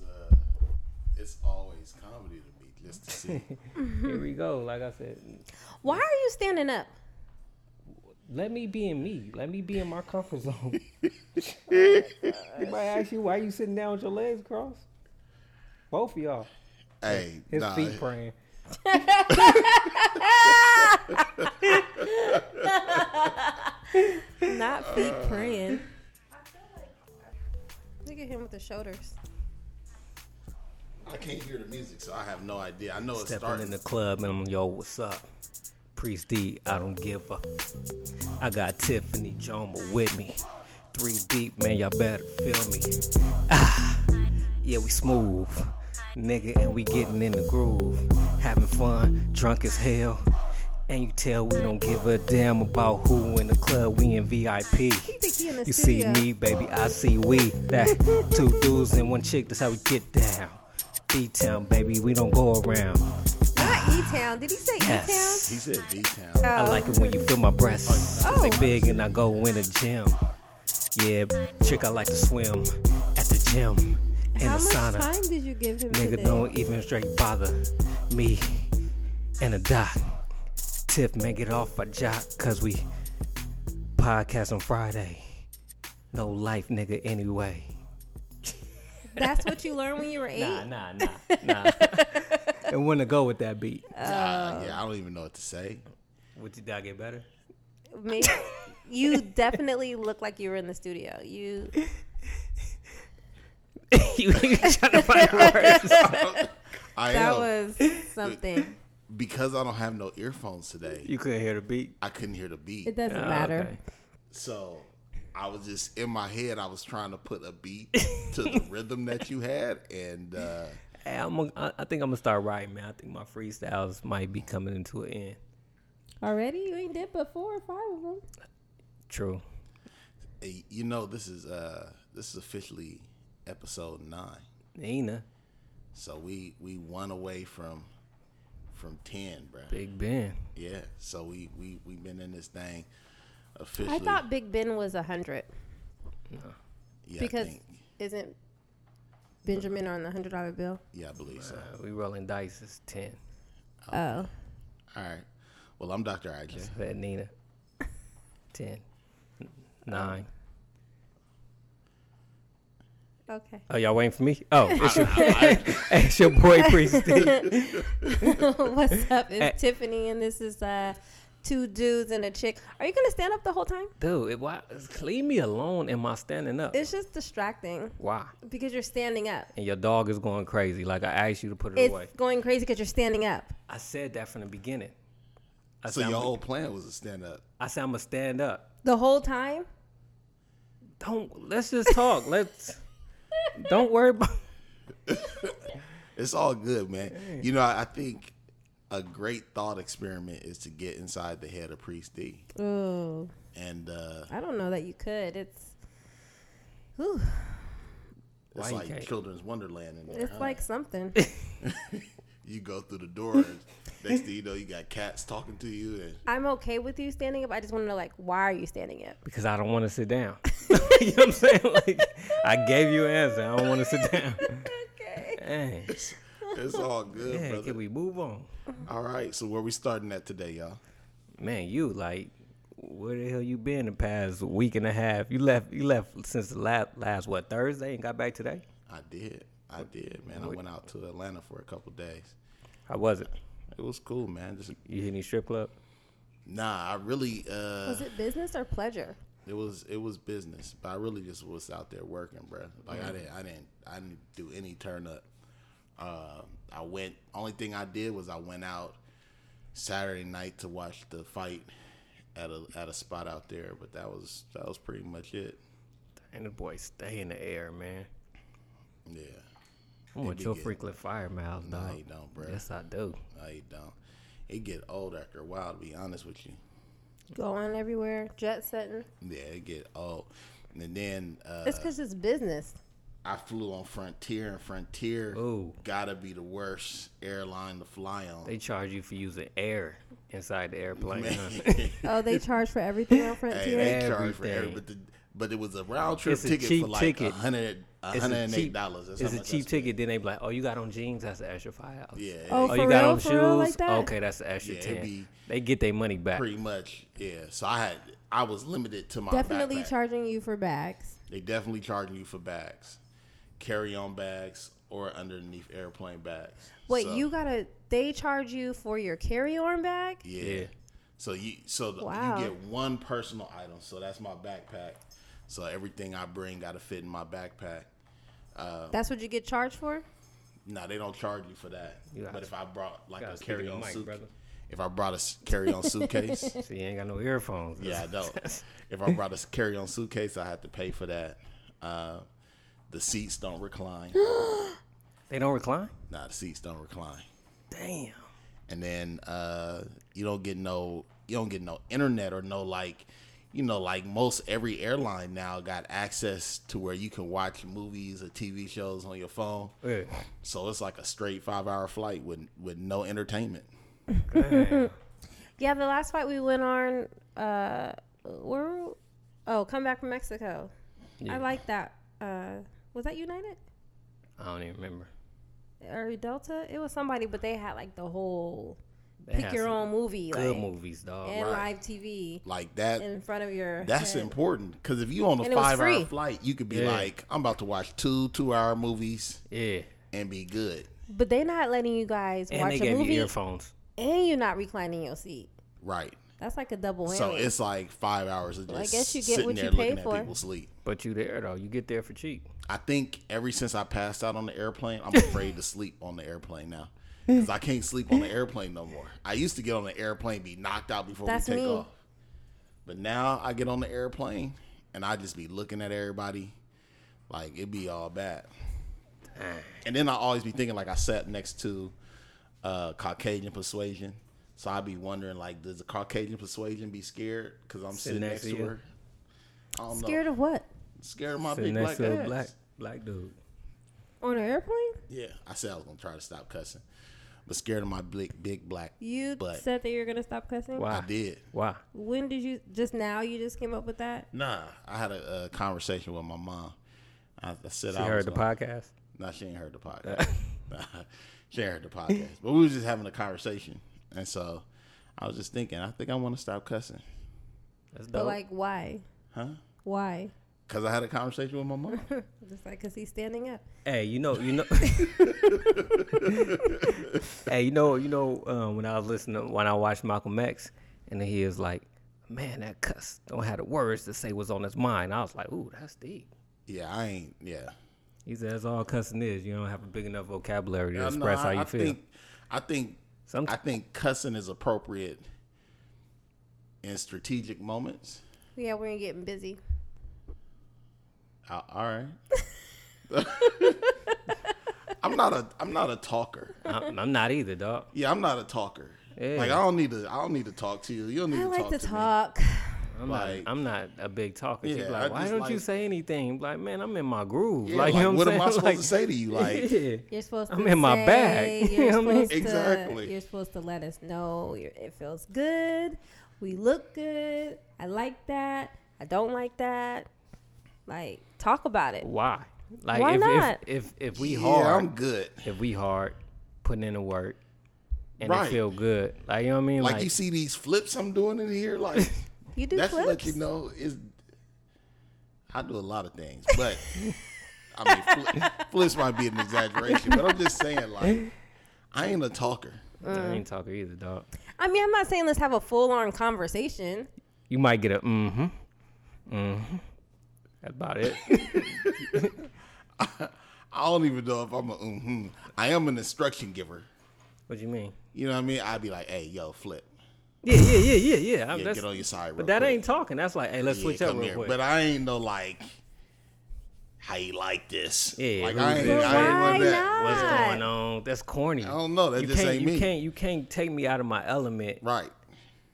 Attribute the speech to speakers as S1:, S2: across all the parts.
S1: uh, it's always comedy to me just to see.
S2: Here we go. Like I said,
S3: Why are you standing up?
S2: let me be in me. Let me be in my comfort zone. Anybody ask you why you sitting down with your legs crossed? Both of y'all.
S1: hey,
S2: His
S1: nah,
S2: feet praying.
S3: Not feet praying. Look at him with the shoulders.
S1: I can't hear the music, so I have no idea. I know it's
S2: Stepping
S1: starting.
S2: in the club and I'm yo, what's up? Priest D, I don't give a. I got Tiffany Joma with me. Three deep, man, y'all better feel me. Ah, yeah, we smooth, nigga, and we getting in the groove. Having fun, drunk as hell. And you tell we don't give a damn about who in the club, we in VIP.
S3: He think he in the
S2: You see
S3: studio.
S2: me, baby, I see we. That two dudes and one chick, that's how we get down. D Town, baby, we don't go around.
S3: Not E Town. Did he say Oh, E Town?
S2: Yes.
S1: He said V Town.
S2: I like it when you feel my breasts.
S3: Oh.
S2: They big and I go in the gym. Yeah, chick, I like to swim at the gym in
S3: How
S2: the
S3: much
S2: sauna.
S3: time did you give him
S2: Nigga,
S3: today?
S2: don't even straight bother me and a doc. Tip, man, get off a jock, cause we podcast on Friday. No life, nigga, anyway.
S3: That's what you learned when you were eight.
S2: nah, nah, nah. and want to go with that beat.
S1: Uh,
S3: Oh.
S1: yeah, I don't even know what to say.
S2: Would you dog get better?
S3: Maybe you definitely look like you were in the studio. You
S2: you trying to find words.
S1: I
S3: that
S1: am
S3: was something.
S1: because I don't have no earphones today.
S2: You couldn't hear the beat.
S1: I couldn't hear the beat,
S3: It doesn't
S2: Oh,
S3: matter.
S2: okay.
S1: so I was just in my head. I was trying to put a beat to the rhythm that you had, and uh,
S2: Hey, I'm a, I, I think I'm gonna start writing, man. I think my freestyles might be coming into an end.
S3: Already, you ain't did but four or five of them.
S2: True.
S1: eh, you know this is uh, this is officially episode nine.
S2: Nina,
S1: So we we one away from from ten, bro.
S2: Big Ben.
S1: Yeah. So we we we been in this thing officially.
S3: I thought Big Ben was a hundred
S1: yeah,
S3: because
S1: I think,
S3: isn't Benjamin on the hundred dollar bill?
S1: yeah, I believe so.
S2: Uh, we rolling dice. It's ten.
S3: Oh,
S1: All right. Well, I'm Dr. IJ.
S2: That Nina. Ten. Nine.
S3: okay.
S2: Oh, y'all waiting for me? Oh, it's your, Hey, it's your boy Priest. D.
S3: What's up? It's Tiffany, and this is uh, two dudes and a chick. Are you gonna stand up the whole time?
S2: Dude, it, why, leave me alone. Am I standing up?
S3: It's just distracting
S2: Why?
S3: because you're standing up.
S2: And your dog is going crazy. Like I asked you to put it
S3: It's
S2: away.
S3: going crazy because you're standing up.
S2: I said that from the beginning. I
S1: So
S2: said,
S1: your
S2: I'm,
S1: whole plan was to stand up.
S2: I said I'm gonna stand up.
S3: The whole time?
S2: don't let's just talk. Let's don't worry about
S1: It's all good, man. You know, I I think a great thought experiment is to get inside the head of Priest D.
S3: Ooh,
S1: And uh,
S3: I don't know that you could. It's ooh,
S1: it's
S2: you
S1: like
S2: can't-
S1: children's wonderland in there.
S3: it's
S1: huh?
S3: like something.
S1: you go through the door. And next thing you know, you got cats talking to you, and
S3: I'm okay with you standing up. I just want to know, like, why are you standing up?
S2: because I don't want to sit down. you know what I'm saying? Like I gave you an answer. I don't want to sit down.
S3: Okay.
S2: Dang.
S1: it's all good,
S2: Man,
S1: brother.
S2: can we move on?
S1: All right. So where we starting at today, y'all?
S2: Man, you like where the hell you been the past week and a half? You left you left since the last last what Thursday and got back today?
S1: I did. I did, man. I went out to Atlanta for a couple days.
S2: How was it?
S1: It was cool, man. Just
S2: You hit any strip club?
S1: nah. I really. Uh,
S3: Was it business or pleasure?
S1: It was it was business, but I really just was out there working, bro. Like I didn't I didn't I didn't do any turn up. Uh, I went. Only thing I did was I went out Saturday night to watch the fight at a at a spot out there, but that was that was pretty much it.
S2: And the boy stay in the air, man.
S1: Yeah,
S2: I want your freaking fire miles, dog.
S1: I don't, bro.
S2: Yes, I do.
S1: I don't. It get old after a while. To be honest with you,
S3: Going everywhere, jet setting.
S1: yeah, it get old. And then uh,
S3: It's because it's business.
S1: I flew on Frontier, and Frontier
S2: Ooh.
S1: gotta be the worst airline to fly on.
S2: They charge you for using air inside the airplane. huh?
S1: Man.
S3: Oh, they charge for everything on
S1: Hey,
S3: Frontier.
S1: they charge for
S2: Everything.
S1: every, but the, But it was a round trip
S2: It's a
S1: ticket
S2: cheap
S1: for like
S2: ticket.
S1: a hundred
S2: It's a
S1: and eight
S2: cheap-
S1: dollars. That's
S2: It's
S1: how
S2: a
S1: much I
S2: cheap
S1: spent.
S2: ticket. Then they be like, "Oh, you got on jeans? That's the extra five dollars."
S1: Yeah,
S3: Oh,
S1: oh,
S2: Oh,
S3: for
S2: you got
S3: real?
S2: on
S3: For
S2: shoes?
S3: real like that?
S2: Okay, that's the extra
S1: Yeah, it'd
S2: ten.
S1: be-
S2: they get their money back.
S1: pretty much. Yeah. So I had I was limited to my
S3: Definitely
S1: backpack.
S3: charging you for bags.
S1: They definitely charging you for bags, carry on bags, or underneath airplane bags.
S3: Wait,
S1: So,
S3: you gotta? They charge you for your carry-on bag?
S1: Yeah.
S2: Yeah.
S1: So you so the,
S3: Wow.
S1: you get one personal item. So that's my backpack. So everything I bring got to fit in my backpack.
S3: That's what you get charged for?
S1: No, they don't charge you for that.
S2: You gotta-
S1: but if I brought like
S2: gotta
S1: a
S2: speak in the
S1: carry on
S2: mic,
S1: suitcase,
S2: brother.
S1: if I brought a s- carry on suitcase,
S2: See, you ain't got no earphones.
S1: yeah, I don't. If I brought a s- carry on suitcase, I had to pay for that. Uh, the seats don't recline.
S2: They don't recline.
S1: nah, the seats don't recline.
S2: Damn.
S1: and then uh, you don't get no you don't get no internet or no like you know like most every airline now got access to where you can watch movies or TV shows on your phone.
S2: Yeah.
S1: So it's like a straight five hour flight with with no entertainment.
S2: Damn.
S3: Yeah, the last flight we went on, uh, where? Oh, come back from Mexico.
S2: Yeah.
S3: I like that. Uh, was that United
S2: I don't even remember.
S3: or Delta? It was somebody, but they had like the whole
S2: They
S3: pick
S2: had
S3: your
S2: some
S3: own movie,
S2: Good
S3: like,
S2: movies, dog.
S3: and
S1: Right.
S3: live TV
S1: Like that
S3: in front of your.
S1: that's
S3: head.
S1: important because if you on
S3: And
S1: a
S3: it was
S1: five hour
S3: free.
S1: flight, you could be
S2: Yeah.
S1: like I'm about to watch two two hour movies
S2: Yeah.
S1: and be good.
S3: But they not letting you guys
S2: And
S3: watch
S2: they
S3: a
S2: gave
S3: movie,
S2: you earphones.
S3: and you're not reclining your seat.
S1: Right.
S3: That's like a double whammy.
S1: So it's like five hours of just
S3: I guess you get
S1: sitting
S3: what
S1: there
S3: you pay
S1: looking
S3: for.
S1: at people sleep.
S2: But you there though. You get there for cheap.
S1: I think ever since I passed out on the airplane, I'm afraid to sleep on the airplane now. Because I can't sleep on the airplane no more. I used to get on the airplane, be knocked out before
S3: That's
S1: we take
S3: me.
S1: off. But now I get on the airplane and I just be looking at everybody like it be all bad. And then I always be thinking like I sat next to uh, Caucasian persuasion. So i be wondering like, does the Caucasian persuasion be scared? Because I'm sitting, next, to
S2: you.
S1: her. I don't
S3: Scared
S1: know.
S3: of what?
S1: scared of my
S2: Sitting
S1: big
S2: next
S1: black
S2: to a
S1: ass.
S2: black black dude.
S3: On an airplane?
S1: Yeah, I said I was gonna try to stop cussing, but scared of my big big black.
S3: You
S1: But-
S3: said that you're gonna stop cussing.
S2: Why?
S1: I did.
S2: Why?
S3: When did you? Just now? You just came up with that?
S1: Nah, I had a, uh conversation with my mom. I, I said
S2: She
S1: I was
S2: heard the
S1: gonna-
S2: podcast.
S1: Nah, she ain't heard the podcast. Nah, she ain't heard the podcast. But we was just having a conversation, and so I was just thinking, I think I want to stop cussing,
S2: That's
S3: But
S2: dope.
S3: like, why?
S1: huh?
S3: Why?
S1: Cause I had a conversation with my mom.
S3: Just like, cause he's standing up.
S2: Hey, you know, you know. hey, you know, you know. Um, when I was listening, when I watched Malcolm X, and he was like, "Man, that cuss don't have the words to say what's on his mind." I was like, "Ooh, that's deep."
S1: yeah, I ain't. Yeah,
S2: He said, "That's all cussing is. You don't have a big enough vocabulary to
S1: Uh, no,
S2: express how you
S1: I
S2: feel."
S1: Think, I think
S2: Some-
S1: I think cussing is appropriate in strategic moments.
S3: Yeah, we're getting busy.
S1: Uh, all right. I'm not a I'm not a talker.
S2: I'm, I'm not either, dog.
S1: Yeah, I'm not a talker.
S2: Yeah.
S1: Like I don't need to I don't need to talk to you. You don't need
S3: I
S1: to
S3: like
S1: talk
S3: to
S1: to
S3: talk.
S2: I'm
S1: Like-
S2: not. I'm not a big talker. She'd be
S1: Yeah,
S2: like,
S1: I
S2: "Why
S1: just
S2: don't you
S1: like-
S2: say anything?" I'm Like, man, I'm in my groove.
S1: me. Yeah,
S2: like, you know
S1: what,
S2: what I'm
S1: am I supposed
S2: saying?
S1: to say to you? Like,
S2: Yeah.
S3: You're supposed.
S2: I'm
S3: to
S2: in my
S3: say,
S2: bag.
S3: You're
S2: You know what I mean?
S3: supposed To,
S1: Exactly.
S3: you're supposed to let us know you're, it feels good. We look good. I like that. I don't like that. Like, talk about it.
S2: Why? Like,
S3: Why
S2: if,
S3: not?
S2: If, if if we
S1: yeah,
S2: hard,
S1: I'm good.
S2: if we hard, putting in the work, and
S1: Right.
S2: it feel good. Like you know what I mean?
S1: Like, you see these flips I'm doing in here, like
S3: You do
S1: that's to
S3: flips.
S1: let you know is I do a lot of things, but I mean fli flips might be an exaggeration, but I'm just saying like I ain't a talker.
S2: I ain't talking either, dog.
S3: I mean, I'm not saying let's have a full on conversation.
S2: You might get a mm-hmm, mm-hmm. That's about it.
S1: I don't even know if I'm a mm-hmm. I am an instruction giver.
S2: what you mean?
S1: You know what I mean? I'd be like, hey, yo, flip.
S2: Yeah, yeah, yeah, yeah, yeah. I'm-
S1: Yeah,
S2: that's-
S1: get on your side. Real
S2: but that
S1: quick.
S2: ain't talking. That's like, hey, let's
S1: Yeah,
S2: switch up
S1: come
S2: real
S1: here.
S2: quick.
S1: But I ain't no like how you like this.
S2: Yeah,
S1: like
S2: who's
S1: I ain't,
S2: this?
S1: I ain't
S3: Why
S1: with that.
S2: What's
S3: not?
S2: going on? That's corny.
S1: I don't know. That
S2: you
S1: just
S2: can't,
S1: ain't
S2: you
S1: me.
S2: can't, you can't take me out of my element
S1: Right.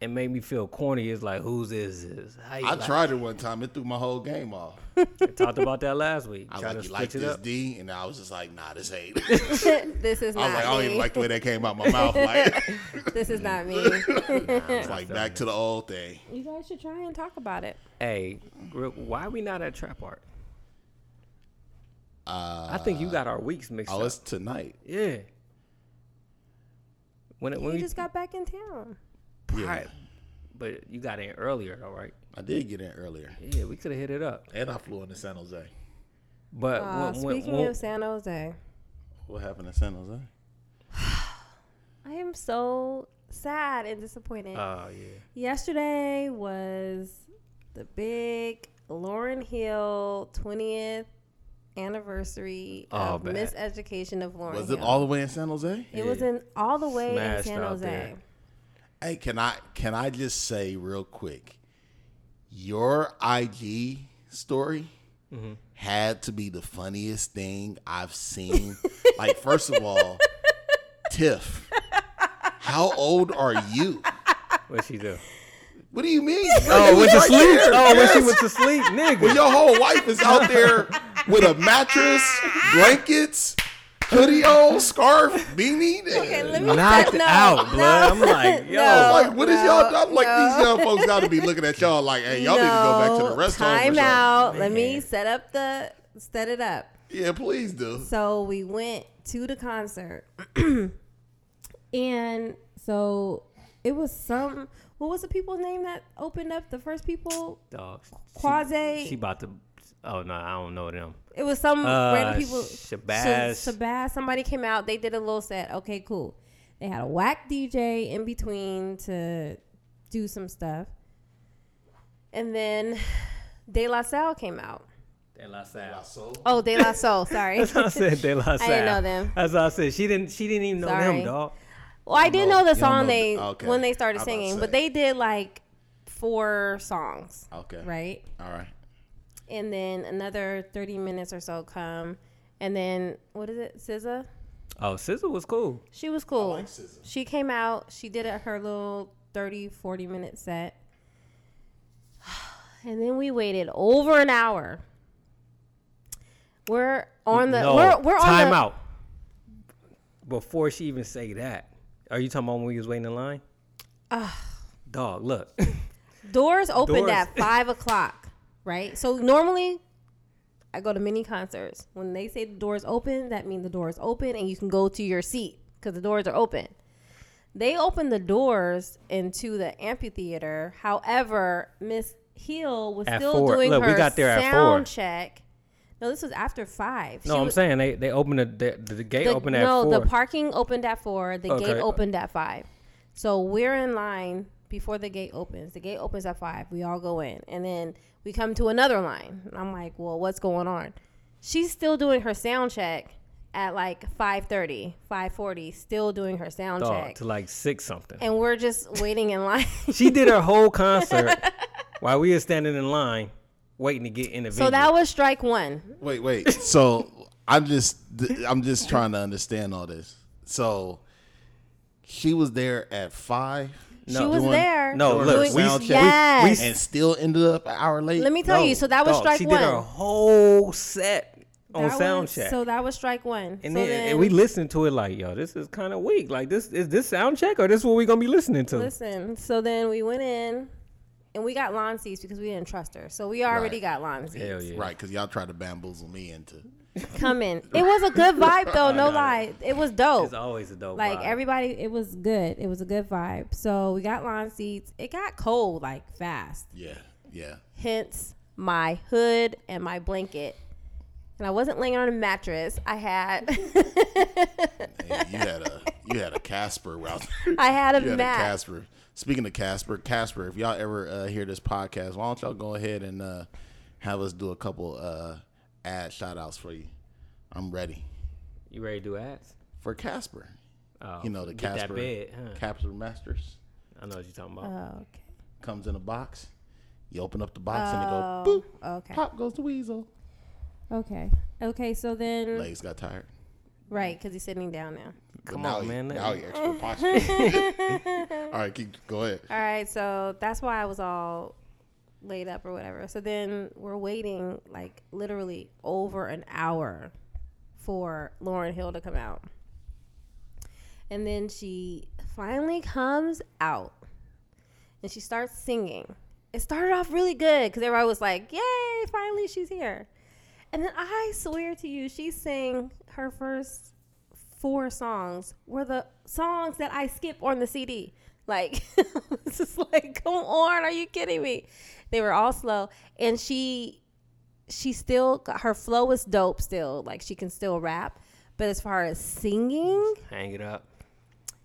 S2: and made me feel corny. It's like, whose is this? How you
S1: I
S2: like-
S1: tried it one time. It threw my whole game off.
S2: Talked about that last week.
S1: I was
S2: Try
S1: like,
S2: to
S1: you like
S2: switch it
S1: this
S2: up.
S1: D? And I was just like, nah, this ain't.
S3: this is
S1: I was like, I
S3: not
S1: don't even
S3: me.
S1: like the way that came out my mouth. Like,
S3: this is not me.
S1: it's like back to the old thing.
S3: you guys should try and talk about it.
S2: Hey, Gri- why we not at Trap Art? I think you got our weeks mixed
S1: Uh, Oh,
S2: up.
S1: it's tonight.
S2: Yeah. When it, when
S3: You
S2: we
S3: just got back in town.
S1: Yeah,
S2: Alright. but you got in earlier, all right?
S1: I did get in earlier,
S2: Yeah, we could have hit it up.
S1: and I flew into San Jose.
S2: But
S3: Uh,
S2: when, when,
S3: speaking
S2: when-
S3: of San Jose,
S1: What happened in San Jose?
S3: I am so sad and disappointed.
S1: Uh.
S2: oh yeah,
S3: Yesterday was the big Lauren Hill 20th anniversary
S2: Oh,
S3: of
S2: bad.
S3: Miseducation of Lauren
S1: Was
S3: Hill.
S1: it all the way in San Jose?
S3: It was in all the way
S2: Smashed
S3: in San
S2: out
S3: Jose.
S2: there.
S1: Hey, can I can I just say real quick, your IG story had to be the funniest thing I've seen. like, first of all, Tiff, how old are you?
S2: what she do?
S1: What do you mean?
S2: Oh, went to
S1: Right
S2: sleep.
S1: there.
S2: Oh, when she went to sleep, nigga.
S1: Your whole wife is out there with a mattress, blankets, hoodie on, scarf, beanie.
S3: Okay, let me
S2: Knocked
S3: no,
S2: out,
S3: no,
S2: blood. I'm like, yo.
S3: no.
S1: like, what is y'all? I'm like,
S3: no.
S1: these young folks got to be looking at y'all like, hey, y'all need to go back to the
S3: No,
S1: restaurant.
S3: Time
S1: or something.
S3: out. Let me set up the set it up.
S1: Yeah, please do.
S3: So we went to the concert, and so it was some. What was the people's name that opened up? The first people.
S2: Dog. she-
S3: Quasi-
S2: She about to. Oh no, I don't know them.
S3: It was some
S2: Uh,
S3: random people.
S2: Shabazz.
S3: Sh- Shabazz. Somebody came out. They did a little set. Okay, cool. They had a whack DJ in between to do some stuff, and then De La Salle came out.
S2: De La Salle.
S3: Oh, De La Soul. Sorry.
S2: That's how I said De La Salle.
S3: know them.
S2: That's how I said she didn't. She didn't even know
S3: Sorry.
S2: them, dog.
S3: Well, I did know the
S1: you don't
S3: song
S1: know
S3: they
S1: the- okay.
S3: when they
S1: I
S3: started
S1: was about to
S3: singing,
S1: say.
S3: but they did like four songs,
S1: Okay.
S3: right?
S1: All right.
S3: And then another thirty minutes or so come, and then what is it, SZA?
S2: Oh, Sizzle was cool.
S3: She was cool.
S1: like SZA.
S3: She came out. She did a, her little 30, 40 minute set, and then we waited over an hour. We're on the
S2: no,
S3: we're we're on
S2: time
S3: the,
S2: out. Before she even say that, are you talking about when we was waiting in line? dog, look.
S3: Doors opened
S2: Doors-
S3: at five o'clock, right? So normally, I go to many concerts. When they say the doors open, that means the doors open and you can go to your seat because the doors are open. They opened the doors into the amphitheater. However, Miss Hill was
S2: At
S3: still
S2: four.
S3: doing
S2: Look, we
S3: her
S2: got there at four.
S3: sound check. No, this was after five.
S2: No,
S3: She
S2: I'm
S3: was-
S2: saying they they opened the the, the gate
S3: the-
S2: opened at
S3: no,
S2: four.
S3: the parking opened at four. The
S2: Okay.
S3: gate opened at five. So we're in line before the gate opens. The gate opens at five. We all go in, and then we come to another line. And I'm like, well, what's going on? She's still doing her sound check at like 5.30 5.40 still doing her sound
S2: dog
S3: check
S2: to like six something.
S3: and we're just waiting in line
S2: she did her whole concert while we were standing in line waiting to get in the
S3: so that was strike one
S1: Wait, wait. So I'm just I'm just trying to understand all this. So she was there at five
S3: she was
S1: doing-
S3: there
S2: no,
S1: Doing
S2: look,
S1: her
S2: we,
S1: sound
S2: we,
S1: check.
S2: we,
S3: Yes.
S1: and still ended up an hour late.
S3: let me tell
S2: no,
S3: you so that was
S2: dog,
S3: strike
S2: she
S3: one
S2: did her whole set on
S3: That
S2: sound
S3: was-
S2: check.
S3: so that was strike one
S2: and,
S3: so
S2: then, and we listened to it like, yo, this is kind of weak. Like this is this sound check or this what we gonna be listening to?
S3: Listen, so then we went in and we got lawn seats because we didn't trust her. So we already
S1: Right.
S3: got lawn seats.
S2: Hell yeah.
S1: Right, because y'all tried to bamboozle me into.
S3: Come in. It was a good vibe though, no lie. It was dope.
S2: It's always a dope.
S3: Oh. Like
S2: vibe.
S3: everybody it was good. It was a good vibe. So we got lawn seats. It got cold like fast.
S1: Yeah, yeah.
S3: Hence my hood and my blanket. And I wasn't laying on a mattress. I had
S1: Hey, you had a you had a Casper out there.
S3: I had a
S1: You had a
S3: mat.
S1: Casper. Speaking of Casper, Casper, if y'all ever uh, hear this podcast, why don't y'all go ahead and uh, have us do a couple uh, ad shout outs for you? I'm ready.
S2: you ready to do ads?
S1: For Casper.
S2: Oh,
S1: You know the
S2: get
S1: Casper
S2: That bed, huh?
S1: Casper Masters
S2: I know what you're talking about.
S3: Oh, okay.
S1: comes in a box. You open up the box and it
S3: Oh,
S1: go boop.
S3: okay.
S1: Pop goes the weasel.
S3: Okay. Okay, so then
S1: Legs got tired.
S3: right, cuz he's sitting down now.
S1: But
S2: Come
S1: now
S2: on,
S1: he-
S2: man.
S1: Now he extra posture. All right, keep go ahead.
S3: All right, so that's why I was all laid up or whatever. So then we're waiting like literally over an hour for Lauren Hill to come out. And then she finally comes out and she starts singing. It started off really good because everybody was like, Yay, finally she's here. And then I swear to you, she sang her first four songs were the songs that I skip on the CD. Like, it's just like, come on, are you kidding me? They were all slow, and she, she still got- her flow is dope. Still, like she can still rap, but as far as singing,
S2: Hang it up.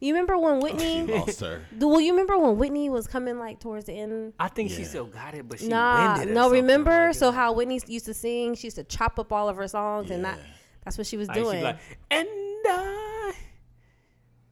S3: you remember
S2: Oh,
S3: when
S1: She
S3: Whitney?
S1: lost her.
S3: well, you remember when Whitney was coming like towards the end
S2: I think she
S1: Yeah.
S2: still got it, but she
S3: Nah,
S2: winded or
S3: no,
S2: something
S3: remember?
S2: like
S3: so how Whitney used to sing, she used to chop up all of her songs, and that,
S1: Yeah.
S3: that's what she was
S2: that. Like,
S3: doing.
S2: she's like, and I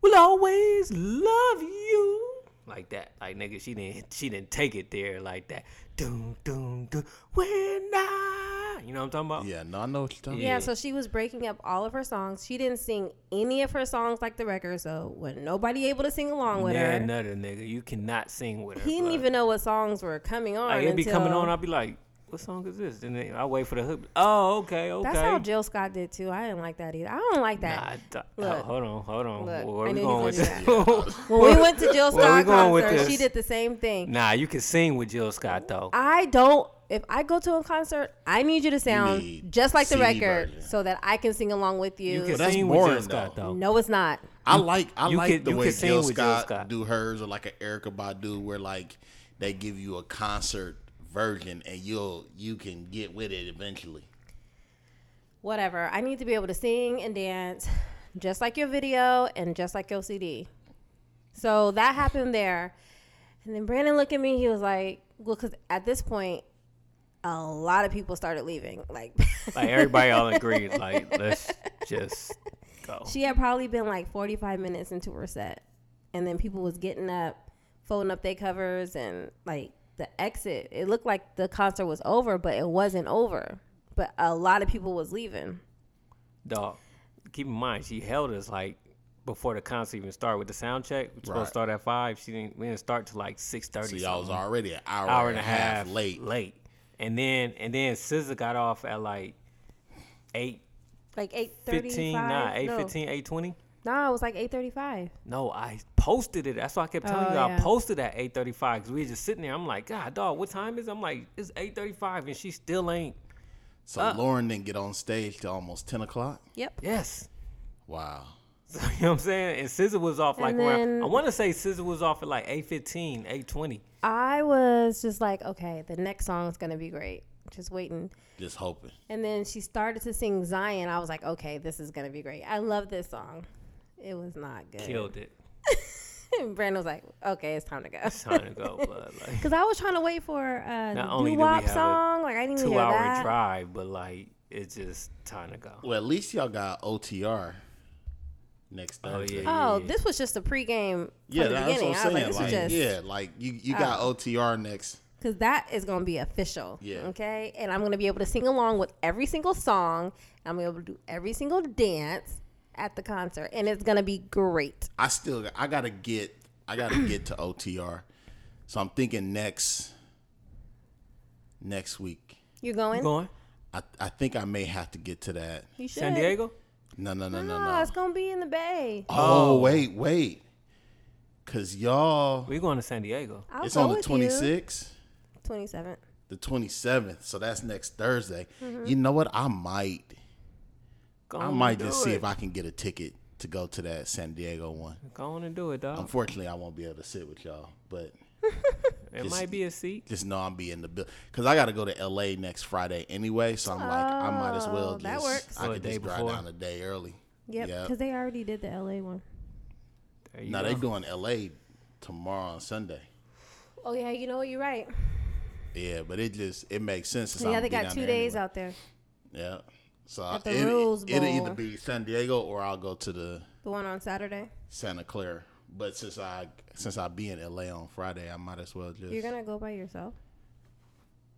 S2: will always love you. Like that. Like nigga, she didn't she didn't take it there like that. Doom doom doom when I you know what I'm talking about?
S1: Yeah, no, I know what you're talking
S3: yeah,
S2: Yeah.
S3: so she was breaking up all of her songs. She didn't sing any of her songs like the record, so wasn't nobody able to sing along with
S2: Nah,
S3: her.
S2: another nigga. You cannot sing with her.
S3: He didn't
S2: bruh.
S3: even know what songs were coming on.
S2: like it'd be coming
S3: until-
S2: on, I'd be like, What song is this? And then I wait for the hook. Oh, okay, okay.
S3: That's how Jill Scott did too. I didn't like that either. I don't like
S2: Nah,
S3: that.
S2: I thought-
S3: Look.
S2: hold on, hold on.
S3: Look,
S2: Where
S3: I
S2: are we
S3: knew he
S2: going with
S3: was
S2: that?
S3: gonna when we went to Jill
S2: Where we
S3: Scott
S2: going with
S3: concert, she
S2: this?
S3: did the same thing.
S2: nah, you can sing with Jill Scott though.
S3: I don't. If I go to a concert, I need you to sound
S1: need
S3: just like the
S1: CD
S3: record,
S1: version.
S3: so that I can sing along with you.
S2: You can
S1: But that's
S2: sing with Jill
S1: boring,
S2: Scott though.
S3: no, it's not.
S1: I like I
S2: you
S1: like
S2: could-
S1: the
S2: you
S1: way
S2: could sing
S1: Jill
S2: with Jill
S1: Scott,
S2: Scott.
S1: do hers or like an Erica Badu where like they give you a concert version and you'll you can get with it eventually.
S3: whatever. I need to be able to sing and dance just like your video and just like your CD. So that happened there. And then Brandon looked at me. He was like, well, because at this point, a lot of people started leaving. Like,
S2: Like everybody all agreed. Like let's just go.
S3: she had probably been like 45 minutes into her set. And then people was getting up, folding up their covers and like the exit. It looked like the concert was over, but it wasn't over. But a lot of people was leaving.
S2: Dog. Keep in mind, she held us like before the concert even started with the sound check. We were supposed
S1: Right.
S2: to start at five. She didn't. We didn't start till like six
S1: So
S2: thirty.
S1: y'all was already an hour,
S2: hour and a half,
S1: late.
S2: Late. And then and then SZA got off at like eight
S3: Like 8.35.
S2: fifteen. Nah, eight
S3: no.
S2: fifteen, eight twenty.
S3: No, it was like eight thirty-five.
S2: No, I posted it. That's why I kept telling
S3: Oh,
S2: you
S3: yeah.
S2: I posted at 8:35 because we were just sitting there. I'm like, God, dog, what time is? it?" I'm like, it's 8:35 and she still ain't.
S1: So
S2: Uh.
S1: Lauren didn't get on stage till almost ten o'clock.
S3: Yep.
S2: Yes.
S1: Wow.
S2: So, you know what I'm saying? And Scissor was off like
S3: And then-
S2: around. I want to say Scissor was off at like 8:15, 8:20.
S3: I was just like, okay, the next song is gonna be great. Just waiting.
S1: Just hoping.
S3: And then she started to sing Zion. I was like, okay, this is gonna be great. I love this song. It was not good.
S2: Killed it.
S3: And Brandon was like, okay, it's time to go.
S2: It's time to go, blood. Like
S3: Because I was trying to wait for uh,
S2: Not
S3: the
S2: only do
S3: doo
S2: we
S3: wop
S2: have a
S3: song. Like I didn't even
S2: two
S3: hear
S2: hour
S3: that.
S2: drive, but like it's just time to go.
S1: Well, at least y'all got OTR next
S2: Oh,
S1: Thursday.
S2: yeah.
S3: Oh, this was just a pregame
S1: Yeah,
S3: from the
S1: that's
S3: beginning.
S1: what I'm
S3: I
S1: saying.
S3: was like, this
S1: Like,
S3: is just Oh.
S1: yeah, like you, you got OTR next.
S3: Because that is going to be official.
S1: Yeah.
S3: Okay. And I'm going to be able to sing along with every single song. I'm going to be able to do every single dance at the concert. And it's going to be great.
S1: I still I gotta get I gotta get to OTR. So I'm thinking next next week.
S3: You going?
S2: You going?
S1: I I think I may have to get to that.
S3: You should.
S2: San Diego?
S1: No no no no
S3: No,
S1: no.
S3: it's going to be in the Bay.
S1: Oh wait wait, cause y'all
S2: We going to San Diego?
S3: I'll
S1: it's
S3: go
S1: on the
S3: with you.
S1: 26th,
S3: 27th.
S1: the 27th. So that's next Thursday. You know what? I might
S2: Go
S1: I
S2: on and
S1: might
S2: Oh, do
S1: just see
S2: it.
S1: if I can get a ticket to go to that San Diego one.
S2: Go on and do it, dog.
S1: Unfortunately, I won't be able to sit with y'all, but.
S2: It
S1: just-
S2: might be a seat.
S1: just know I'm be in the bill because I got to go to LA next Friday anyway. So I'm like, I might as well
S3: Oh,
S1: just
S3: that works.
S1: I
S2: So a
S1: could
S2: day
S1: just drive
S2: before.
S1: down a day early.
S3: Yep. Because they already did the LA one.
S2: There you
S1: Now
S2: go.
S1: they doing LA tomorrow on Sunday.
S3: Oh, yeah. You know what? You're right.
S1: Yeah, but it just it makes sense. since
S3: So, yeah,
S1: I'ma
S3: they
S1: be
S3: got
S1: down
S3: two
S1: there
S3: days
S1: anyway.
S3: out there.
S1: Yeah. So I-
S3: the
S1: it,
S3: Rose
S1: it, will
S3: Bowl.
S1: either be San Diego or I'll go to the
S3: The one on Saturday.
S1: Santa Clara. But since I since I be in LA on Friday, I might as well just
S3: You're going to go by yourself?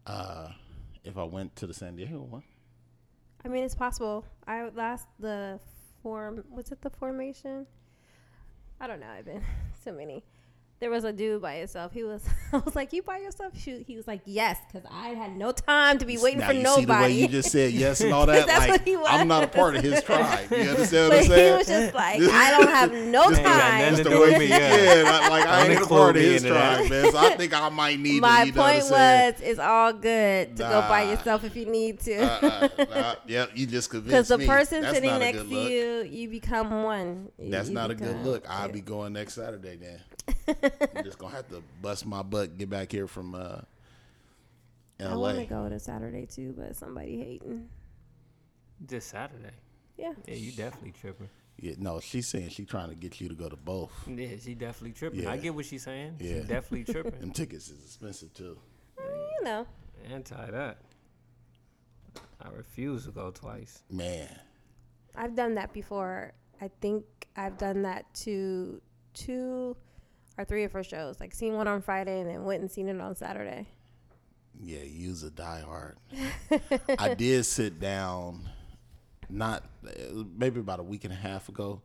S1: uh if I went to the San Diego one.
S3: I mean, it's possible. I last the form. Was it the formation? I don't know. I've been too many. There was a dude by himself. He was. I was like, "You by yourself?" Shoot. He was like, "Yes," because I had no time to be waiting
S1: now
S3: for
S1: you
S3: nobody.
S1: see the way you just said yes and all that.
S3: That's
S1: like
S3: what he
S1: I'm not a
S3: was.
S1: part of his tribe. You understand what
S3: but
S1: I'm
S3: he
S1: saying?
S3: was just like, "I don't have no
S1: Just the-
S3: time."
S1: That's
S2: Nothing
S1: the
S2: to do
S1: way me.
S2: with me,
S1: Yeah,
S2: yeah.
S1: like, like I
S2: Don't
S1: ain't a part of
S2: include me
S1: his
S2: into that.
S1: tribe, man. So I think I might need to.
S3: My
S1: You know what I'm
S3: point
S1: saying?
S3: was, it's all good to go by
S1: Nah.
S3: yourself if you need to.
S1: uh, uh, uh, yep, you just convinced me.
S3: Because the person
S1: That's
S3: sitting
S1: not a
S3: next
S1: good
S3: to
S1: look.
S3: you, you become one. You-
S1: That's
S3: you
S1: not a good
S3: become-
S1: look. I'll be going next Saturday then. I'm just gonna have to bust my butt, get back here from uh,
S3: I
S1: L.A.
S3: want to go to Saturday too, but somebody hating.
S2: This Saturday.
S3: Yeah.
S2: Yeah, you definitely tripping.
S1: Yeah, no, she's saying she's trying to get you to go to both.
S2: Yeah, she definitely tripping. I
S1: Yeah.
S2: get what she's saying.
S1: Yeah.
S2: She definitely tripping.
S1: Them tickets is expensive too.
S3: You know.
S2: Anti that. I refuse to go twice.
S1: Man,
S3: I've done that before. I think I've done that to two or three of her shows. Like seen one on Friday and then went and seen it on Saturday.
S1: yeah, you's a diehard. I did sit down, not it was maybe about a week and a half ago.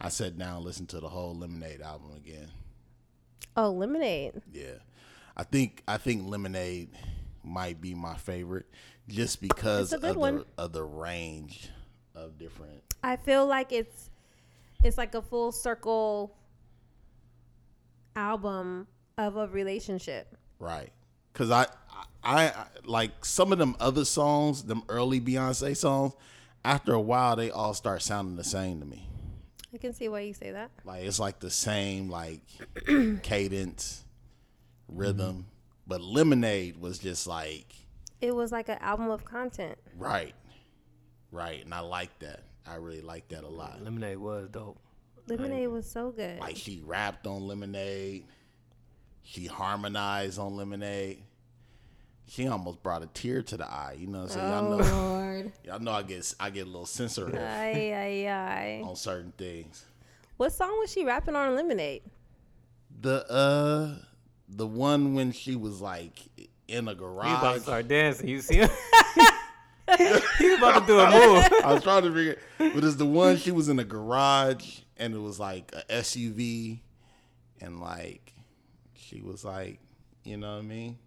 S1: I sat down, and listened to the whole Lemonade album again.
S3: Oh, Lemonade.
S1: Yeah, I think I think Lemonade might be my favorite, just because
S3: It's a
S1: of
S3: good
S1: the,
S3: one.
S1: of the range of different.
S3: I feel like it's it's like a full circle album of a relationship.
S1: Right. Cause I, I, I like some of them other songs, them early Beyonce songs. After a while, they all start sounding the same to me.
S3: I can see why you say that.
S1: Like it's like the same like cadence, rhythm.
S2: Mm-hmm.
S1: But Lemonade was just like
S3: It was like an album of content.
S1: right, right, and I like that. I really like that a lot.
S2: Lemonade was dope.
S3: Lemonade was so good.
S1: Like she rapped on Lemonade, she harmonized on Lemonade. She almost brought a tear to the eye. You know what I'm saying? Y'all
S3: Oh
S1: know
S3: Lord.
S1: Y'all know I get I get a little sensitive
S3: Ay ay ay.
S1: on certain things.
S3: What song was she rapping on Lemonade?
S1: The uh the one when she was like in a
S2: He about to
S1: garage.
S2: start dancing. You see him? he about to do a move.
S1: I was trying to figure but it's the one she was in a garage and it was like a SUV and like she was like, you know what I mean?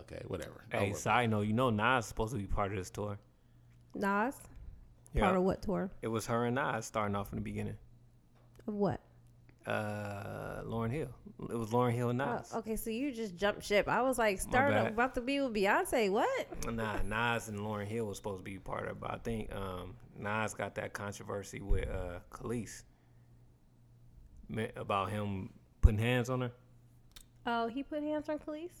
S1: Okay, whatever. Don't
S2: Hey,
S1: worry.
S2: side note, you know Nas is supposed to be part of this tour.
S3: Nas? Part
S2: Yeah.
S3: of what tour?
S2: It was her and Nas starting off in the beginning.
S3: Of what?
S2: Uh, Lauren Hill. It was Lauren Hill and
S3: Oh,
S2: Nas.
S3: okay, so you just jumped ship. I was like, starting
S2: bad.
S3: about to be with Beyonce. What?
S2: Nah, Nas and Lauren Hill was supposed to be part of it, but I think um, Nas got that controversy with uh, Khalees Me- about him putting hands on her.
S3: Oh, he put hands on Khalees.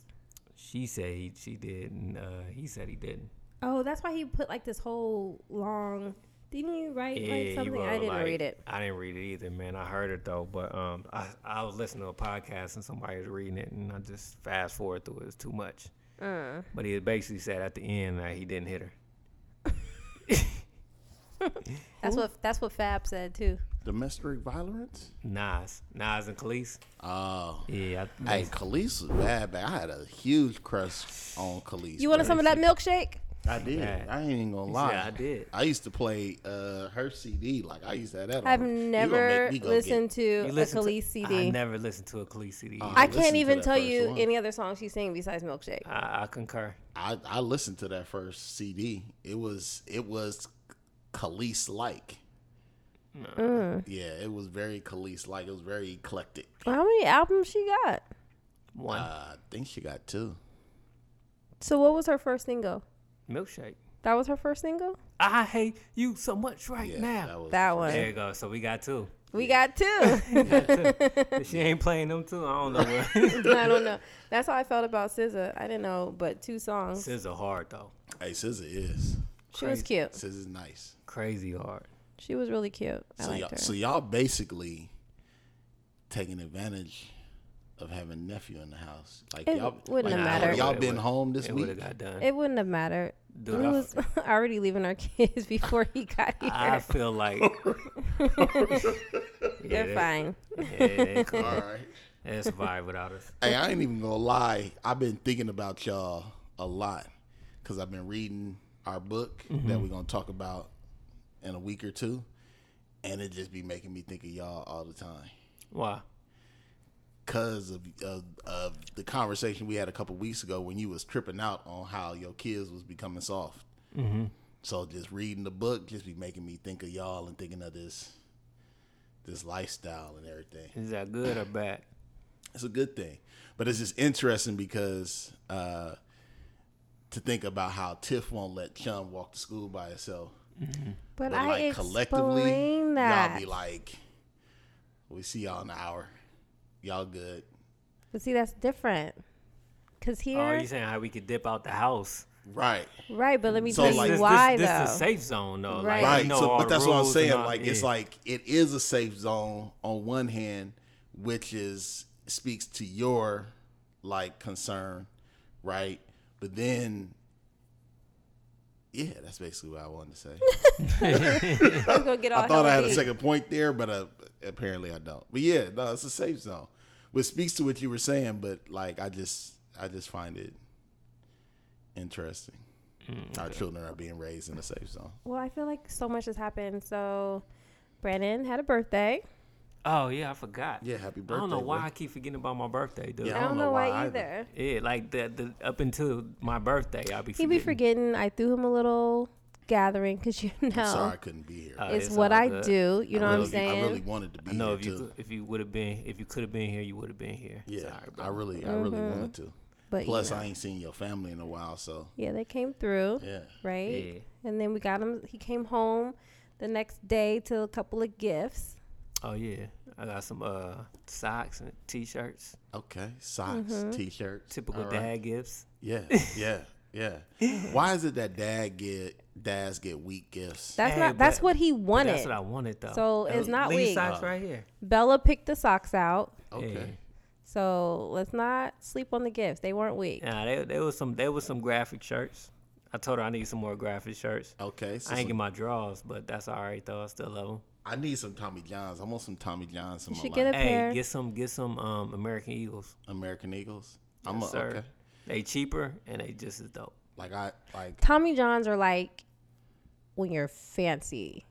S2: She said he, she did, and uh, he said he didn't.
S3: Oh, that's why he put like this whole long. Didn't you write like
S2: he
S3: something? I
S2: wrote,
S3: didn't
S2: like-
S3: read it.
S2: I didn't read it either, man. I heard it though, but um, I, I was listening to a podcast and somebody was reading it, and I just fast forward through it. It's too much.
S3: Uh.
S2: But he basically said at the end that he didn't hit her.
S3: That's what that's what Fab said too.
S1: Domestic violence?
S2: Nas, Nas and Khalees.
S1: Oh.
S2: Yeah, I,
S1: Hey, Khalees was bad, but I had a huge crush on Khalees.
S3: You wanted
S1: bro.
S3: some of that milkshake?
S1: I did.
S2: bad.
S1: I ain't even gonna lie.
S2: I did.
S1: I used to play uh, her CD. Like I used to have that.
S3: I've
S1: on. You Oh, gonna
S3: never
S1: make me go
S3: listened to
S2: You
S3: a
S2: listen to-
S3: Khalees CD.
S2: I
S3: I,
S2: never listened to a Khalees CD.
S1: Uh,
S2: I,
S1: listened
S3: can't
S1: to
S3: even
S1: that
S3: tell
S1: first
S3: you
S1: one.
S3: any other song she's singing besides Milkshake.
S2: I, I concur.
S1: Get, I I listened to that first CD. It was it was Khalees like.
S3: Mm.
S1: Yeah, it was very Khalees like. It was very eclectic.
S3: How many albums she got?
S2: One
S1: Uh, I think she got two.
S3: So what was her first single?
S2: milkshake.
S3: That was her first single.
S2: I hate you so much right
S1: Yeah, that
S2: now.
S1: was
S3: That one.
S2: There you go. So we got two.
S3: We got two.
S2: she ain't playing them two. I don't know. What.
S3: I don't know. That's how I felt about SZA. I didn't know, but two songs.
S2: SZA hard though.
S1: Hey, SZA is
S3: She was cute.
S1: SZA's nice.
S2: Crazy hard.
S3: She was really cute. I
S1: So y'all,
S3: liked her.
S1: so y'all basically taking advantage of having nephew in the house. Like
S3: It
S1: y'all,
S3: wouldn't
S1: like,
S3: have mattered.
S1: Y'all
S2: It
S1: been
S2: would-
S1: home this
S2: It
S1: week.
S2: would have got done.
S3: it wouldn't have mattered.
S2: Dude,
S3: we
S2: I-
S3: was already leaving our kids before he got here.
S2: I feel like yeah,
S3: They're fine.
S2: Yeah, they cool.
S1: All right.
S2: They survive without us.
S1: Hey, I ain't even gonna lie. I've been thinking about y'all a lot because I've been reading our book that we're gonna talk about in a week or two, and it just be making me think of y'all all the time
S2: Why?
S1: because of, of of the conversation we had a couple weeks ago when you was tripping out on how your kids was becoming soft. So just reading the book just be making me think of y'all and thinking of this this lifestyle and everything.
S2: Is that good or bad?
S1: It's a good thing, but it's just interesting because uh, to think about how Tiff won't let Chum walk to school by herself.
S3: But,
S1: But
S3: I
S1: like collectively,
S3: explain that.
S1: y'all be like, "We see y'all in an hour. Y'all good."
S3: but see, that's different. Cause
S2: Oh,
S3: here,
S2: you saying how we could dip out the house?
S1: Right.
S3: right? But let me
S1: So,
S3: tell
S1: Oh, like-
S3: you
S2: this,
S3: why
S2: this,
S3: though.
S2: This is a safe zone though. Like,
S3: Right.
S2: you
S1: right
S2: know
S1: so,
S2: all
S1: but
S2: the
S1: that's what i'm
S2: rules and
S1: saying
S2: all-
S1: like it's
S2: yeah.
S1: like it is a safe zone on one hand which is speaks to your like concern right but then yeah that's basically what i wanted to say
S3: I was gonna get all
S1: i thought i had a
S3: healthy.
S1: second point there but uh, apparently i don't but yeah no it's a safe zone which speaks to what you were saying but like i just i just find it interesting
S2: Mm,
S1: our children are being raised in a safe zone
S3: Well, I feel like so much has happened. So, Brandon had a birthday.
S2: oh yeah, I forgot.
S1: yeah happy
S2: I
S1: birthday
S2: don't know why
S1: bro.
S2: I keep forgetting about my birthday, dude.
S1: Yeah.
S3: I
S1: I
S2: Yeah,
S3: don't, know, why, either.
S2: like the, the up until my birthday, I'll be
S3: He
S2: forgetting.
S3: be forgetting. I threw him a little gathering because you know
S1: Sorry, I couldn't be here.
S2: Uh,
S3: it's,
S2: It's
S3: what
S2: all
S3: I
S2: good.
S3: do. You know
S1: I
S3: what I'm
S1: really-
S3: saying?
S1: I really wanted to be
S2: I know
S1: here
S2: if you
S1: too.
S2: could, if you would have been if you could have been here, you would have been here.
S1: yeah,
S2: Sorry, bro.
S1: I really, I really wanted to.
S3: Mm-hmm. but you
S1: Plus,
S3: know.
S1: I ain't seen your family in a while, so
S3: yeah, they came through,
S1: yeah.
S3: right?
S2: Yeah.
S3: And then we got him. He came home the next day to a couple of gifts.
S2: Oh yeah, I got some uh socks and t-shirts,
S1: Okay, socks,
S3: Mm-hmm.
S1: t-shirts,
S2: typical
S1: All right.
S2: dad gifts.
S1: Yeah, yeah, yeah. Why is it that dad get dads get weak gifts?
S3: That's
S2: Hey,
S3: not. That's
S2: but-
S3: what he wanted.
S2: That's what I wanted though.
S3: So
S2: That
S3: it's
S2: was-
S3: not
S2: Lee
S3: weak.
S2: socks right here.
S3: Bella picked the socks out.
S1: Okay,
S3: So let's not sleep on the gifts. They weren't weak.
S2: Nah, they there was some there was some graphic shirts. I told her I need some more graphic shirts.
S1: okay. So
S2: I ain't
S1: some-
S2: get my draws, but that's all right though. I still love them.
S1: I need some Tommy Johns. I want some Tommy Johns in
S3: You
S1: my
S3: should
S1: life.
S3: get a pair.
S2: Hey, get some get some um American Eagles,
S1: American Eagles. I'm a,
S2: sir.
S1: okay.
S2: They cheaper and they just as dope.
S1: Like I like.
S3: Tommy Johns are like when you're fancy,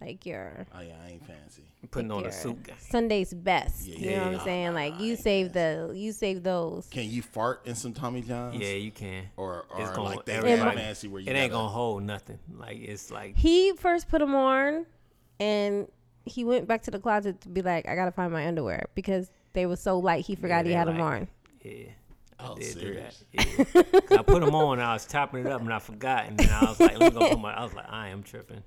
S3: like you're
S1: Oh yeah, I ain't fancy.
S2: Putting on
S3: your
S2: a suit. gang.
S3: Sunday's best.
S1: Yeah,
S3: you know what
S2: yeah.
S3: I'm saying? Like you save the you save those.
S1: Can you fart in some Tommy Johns?
S2: Yeah, you can.
S1: Or
S2: It's
S1: or
S2: gonna-
S1: like that
S2: everybody-
S1: fancy where you
S2: it ain't
S1: gotta-
S2: gonna hold nothing. Like it's like
S3: He first put them on, and he went back to the closet to be like, I gotta find my underwear because they were so light. He forgot
S2: they
S3: he had them
S2: light.
S3: on.
S2: yeah.
S1: Oh,
S2: did do that.
S1: serious?
S2: Yeah. 'Cause I put them on. I was topping it up, and I forgot. And then I was like, "Let me go put my." I was like, "I am tripping.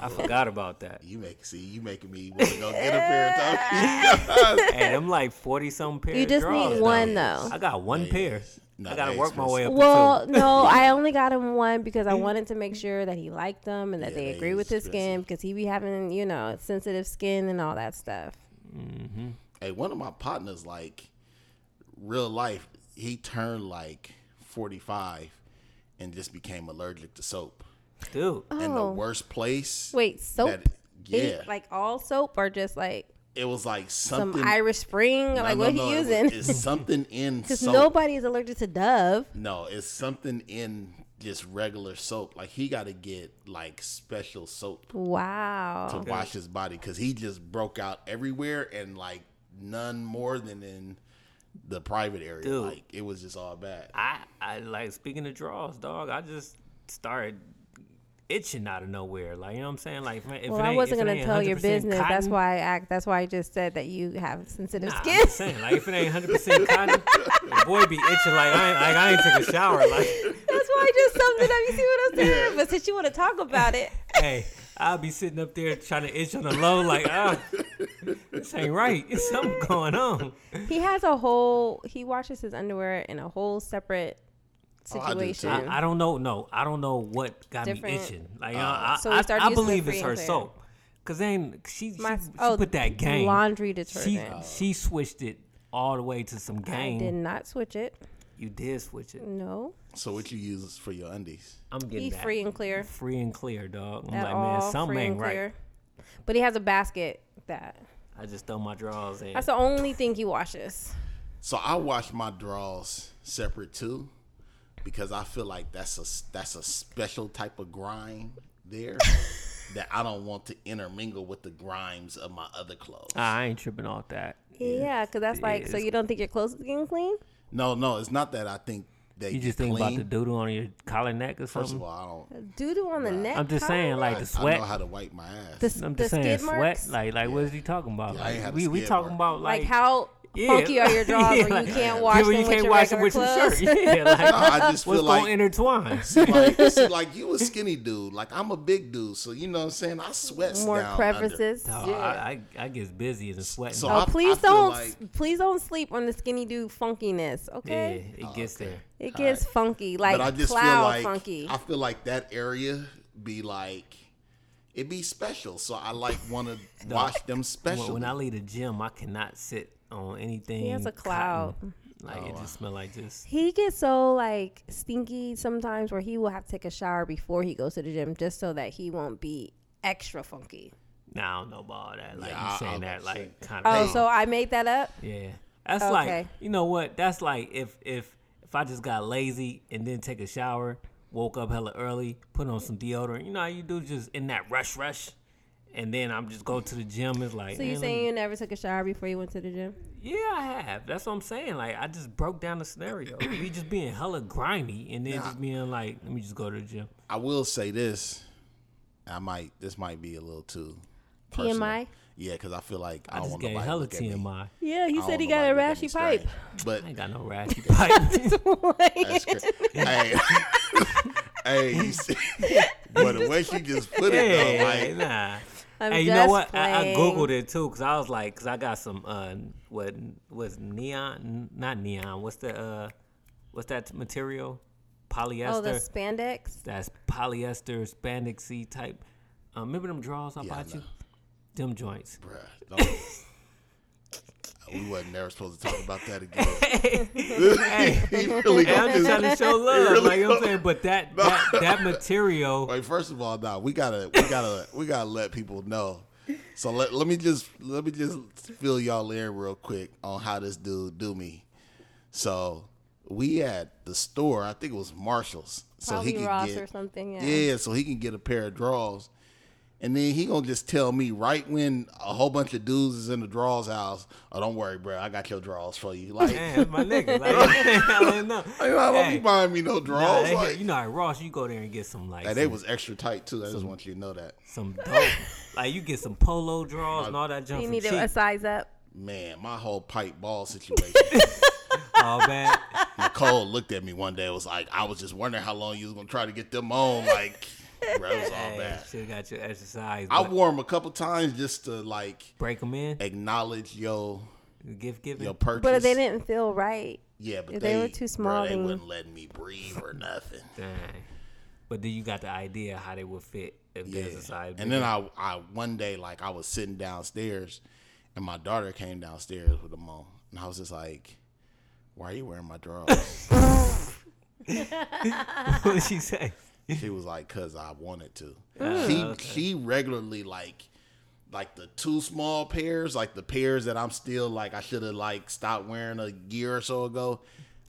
S2: I forgot about that."
S1: You make see you making me want to go get a pair of Tommy Johns.
S2: Hey, them like forty something pairs.
S3: You just need one though.
S2: I got one pair.
S1: Nah,
S2: I gotta
S1: they Mm.
S2: work my way up
S3: Well,
S2: to
S3: no, I only got him one because I wanted to make sure that he liked them and that
S1: Yeah,
S3: they
S1: they
S3: agree with his skin
S1: expensive.
S3: because he be having, you know, sensitive skin and all that stuff.
S1: Hey, one of my partners, like real life, he turned like forty five and just became allergic to soap.
S2: two. Dude,
S1: And the
S3: Oh.
S1: worst place
S3: Wait, soap?
S1: that-
S3: Any-
S1: yeah.
S3: like all soap or just like
S1: it was like
S3: some
S1: something
S3: Irish Spring?
S1: No,
S3: like
S1: no,
S3: what
S1: no,
S3: he
S1: it was-
S3: using?
S1: It's something in
S3: Because
S1: soap.
S3: nobody is allergic to Dove.
S1: No, it's something in just regular soap. Like he gotta get like special soap.
S3: Wow.
S1: to wash his body because he just broke out everywhere and like none more than in the private area.
S2: Dude.
S1: Like it was just all bad.
S2: I I like speaking of draws, dog. I just started itching out of nowhere. Like you know what I'm saying? Like man, if
S3: Well,
S2: it ain't,
S3: I wasn't
S2: if it
S3: gonna
S2: ain't
S3: tell your
S2: 100%
S3: business.
S2: Cotton,
S3: That's why I act. That's why I just said that you have sensitive
S2: Nah, I'm
S3: skin.
S2: just saying, like if it ain't 100 percent cotton, the boy be itching like I ain't, like I ain't took a shower. Like
S3: That's why I just summed it up. You see what I'm saying? But since you want to talk about it,
S2: hey, I'll be sitting up there trying to itch on the low. Like ah, this ain't right. Something going on.
S3: he has a whole. He washes his underwear in a whole separate
S1: Oh, I do too.
S3: situation.
S2: I, I don't know. No, I don't know what got me
S3: Different-
S2: itching. Like I, I,
S3: So we
S2: I-
S3: started
S2: I
S3: using the
S2: believe
S3: free
S2: it's
S3: and
S2: her
S3: clear.
S2: soap. Cause then she, she,
S3: My-
S2: she
S3: oh,
S2: put that game.
S3: laundry
S2: She
S3: detergent.
S2: she switched it all the way to some
S3: uh, I did
S2: game.
S3: not switch it.
S2: You did switch it.
S3: No,
S1: So what you use for your undies?
S2: I'm getting
S3: he
S2: that.
S3: free and clear
S2: Free and clear, dog. I'm
S3: at
S2: like,
S3: all.
S2: man, something
S3: free and
S2: ain't right.
S3: clear. But he has a basket that.
S2: I just throw my drawers in.
S3: That's the only thing he washes.
S1: So I wash my draws separate too because I feel like that's a that's a special type of grind there that I don't want to intermingle with the grimes of my other clothes.
S2: I ain't tripping off that.
S3: Yeah, because that's like, so you don't think your clothes is getting clean?
S1: No, no, it's not that I think they
S2: You just
S1: get
S2: think about
S1: clean.
S2: the doodle on your collar neck or
S1: First of
S2: something.
S1: all, I don't.
S3: Doo doo on the neck.
S2: I'm just saying,
S3: collar?
S2: like the
S1: I
S2: sweat.
S1: know how to wipe my ass.
S3: the, s-
S2: I'm
S3: the
S2: just saying,
S3: skid
S2: sweat.
S3: marks.
S2: Like, like, what is he talking about?
S1: Yeah, I ain't
S2: like,
S1: had a
S2: we we
S1: skid
S2: talking
S1: mark.
S2: about
S3: like,
S2: like
S3: how
S2: yeah.
S3: funky are your draws
S2: Yeah,
S3: when
S2: like-
S3: you can't
S2: Yeah,
S3: wash
S2: but
S3: them
S2: you
S3: with
S2: can't
S3: your
S2: wash it
S3: regular
S2: with your
S3: clothes?
S2: shirt. Yeah, like,
S1: No, I just
S2: what's
S1: feel
S2: gonna
S1: like-
S2: intertwine?
S1: See, like, see, like you a skinny dude. Like I'm a big dude, so you know what I'm saying. I sweat
S3: More
S1: down under.
S3: crevices.
S2: No, I, I I get busy and sweating.
S1: So
S3: Oh,
S1: I- I
S3: please
S1: feel
S3: don't,
S1: like-
S3: s- please don't sleep on the skinny dude funkiness.
S2: yeah,
S3: Okay,
S2: it gets there.
S3: it gets funky, like
S1: But I just
S3: cloud
S1: feel like
S3: funky.
S1: I feel like that area be like it be special. So I like want to wash them
S2: When,
S1: special.
S2: when I leave the gym, I cannot sit on anything.
S3: he has a
S2: cotton.
S3: cloud.
S2: Like
S1: Oh.
S2: it just smell like just.
S3: He gets so like stinky sometimes, where he will have to take a shower before he goes to the gym, just so that he won't be extra funky.
S2: Nah, I don't know about all that. Like
S1: Yeah, I-
S2: you saying
S1: I'm
S2: that,
S1: gonna
S2: like kind
S3: Oh,
S2: of.
S3: so I made that up.
S2: yeah, that's like
S3: Okay.
S2: you know what? That's like if if if I just got lazy and then take a shower, woke up hella early, put on some deodorant. You know how you do just in that rush rush, and then I'm just go to the gym. It's like
S3: So you
S2: man, let me-
S3: saying you never took a shower before you went to the gym?
S2: Yeah, I have. That's what I'm saying. Like, I just broke down the scenario. Me just being hella grimy and then just being like, let me just go to the gym.
S1: I will say this. I might. This might be a little too personal.
S3: TMI?
S1: Yeah, because I feel like I,
S2: I
S1: don't
S2: just
S1: want to
S2: gave hella
S1: look at me.
S2: TMI.
S3: Yeah, he
S1: I
S3: said
S1: don't
S3: he
S1: want
S3: got a
S1: nobody looking
S3: rashy
S1: at me
S3: pipe.
S1: strange. But
S2: I ain't got no rashy pipe.
S1: That's cra- hey, hey, you see, but the way she just put it
S2: yeah,
S1: though, like
S2: nah.
S3: I'm
S2: hey, you know
S3: just
S2: what? I, I
S3: playing.
S2: googled it too because I was like, because I got some uh, what was neon? Not neon. What's the uh, what's that material? Polyester.
S3: Oh, the spandex.
S2: that's polyester, spandexy type. Um, remember them draws I
S1: Yeah, I
S2: bought
S1: know.
S2: you? Them joints.
S1: bruh, don't. We wasn't never supposed to talk about that again. he really
S2: Hey,
S1: don't
S2: I'm just
S1: do-
S2: trying to show love, like you know what I'm saying. But that that, that material,
S1: Wait, first of all, nah, we gotta, we gotta, we gotta let people know. So let, let me just, let me just fill y'all in real quick on how this dude do me. So we at the store, I think it was Marshalls, so
S3: Probably
S1: he could
S3: Ross
S1: get,
S3: or something. Yeah.
S1: Yeah, so he can get a pair of draws. And then he gonna just tell me right when a whole bunch of dudes is in the draws house, oh don't worry, bro, I got your draws for you. Like,
S2: man, that's my nigga, like, I don't know.
S1: I don't
S2: Hey,
S1: be buying me no
S2: nah,
S1: draws.
S2: they-
S1: like,
S2: you know, at Ross, you go there and get some like
S1: Hey,
S2: some,
S1: they was extra tight too. I just want you to know that.
S2: some dope, like you get some polo draws and all that junk.
S3: You
S2: from
S3: need
S2: cheap.
S3: a size up.
S1: Man, my whole pipe ball situation.
S2: Oh man,
S1: Nicole looked at me one day. and Was like, I was just wondering how long you was gonna try to get them on. Like, bro, it was all
S2: hey,
S1: bad.
S2: should got your exercise.
S1: I
S2: but
S1: wore them a couple times just to like
S2: break them in,
S1: acknowledge yo
S2: gift giving.
S1: your purchase.
S3: But they didn't feel right.
S1: Yeah, but
S3: If they were too small,
S1: Bro, they
S3: then-
S1: wouldn't let me breathe or nothing.
S2: Dang. But then you got the idea how they would fit if there's a size.
S1: And then I, I one day like I was sitting downstairs, and my daughter came downstairs with them on, and I was just like, "Why are you wearing my drawers?"
S2: what she say?
S1: she was like, "Cause I wanted to." she she regularly like. Like the two small pairs, like the pairs that I'm still like I should have like stopped wearing a year or so ago.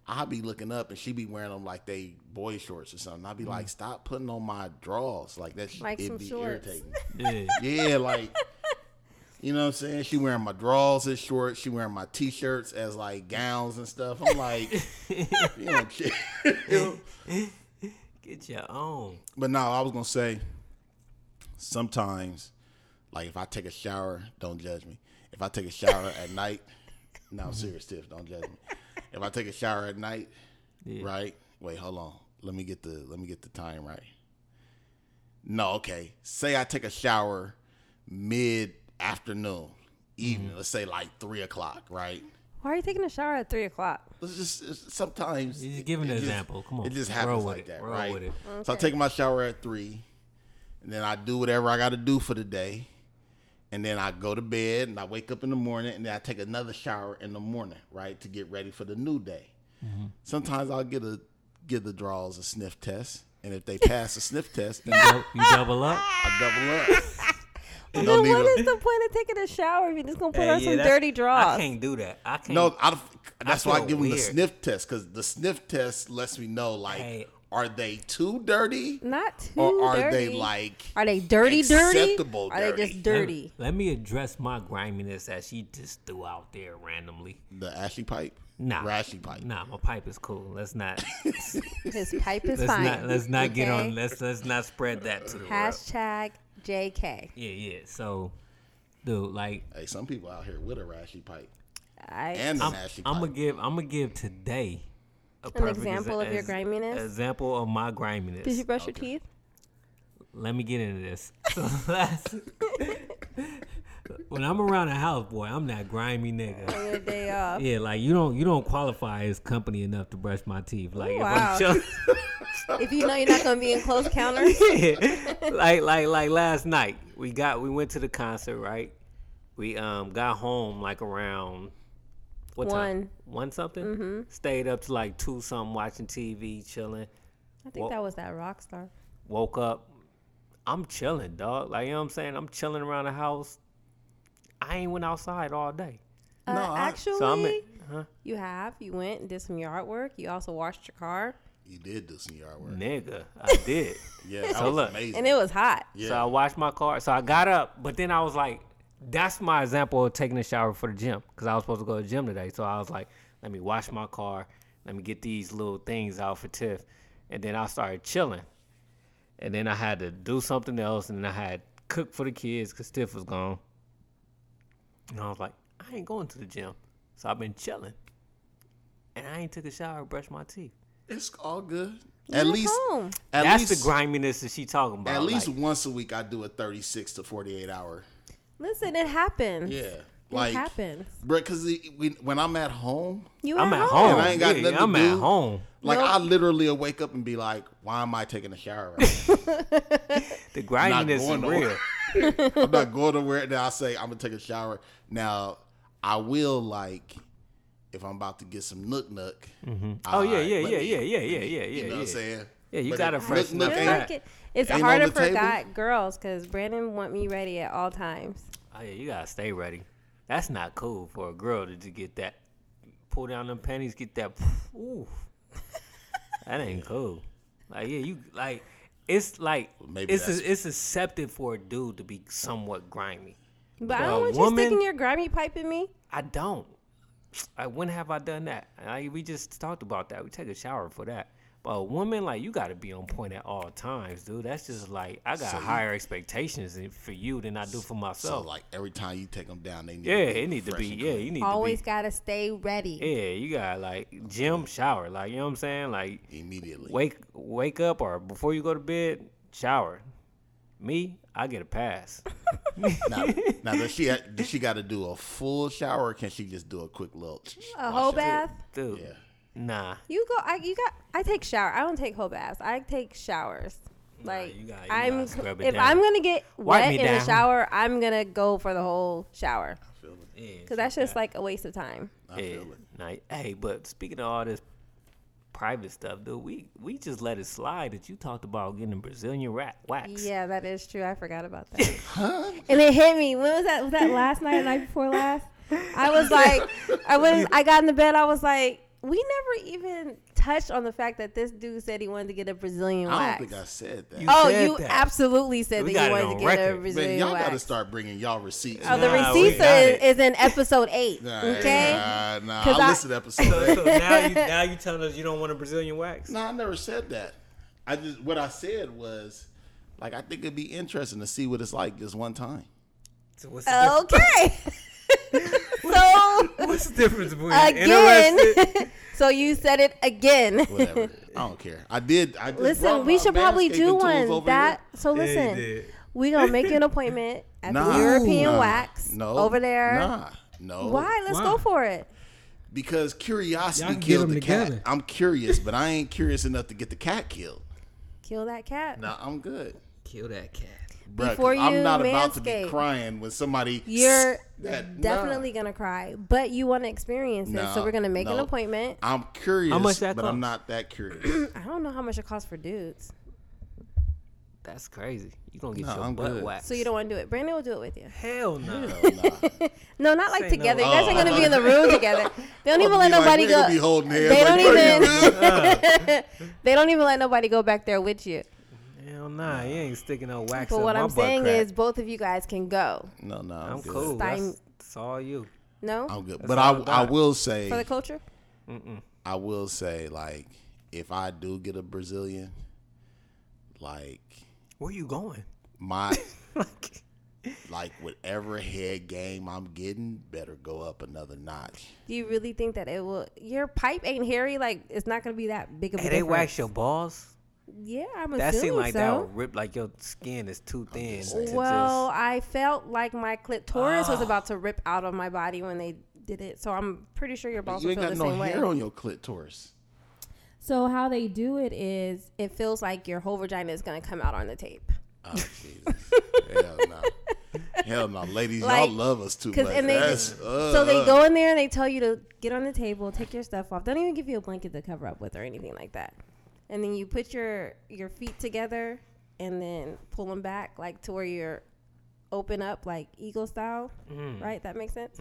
S1: I'd be looking up and she be wearing them like they boy shorts or something. I'd be like, stop putting on my drawers. Like that's
S3: Like
S1: it'd
S3: some
S1: be
S3: shorts.
S1: irritating.
S2: Yeah.
S1: Yeah, like you know what I'm saying? She wearing my drawers as shorts, she wearing my t shirts as like gowns and stuff. I'm like you know, chill.
S2: Get your own.
S1: But no, I was gonna say sometimes like if I take a shower, don't judge me. If I take a shower at night, no I'm serious Tiff, don't judge me. If I take a shower at night, right? Wait, hold on. Let me get the let me get the time right. No, okay. Say I take a shower mid afternoon, evening. Let's say like three o'clock, right?
S3: Why are you taking a shower at three o'clock?
S1: Let's just it's- sometimes.
S2: You just give an
S1: it just-
S2: example. Come on.
S1: It just
S2: Roll
S1: happens
S2: with
S1: like
S2: it.
S1: that,
S2: Roll
S1: right?
S2: with it.
S1: So I take my shower at three, and then I do whatever I got to do for the day, and then I go to bed and I wake up in the morning, and then I take another shower in the morning, right, to get ready for the new day.
S2: Mm-hmm.
S1: Sometimes I'll get a give the draws a sniff test, and if they pass the sniff test, then
S2: You dou- you double up.
S1: I double up. You
S3: Then
S1: don't need
S3: what
S1: a-
S3: is the point of taking a shower if you're just gonna put
S2: Hey,
S3: on
S2: yeah,
S3: some
S2: that's-
S3: dirty
S2: I
S3: draws?
S2: can't do that. I can't.
S1: No, I, don't- that's why I
S2: feel
S1: give them the
S2: weird.
S1: sniff test because the sniff test lets me know like
S2: Hey,
S1: Are they too dirty?
S3: Not too
S1: Or are they
S3: dirty.
S1: like
S3: Are they dirty, dirty?
S1: acceptable
S3: Are they
S1: dirty?
S3: just dirty?
S2: Let, me address my griminess that she just threw out there randomly.
S1: the ashy pipe?
S2: Nah,
S1: Rashy pipe.
S2: Nah, my pipe is cool. Let's not. let's
S3: His pipe is fine.
S2: not. Let's not get
S3: okay?
S2: on. Let's let's not spread that to the world.
S3: Hashtag JK.
S2: Yeah, yeah. So, dude, like,
S1: Hey, some people out here with a rashy pipe
S3: I,
S1: and an
S2: I'm,
S1: ashy pipe.
S2: I'm gonna give. I'm gonna give today a perfect
S3: example of your griminess?
S2: Example of my griminess.
S3: did you brush your teeth?
S2: Let me get into this. So last, when I'm around the house, boy, I'm that grimy nigga.
S3: Your day off.
S2: Yeah, like you don't you don't qualify as company enough to brush my teeth. Like if
S3: Wow.
S2: I'm chill-
S3: If you know you're not gonna be in close counters,
S2: like like like last night we got we went to the concert right we um got home like around what time
S3: One.
S2: one something mm-hmm. stayed up to like two something watching tv chilling
S3: I think that was that rock star.
S2: woke up i'm chilling dog like you know what i'm saying i'm chilling around the house i ain't went outside all day
S3: Uh,
S1: No, I-
S3: actually,
S2: so i'm in, huh?
S3: you have. You went and did some yard work. You also washed your car,
S1: you did do some yard work.
S2: nigga i did
S1: Yeah, that
S2: So
S1: was
S2: look,
S1: amazing.
S3: and it was hot.
S1: yeah.
S2: So I washed my car. So I got up, but then I was like, that's my example of taking a shower for the gym because I was supposed to go to the gym today. So I was like, let me wash my car. Let me get these little things out for Tiff. And then I started chilling. And then I had to do something else. And then I had cook for the kids because Tiff was gone. And I was like, I ain't going to the gym. So I've been chilling. And I ain't took a shower or brushed my teeth.
S1: it's all good.
S3: You
S1: At
S3: went
S1: least,
S3: home.
S1: at
S2: That's
S1: least,
S2: the griminess that she talking about.
S1: at least
S2: like,
S1: once a week, I do a thirty-six to forty-eight hour.
S3: Listen, it happens.
S1: Yeah,
S3: it
S1: like,
S3: happens.
S1: bro, because when I'm at home,
S3: You
S2: I'm at home.
S1: And I ain't got
S2: Yeah,
S1: nothing to
S2: I'm at
S1: do.
S2: home.
S1: like
S3: No.
S1: I literally will wake up and be like, "Why am I taking a shower? Right
S2: The
S1: now? I'm
S2: grindiness is
S1: not going
S2: real.
S1: nowhere. I'm not going nowhere." And then I say, "I'm gonna take a shower." Now I will like if I'm about to get some nook nook.
S2: Oh yeah, yeah, yeah, yeah, yeah, yeah, yeah, yeah.
S1: You know
S2: yeah.
S1: what I'm saying?
S2: Yeah, you
S1: But
S2: gotta
S1: if
S2: freshen
S1: nook
S2: up
S1: nook
S3: Just
S1: ain't-
S2: that.
S3: like it. It's
S1: ain't on
S3: harder
S1: the
S3: for
S1: table?
S3: guy, girls because Brandon want me ready at all times.
S2: Oh yeah, you gotta stay ready. That's not cool for a girl to just get that, pull down them panties, get that. Ooh, that ain't cool. Like yeah, you like. It's like
S1: maybe
S2: it's
S1: that's-
S2: it's accepted for a dude to be somewhat grimy.
S3: But I
S2: a
S3: don't want
S2: woman-
S3: you sticking your grimy pipe in me.
S2: I don't. Like when have I done that? Like we just talked about that. We take a shower for that. But a woman, like you got to be on point at all times, dude. That's just like I got
S1: So you-
S2: higher expectations in- for you than I do for
S1: So
S2: myself.
S1: like every time you take them down, they need
S2: yeah,
S1: to be
S2: it need to
S1: fresh
S2: be.
S1: and
S2: Yeah,
S1: clean.
S2: you need
S3: Always
S2: to
S3: gotta stay ready.
S2: be. Yeah, you got like gym shower. Like you know what I'm saying. Like
S1: immediately.
S2: wake wake up or before you go to bed, shower. Me, I get a pass.
S1: Now, now does she does she got to do a full shower? Or can she just do a quick little?
S3: a whole bath.
S2: Dude,
S1: Yeah.
S2: nah.
S3: You go. I you got. I take shower. I don't take whole baths. I take showers. Like
S2: you gotta- you
S3: I'm.
S2: gotta scrub it
S3: if
S2: down.
S3: I'm gonna get
S2: Wipe
S3: wet
S2: me
S3: in the
S2: down.
S3: shower, I'm gonna go for the whole shower
S2: Yeah,
S3: because that's just like a waste of time.
S1: I
S2: yeah.
S1: feel it.
S2: Nah, hey, but speaking of all this private stuff, dude, we we just let it slide that you talked about getting Brazilian rat wax.
S3: Yeah, that is true. I forgot about that. And it hit me. When was that? Was that last night? Night before last? I was like, I was. I got in the bed. I was like, we never even touched on the fact that this dude said he wanted to get a Brazilian
S1: I don't
S3: wax.
S1: think I said that.
S2: You
S3: oh,
S2: said
S3: you
S2: that.
S3: absolutely said
S2: We
S3: that
S2: got it
S3: you wanted
S2: on
S3: to get
S2: record.
S3: a
S2: Man,
S3: Brazilian
S1: Man, y'all
S3: wax.
S1: got to start bringing y'all receipts.
S3: Oh, the
S2: Nah, we
S3: receipts
S2: got
S3: is,
S2: it.
S3: is in episode eight.
S1: Nah,
S3: okay.
S1: Nah, nah,
S3: 'Cause
S1: I
S3: I-
S1: listened to episode. eight.
S2: now you now you telling us you don't want a Brazilian wax?
S1: nah, I never said that. I just what I said was, like, I think it'd be interesting to see what it's like just one time.
S2: So what's,
S3: Okay. so
S2: what's the difference between
S3: again, so you said it again.
S1: Whatever. I don't care. I did. I just brought
S3: Listen,
S1: my
S3: we should probably
S1: manscaping
S3: do
S1: tools over
S3: one that.
S1: here.
S3: So
S2: you
S3: listen,
S2: did.
S3: we gonna make you an appointment at
S1: Nah,
S3: the European
S1: nah,
S3: Wax
S1: no,
S3: over there.
S1: Nah, no.
S3: Why? Let's
S4: Why?
S3: go for it.
S1: Because curiosity
S4: Y'all can get
S1: killed
S4: them
S1: the cat.
S4: together.
S1: I'm curious, but I ain't curious enough to get the cat killed.
S3: Kill that cat.
S1: Nah, I'm good.
S4: Kill that cat.
S1: Bruh, 'cause
S3: Before
S1: I'm
S3: you
S1: not about to be
S3: manscape.
S1: crying when somebody.
S3: You're
S1: that- nah.
S3: definitely gonna cry, but you want to experience it, so
S1: Nah,
S3: we're gonna make an
S1: no.
S3: appointment.
S1: I'm curious,
S2: How much that
S1: but
S2: cost?
S1: I'm not that curious.
S3: I don't know how much it costs for dudes.
S2: That's crazy. You gonna get
S1: No,
S2: your
S1: I'm
S2: butt
S1: good.
S2: waxed?
S3: So you don't want to do it. Brandon will do it with you.
S2: Hell no.
S1: Hell Oh, nah.
S3: No, not like
S2: Say no.
S3: together. You guys
S1: Oh.
S3: ain't gonna be in the room together. They don't even let
S1: Be like,
S3: nobody
S1: we ain't gonna Be
S3: go.
S1: holding hands
S3: They
S1: like,
S3: don't
S1: "Bro, you good?"
S3: even. they don't even let nobody go back there with you.
S2: Hell nah. You ain't sticking no wax.
S3: But
S2: up
S3: what
S2: my
S3: I'm
S2: butt
S3: saying
S2: crack.
S3: is, both of you guys can go.
S1: No, no, I'm,
S2: I'm
S1: good.
S2: cool.
S3: Stein-
S2: That's, that's all you.
S3: No,
S1: I'm good.
S2: That's
S1: But I,
S2: all
S1: I
S2: about.
S1: will say,
S3: for the culture.
S1: I will say, like, if I do get a Brazilian, like
S2: Where you going?
S1: my,
S2: Like,
S1: like whatever head game I'm getting, better go up another notch.
S3: Do you really think that it will? Your pipe ain't hairy. Like it's not gonna be that big of a
S2: hey, they
S3: difference.
S2: wax your balls.
S3: Yeah, I'm assuming
S2: That seemed like
S3: so.
S2: that would rip. Like your skin is too thin.
S1: just
S2: to
S1: saying.
S3: Well, I felt like my clitoris was about to rip out of my body when they did it, so I'm pretty sure your balls
S1: you
S3: will
S1: ain't
S3: feel
S1: got
S3: the
S1: no
S3: same way.
S1: hair on your clitoris.
S3: So how they do it is, it feels like your whole vagina is gonna come out on the tape.
S1: Oh Jesus! Hell no! Hell no, ladies,
S3: Like,
S1: y'all love us too much.
S3: Cause and they
S1: That's-
S3: so
S1: uh,
S3: they
S1: uh.
S3: go in there and they tell you to get on the table, take your stuff off. They don't even give you a blanket to cover up with or anything like that. And then you put your your feet together and then pull them back like to where you're open up like eagle style,
S2: Mm.
S3: right? That makes sense.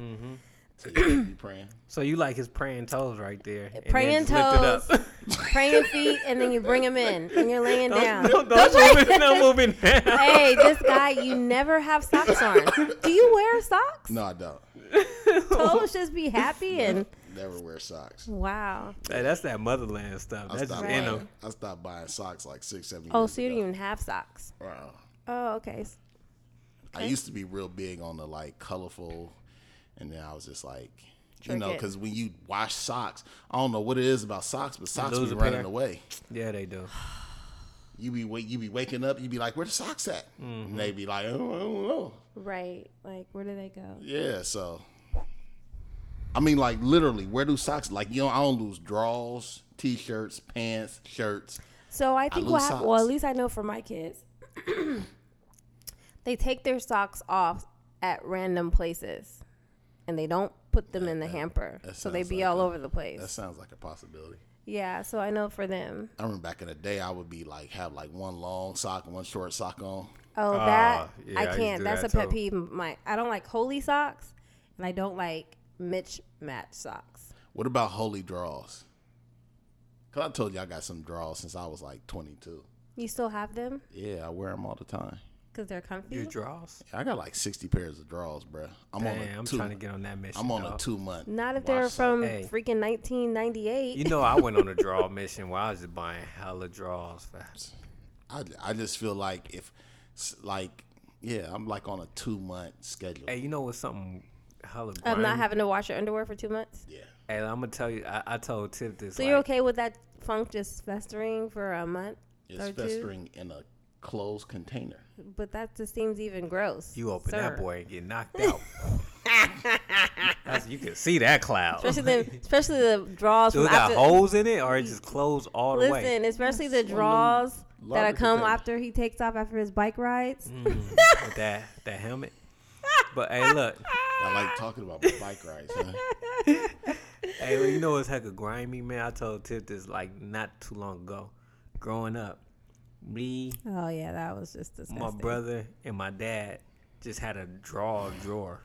S1: So uh, you be praying.
S2: So you like his praying toes right there. and then
S3: Praying
S2: just lift it up.
S3: toes, praying feet, and then you bring them in and you're laying down.
S2: Don't, don't move it. Don't move it now.
S3: Hey, this guy, you never have socks on. Do you wear socks?
S1: No, I don't.
S3: Toes just be happy and
S1: Never wear socks.
S3: wow.
S2: Hey, that's that motherland stuff.
S1: I
S2: That's
S1: stopped,
S2: just in
S1: buying,
S2: them.
S1: I stopped buying socks like six, seven years
S3: Oh, so you
S1: ago.
S3: don't even have socks.
S1: Wow.
S3: Oh, okay.
S1: I used to be real big on the like colorful, and then I was just like, you
S3: Trick
S1: know,
S3: it.
S1: because when you wash socks, I don't know what it is about socks, but socks
S2: lose
S1: be
S2: a
S1: running
S2: pair.
S1: away.
S2: Yeah, they do.
S1: You be wa- you be waking up, you be like, where the socks at? And they be like, oh, I don't know.
S3: Right. Like, where do they go?
S1: Yeah, so I mean, like literally, where do socks? Like you know, I don't lose draws, t-shirts, pants, shirts.
S3: So I think
S1: lose
S3: what happened, well,
S1: socks.
S3: at least I know for my kids, they take their socks off at random places and they don't put them in the hamper.
S1: that
S3: So they
S1: sounds
S3: be
S1: like
S3: all
S1: a-
S3: over the
S1: That
S3: place.
S1: sounds like a possibility.
S3: Yeah. So I know for them.
S1: I remember back in the day, I would be like have like one long sock, and one short sock on.
S3: Oh,
S2: Ah,
S3: that,
S2: yeah, I
S3: I
S2: used to
S3: can't.
S2: do
S3: That's
S2: that
S3: a pet
S2: too.
S3: peeve. of My, I don't like holy socks and I don't like Mitch match socks.
S1: What about holy draws? Cause I told you I got some draws since I was like 22.
S3: You still have them
S1: Yeah, I wear them all the time.
S3: because they're comfy?
S2: Your draws.
S1: I got like 60 pairs of draws, bruh. I'm on
S2: Damn,
S1: a
S2: I'm
S1: two.
S2: trying to get on that mission.
S1: I'm on a
S2: dog.
S1: two month.
S3: Not if they're from
S2: Hey.
S3: freaking 1998.
S2: You know, I went on a draw mission where I was just buying hella draws. For,
S1: I, I just feel like if s- like yeah, I'm like on a two month schedule.
S2: hey, you know what's something hella
S3: of
S2: grimy?
S3: not having to wash your underwear for two months.
S1: Yeah.
S2: Hey, I'm gonna tell you, I, I told Tip this.
S3: So
S2: like,
S3: you're okay with that funk just festering for a month
S1: It's
S3: or
S1: festering in a closed container.
S3: two? But that just seems even gross.
S2: You open
S3: sir.
S2: that boy and get knocked out. That's, you can see that cloud.
S3: especially the especially the draws
S2: Do
S3: from
S2: it got
S3: after.
S2: holes in it, or it just closed all the way?
S3: Listen, especially the draws
S1: larger
S3: that come
S1: containers.
S3: after he takes off after his bike rides.
S2: Mm. With that that helmet. But hey, look,
S1: I like talking about my bike rides. Huh?
S2: hey, look, you know what's hecka grimy, man? I told Tip this like not too long ago. Growing up, me,
S3: Oh yeah, that was just disgusting.
S2: my brother, and my dad just had a draw drawer.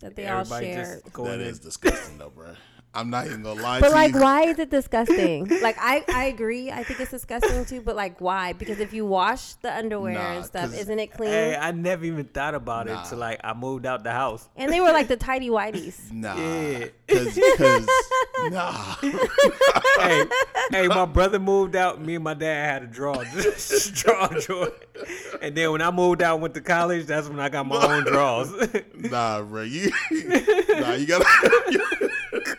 S3: that they all shared.
S2: just going
S1: That
S2: in.
S1: is disgusting though, bruh. I'm not even gonna lie
S3: But
S1: to
S3: like,
S1: you.
S3: why is it disgusting? like, I I agree. I think it's disgusting too. But like, why? Because if you wash the underwear
S1: Nah,
S3: and stuff,
S1: 'cause-
S3: isn't it clean?
S2: Hey, I never even thought about it till like I moved out the house.
S3: and they were like the tidy whities.
S1: Nah,
S2: Yeah.
S1: cause, 'cause- nah.
S2: hey, hey, my brother moved out. Me and my dad had a draw, just draw drawer. And then when I moved out, and went to college. That's when I got my own draws.
S1: Nah, bro, you nah, you gotta.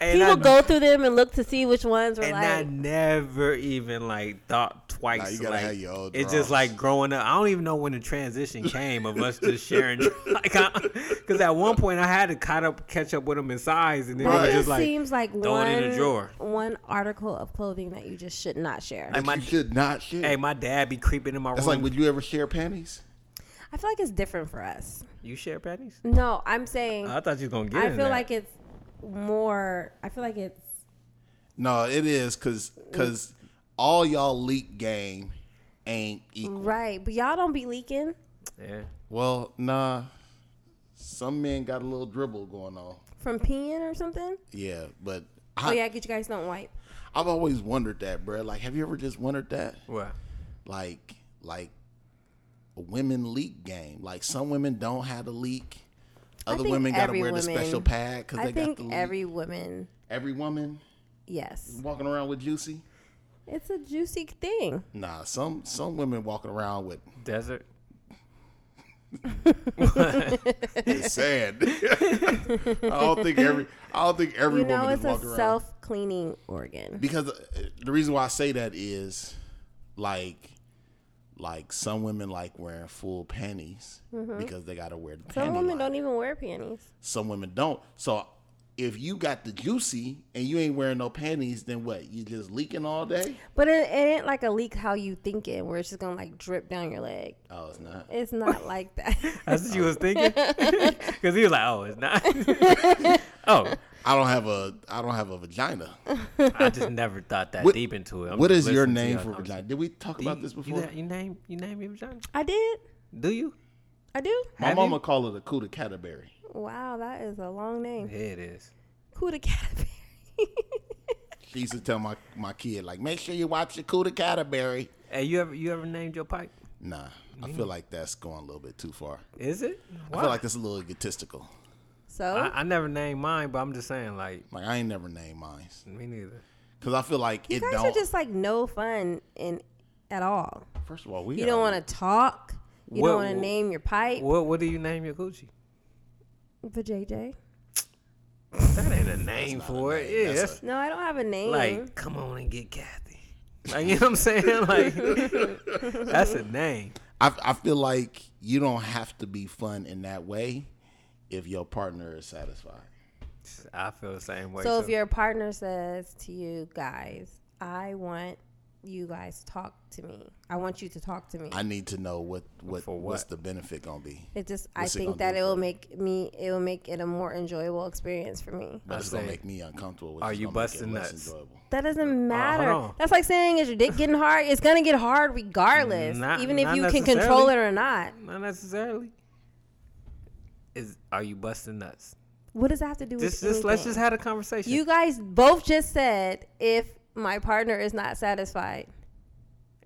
S2: and
S3: People
S2: I,
S3: go through them and look to see which ones were
S2: and I
S3: like.
S2: never even like thought twice.
S1: Nah, you gotta
S2: like,
S1: have your own draws.
S2: it's just like growing up. I don't even know when the transition came of us just sharing. Like, because at one point I had to caught up, catch up with them in size, and then it
S1: Right.
S2: was
S3: It
S2: just like
S3: seems like
S2: throw
S3: one
S2: it in the drawer.
S3: one article of clothing that you just should not share.
S1: Like, you should not share.
S2: Hey, my dad be creeping in my
S1: That's
S2: room.
S1: like, would you ever share panties?
S3: I feel like it's different for us.
S2: you share panties?
S3: No, I'm saying
S2: I thought you was gonna get.
S3: I
S2: in
S3: feel
S2: that.
S3: like it's more. I feel like it's
S1: No, it is because all y'all leak game ain't e-, equal.
S3: Right, but y'all don't be leaking.
S2: Yeah.
S1: Well, nah. Some men got a little dribble going on.
S3: from peeing or something.
S1: Yeah, but
S3: oh
S1: I,
S3: yeah, because you guys don't wipe.
S1: I've always wondered that, bruh. Like, have you ever just wondered that?
S2: Right.
S1: Like, like a women leak game. Like, some women don't have to leak.
S3: I
S1: Other
S3: think
S1: women got to
S3: every
S1: wear the
S3: woman-
S1: special pad because
S3: I
S1: they got
S3: think
S1: the leak. Every,
S3: every woman,
S1: woman
S3: yes,
S1: walking around with juicy.
S3: it's a juicy thing.
S1: Nah, some some women walking around with
S2: Desert.
S1: it's sad. I don't think every I don't think every
S3: You know,
S1: woman is
S3: it's a
S1: walking around.
S3: self cleaning organ.
S1: because uh, the reason why I say that is like like some women like wearing full panties because they got to wear the
S3: Mm-hmm. Some
S1: panty
S3: women
S1: line.
S3: don't even wear panties.
S1: Some women don't. So if you got the juicy and you ain't wearing no panties, then what? You just leaking all day?
S3: But it, it ain't like a leak how you think it, where it's just gonna like drip down your leg.
S1: Oh, it's not.
S3: It's not like that.
S2: That's what you was thinking. Because he was like, oh, it's not. oh,
S1: I don't have a I don't have a vagina.
S2: I just never thought that
S1: What-
S2: deep into it. I'm
S1: what
S2: just
S1: is your
S2: listening to
S1: name
S2: y'all.
S1: for
S2: I'm
S1: vagina? Did we talk
S2: Do
S1: about this
S2: you-
S1: before?
S2: You, you name you name your vagina?
S3: I did.
S2: Do you?
S3: I do.
S1: My
S2: have
S1: mama called it a cuda caterberry.
S3: Wow, that is a long name.
S2: Yeah, it is.
S3: Cuda Catberry.
S1: She used to tell my, my kid like, make sure you watch your cuda caterberry.
S2: Hey, you ever you ever named your pipe?
S1: Nah, I feel like that's going a little bit too far.
S2: Is it?
S1: I
S2: Why? I,
S1: feel like that's a little egotistical.
S3: so
S2: I, never named mine, but I'm just saying, like
S1: Like I ain't never named mine
S2: me neither.
S1: because I feel like it
S3: guys
S1: don't.
S3: are just like no fun in at all.
S1: first of all, we
S3: You don't
S1: already-
S3: want to talk. You
S2: Well,
S3: don't want to name your pipe.
S2: What what do you name your coochie?
S3: The JJ.
S2: That ain't a name for it.
S1: name.
S2: Yeah,
S1: That's
S2: that's
S3: No, I don't have a name.
S2: like come on and get Kathy. Like you know what I'm saying? Like that's a name.
S1: I I feel like you don't have to be fun in that way if your partner is satisfied.
S2: I feel the same way.
S3: so if
S2: too.
S3: your partner says to you guys, I want you guys to talk to me. I want you to talk to me.
S1: I need to know what what,
S2: For
S1: what's
S2: what?
S1: the benefit gonna be.
S3: it just I
S1: What's it
S3: think
S1: gonna do
S3: that it will make me it will make it a more enjoyable experience for me.
S1: But
S2: I
S1: it's gonna
S2: say,
S1: make me uncomfortable. which
S2: are
S1: is
S2: you
S1: gonna make it
S2: busting
S1: less
S2: nuts?
S1: Enjoyable.
S3: That doesn't
S2: Uh,
S3: matter.
S2: on.
S3: That's like saying is your dick getting hard? It's gonna get hard regardless.
S2: Not-
S3: even if
S2: not
S3: you can control
S2: necessarily.
S3: it or not.
S2: not necessarily. Is are you busting nuts?
S3: What does that have to do
S2: Just
S3: with
S2: just let's
S3: anything?
S2: just have a conversation.
S3: You guys both just said if my partner is not satisfied,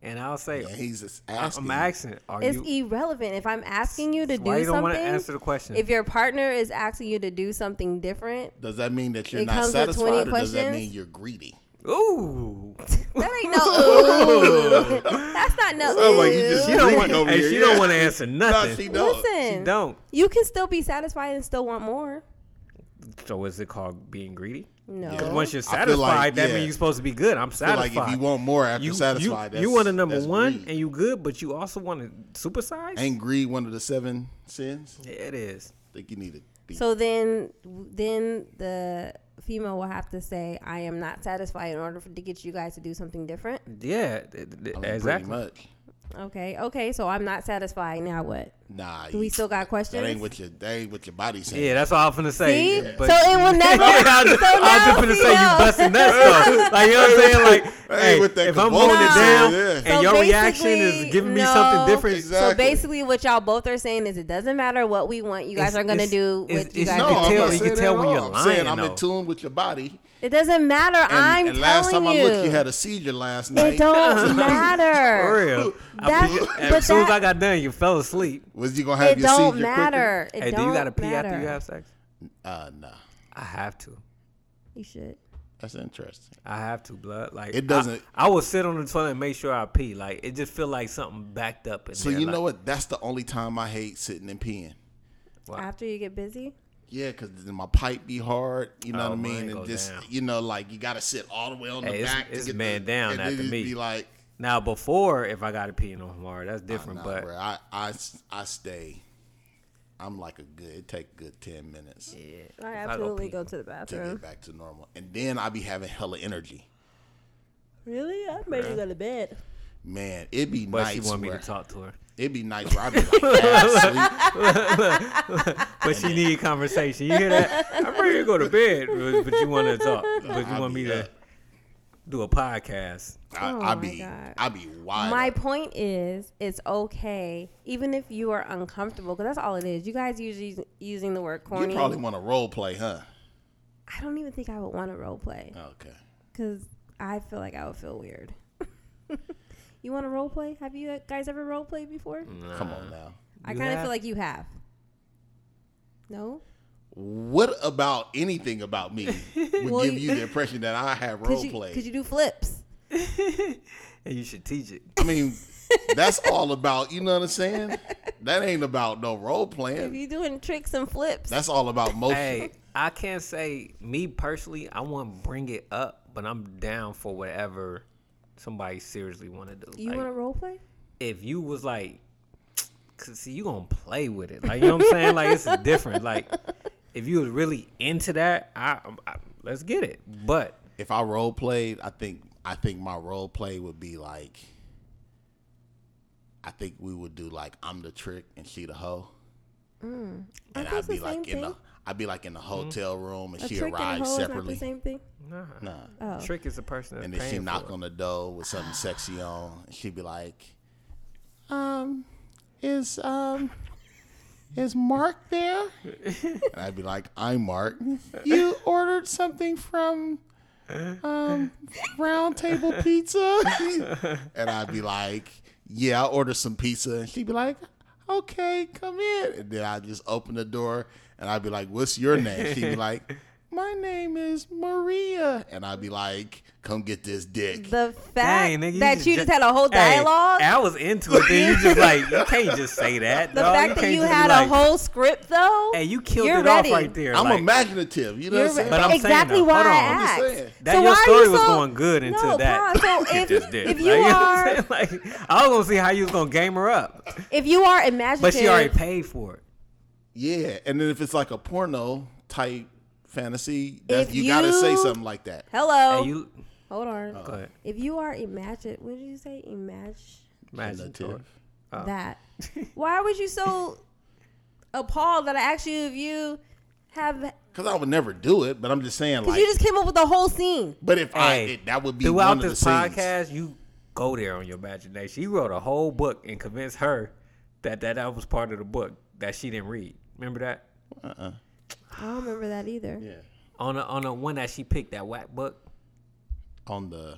S2: and I'll say
S1: Yeah, he's just
S2: I-
S1: asking.
S2: I'm asking. Are
S3: it's
S2: you?
S3: irrelevant. If I'm asking you to do
S2: Why you don't want
S3: something,
S2: to answer the question?
S3: if your partner is asking you to do something different,
S1: does that mean that you're
S3: It
S1: not
S3: comes with 20
S1: satisfied, or does that
S3: questions?
S1: mean you're greedy?
S2: Ooh,
S3: that ain't no. ooh. That's not no.
S1: Sounds like you
S3: ooh.
S1: just-
S2: she don't want.
S1: Over
S2: Hey,
S1: here,
S2: she
S1: yeah.
S2: don't want to answer
S1: No,
S2: nothing.
S1: she don't.
S3: Listen,
S2: She don't.
S3: you can still be satisfied and still want more.
S2: So is it called being greedy?
S3: No.
S1: Yeah.
S2: Once you're
S1: I feel like,
S2: satisfied, that
S1: yeah.
S2: means you're supposed to be good. I'm
S1: I feel
S2: satisfied.
S1: like if you want more after
S2: you,
S1: satisfied,
S2: you,
S1: that's,
S2: you want a number
S1: that's
S2: one
S1: greed.
S2: and you good, but you also want to supersize.
S1: Ain't greed one of the seven sins?
S2: Yeah, it is.
S1: I think you need to be
S3: So then, then the female will have to say, "I am not satisfied," in order for, to get you guys to do something different.
S2: Yeah, th- th-
S1: I mean,
S2: exactly.
S1: Pretty much.
S3: Okay, okay. So I'm not satisfied. Now what?
S1: Nah,
S3: Do we
S1: you-
S3: still got questions?
S1: that ain't what your that ain't what your body saying.
S2: Yeah, that's all I'm gonna
S3: See?
S2: say. But-
S3: So it will never.
S2: I was,
S3: so
S2: I was
S3: now,
S2: just gonna
S3: see,
S2: say you
S3: now-
S2: busting nuts though. Like you know what I'm saying? Like,
S1: Hey,
S2: hey,
S1: with that
S2: if I'm
S1: convulsion,
S2: holding it down
S1: yeah.
S2: and
S3: So
S2: your reaction is
S3: basically,
S2: giving me
S3: no.
S2: something different,
S1: Exactly.
S3: So basically, what y'all both are saying is it doesn't matter what we want. You guys
S2: It's-
S3: are gonna
S2: it's-
S3: do
S2: it's-
S3: what you
S2: it's
S3: guys.
S2: no,
S3: do.
S2: I'm
S1: I'm
S2: tell-
S1: not
S2: you can
S1: saying
S2: tell
S1: that at
S2: when you're
S1: all. I'm
S2: lying,
S1: saying I'm
S2: though.
S1: in tune with your body.
S3: It doesn't matter.
S1: And,
S3: I'm
S1: and
S3: telling
S1: last time
S3: you.
S1: I looked, you had a seizure last night.
S3: it don't
S2: for
S3: matter.
S2: real.
S3: That's-
S2: I,
S3: but
S2: as soon as
S3: that-
S2: I got done, you fell asleep.
S1: Was you gonna have
S3: It
S1: your
S3: don't
S1: seizure
S3: matter. It
S2: hey,
S3: don't
S2: do you gotta pee
S3: matter.
S2: after you have sex?
S1: quicker? Uh, nah,
S2: I have to.
S3: You should.
S1: that's interesting.
S2: I have to blood. Like
S1: It doesn't-
S2: I, I will sit on the toilet and make sure I pee. Like it just feel like something backed up in
S1: So
S2: there.
S1: you
S2: like,
S1: know what? That's the only time I hate sitting and peeing.
S2: Wow.
S3: After you get busy.
S1: Yeah, because then my pipe be hard. You know
S2: Oh,
S1: what I
S2: mine
S1: mean?
S2: go
S1: And just
S2: down.
S1: you know, like you gotta sit all the way on
S2: Hey,
S1: the
S2: it's-
S1: back.
S2: it's
S1: to get
S2: man
S1: the,
S2: down
S1: and
S2: after
S1: it just
S2: me.
S1: Be like,
S2: Now before, if I got to pee in on tomorrow, that's different.
S1: nah,
S2: but
S1: bruh, I, I s- I stay. I'm like a good. It take a good ten minutes.
S3: I
S2: go
S3: absolutely
S2: pee.
S3: go, to the
S1: to
S3: bathroom.
S1: get back to normal. And then I be having hella energy.
S3: Really? I made you go to bed.
S1: Man, it'd be
S2: but
S1: nice.
S2: she wanted me
S1: where,
S2: to talk to her.
S1: It'd be nice where I'd be like, half asleep.
S2: But she need conversation. You hear that? I'm ready to go to bed, but but you want to talk. But you
S1: I'll
S2: want
S1: be
S2: me to.
S1: up.
S2: do a podcast.
S1: I,
S3: Oh
S1: I
S3: my
S1: be
S3: God.
S1: I be wild.
S3: My point is, it's okay, even if you are uncomfortable, because that's all it is. You guys usually us- using the word
S1: you
S3: corny.
S1: probably want to role play, huh?
S3: I don't even think I would want to role play
S1: Okay.
S3: because I feel like I would feel weird. you want to role play? Have you uh, guys ever role played before?
S1: Come on now.
S3: I
S2: You
S3: kind of
S2: have?
S3: feel like you have. No.
S1: What about anything about me would
S3: Well,
S1: give
S3: you-
S1: you the impression that I have
S3: Cause
S1: role
S3: you,
S1: play?
S3: could you do flips?
S2: And you should teach it.
S1: I mean, that's all about you know what I'm saying. That ain't about no role
S3: If
S1: playing.
S3: you doing tricks and flips,
S1: That's all about motion.
S2: Hey, I can't say me personally. I want to bring it up, but I'm down for whatever somebody seriously want to do.
S3: you
S2: Like,
S3: want to role play?
S2: if you was like, 'cause see, you gonna play with it, like you know what I'm saying? Like it's different. Like if you was really into that, I, I let's get it. But
S1: If I role played, I think I think my role play would be like. I think we would do like I'm the trick and she the hoe, and
S3: Aren't those
S1: I'd be
S3: Mm. the
S1: like
S3: same
S1: in the
S3: thing?
S1: I'd be like in the
S2: Mm-hmm.
S1: hotel room and
S3: A
S1: she
S3: trick and a
S1: arrives
S3: hoe is not the
S1: separately.
S3: same thing.
S2: nah,
S1: Nah.
S2: trick is the person that's
S1: and then
S2: paying
S1: she
S2: for
S1: knock
S2: it.
S1: on the door with something sexy on. and She'd be like, "Um, is um, is Mark there?" and I'd be like, "I'm Mark. You ordered something from um, Round Table Pizza?" and I'd be like, "Yeah, I ordered some pizza." And she'd be like, "Okay, come in." And then I just open the door and I'd be like, "What's your name?" She'd be like. My name is Maria, and I'd be like, "Come get this dick."
S3: The fact
S2: Dang, nigga,
S3: that you just, had a whole
S2: Hey,
S3: dialogue,
S2: I was into it. Then you just like you can't just say that.
S3: the
S2: dog.
S3: fact that
S2: can't
S3: you
S2: just be
S3: had
S2: like,
S3: a whole script though,
S2: Hey, you killed
S3: you're
S2: it
S3: ready.
S2: off right there.
S1: I'm
S2: like,
S1: imaginative. You know what
S3: You're
S1: I'm saying?
S2: But I'm
S3: re-
S2: saying
S3: exactly
S2: though,
S3: why
S2: hold
S3: I
S2: on. I'm
S1: just
S3: asked.
S1: saying.
S2: That
S3: so
S2: your
S3: why are
S2: story
S3: you
S2: was
S3: so-
S2: going good until
S3: no,
S2: that.
S3: Pause. So
S2: Get
S3: if,
S2: this dick.
S3: if
S2: Like,
S3: you
S2: know what I'm
S3: are
S2: saying? like, I was gonna see how you was gonna game her up,
S3: if you are imaginative,
S2: but she already paid for it.
S1: Yeah, and then if it's like a porno type fantasy, that's,
S3: If
S1: you, gotta say
S3: you-
S1: something like that.
S3: hello,
S2: Hey, you Oh.
S3: hold on.
S2: go ahead.
S3: If you are imaginative, what did you say? Imagine
S2: Imagine
S1: Imaginative.
S2: Oh.
S3: that. Why was you so appalled that I asked you if you have? Because
S1: Because I would never do it, but I'm just saying like.
S3: you just came up with the whole scene.
S1: but if I,
S2: Hey,
S1: it, that would be
S2: throughout
S1: one of the
S2: this
S1: scenes.
S2: podcast, you go there on your imagination. You wrote a whole book and convinced her that that, that was part of the book that she didn't read. Remember that
S3: I don't remember that either.
S1: Yeah,
S2: on a, on a one that she picked that whack book
S1: on the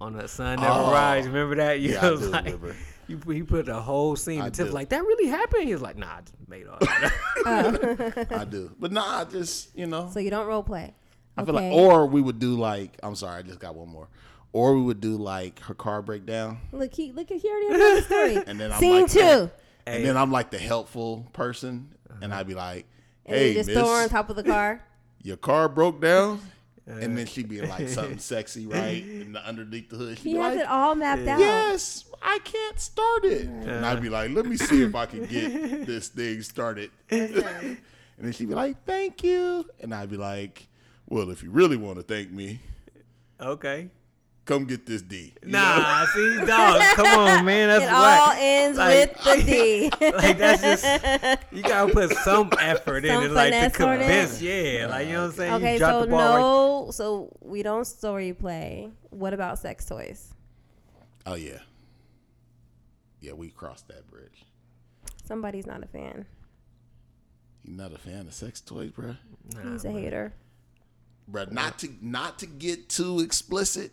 S2: on the sun never
S3: Oh.
S2: rise. Remember that? You
S1: Yeah, I
S2: was
S1: do
S2: like-
S1: remember.
S2: You he put the whole scene. and Tiff
S1: do.
S2: like that really happened. He was like, Nah, I just made all that. up."
S1: I do, but nah, I just you know,
S3: So you don't role play.
S1: I feel like,
S3: Okay.
S1: or we would do like, I'm sorry, I just got one more, or we would do like her car breakdown,
S3: Look, he look at he already has another story.
S1: and then I'm
S3: Scene
S1: like, oh,
S3: two.
S1: the-
S2: Hey.
S1: and then I'm like the helpful person, and I'd be like,
S3: And
S1: hey,
S3: you just
S1: miss,
S3: throw her on top of the car.
S1: your car broke down, and then she'd be like something sexy, right? And the underneath the hood, she'd
S3: He
S1: be
S3: has
S1: like,
S3: it all mapped out.
S1: "Yes, I can't start it." And I'd be like, "Let me see if I can get this thing started." and then she'd be like, "Thank you," and I'd be like, "Well, if you really want to thank me,
S2: okay.
S1: come get this D." You know?
S2: Nah, see, dog. Come on, man. That's
S3: It all
S2: whack.
S3: ends
S2: Like-
S3: with the D.
S2: Like that's just you gotta put some effort
S3: Some
S2: in it, like to
S3: finesse on it.
S2: convince. Yeah, like you know what I'm saying.
S3: okay,
S2: you drop
S3: so
S2: the ball right-
S3: no, so we don't story play. What about sex toys?
S1: Oh yeah, yeah, we crossed that bridge.
S3: Somebody's not a fan.
S1: You not a fan of sex toys, bruh?
S3: He's a hater.
S1: Bruh, not to not to get too explicit.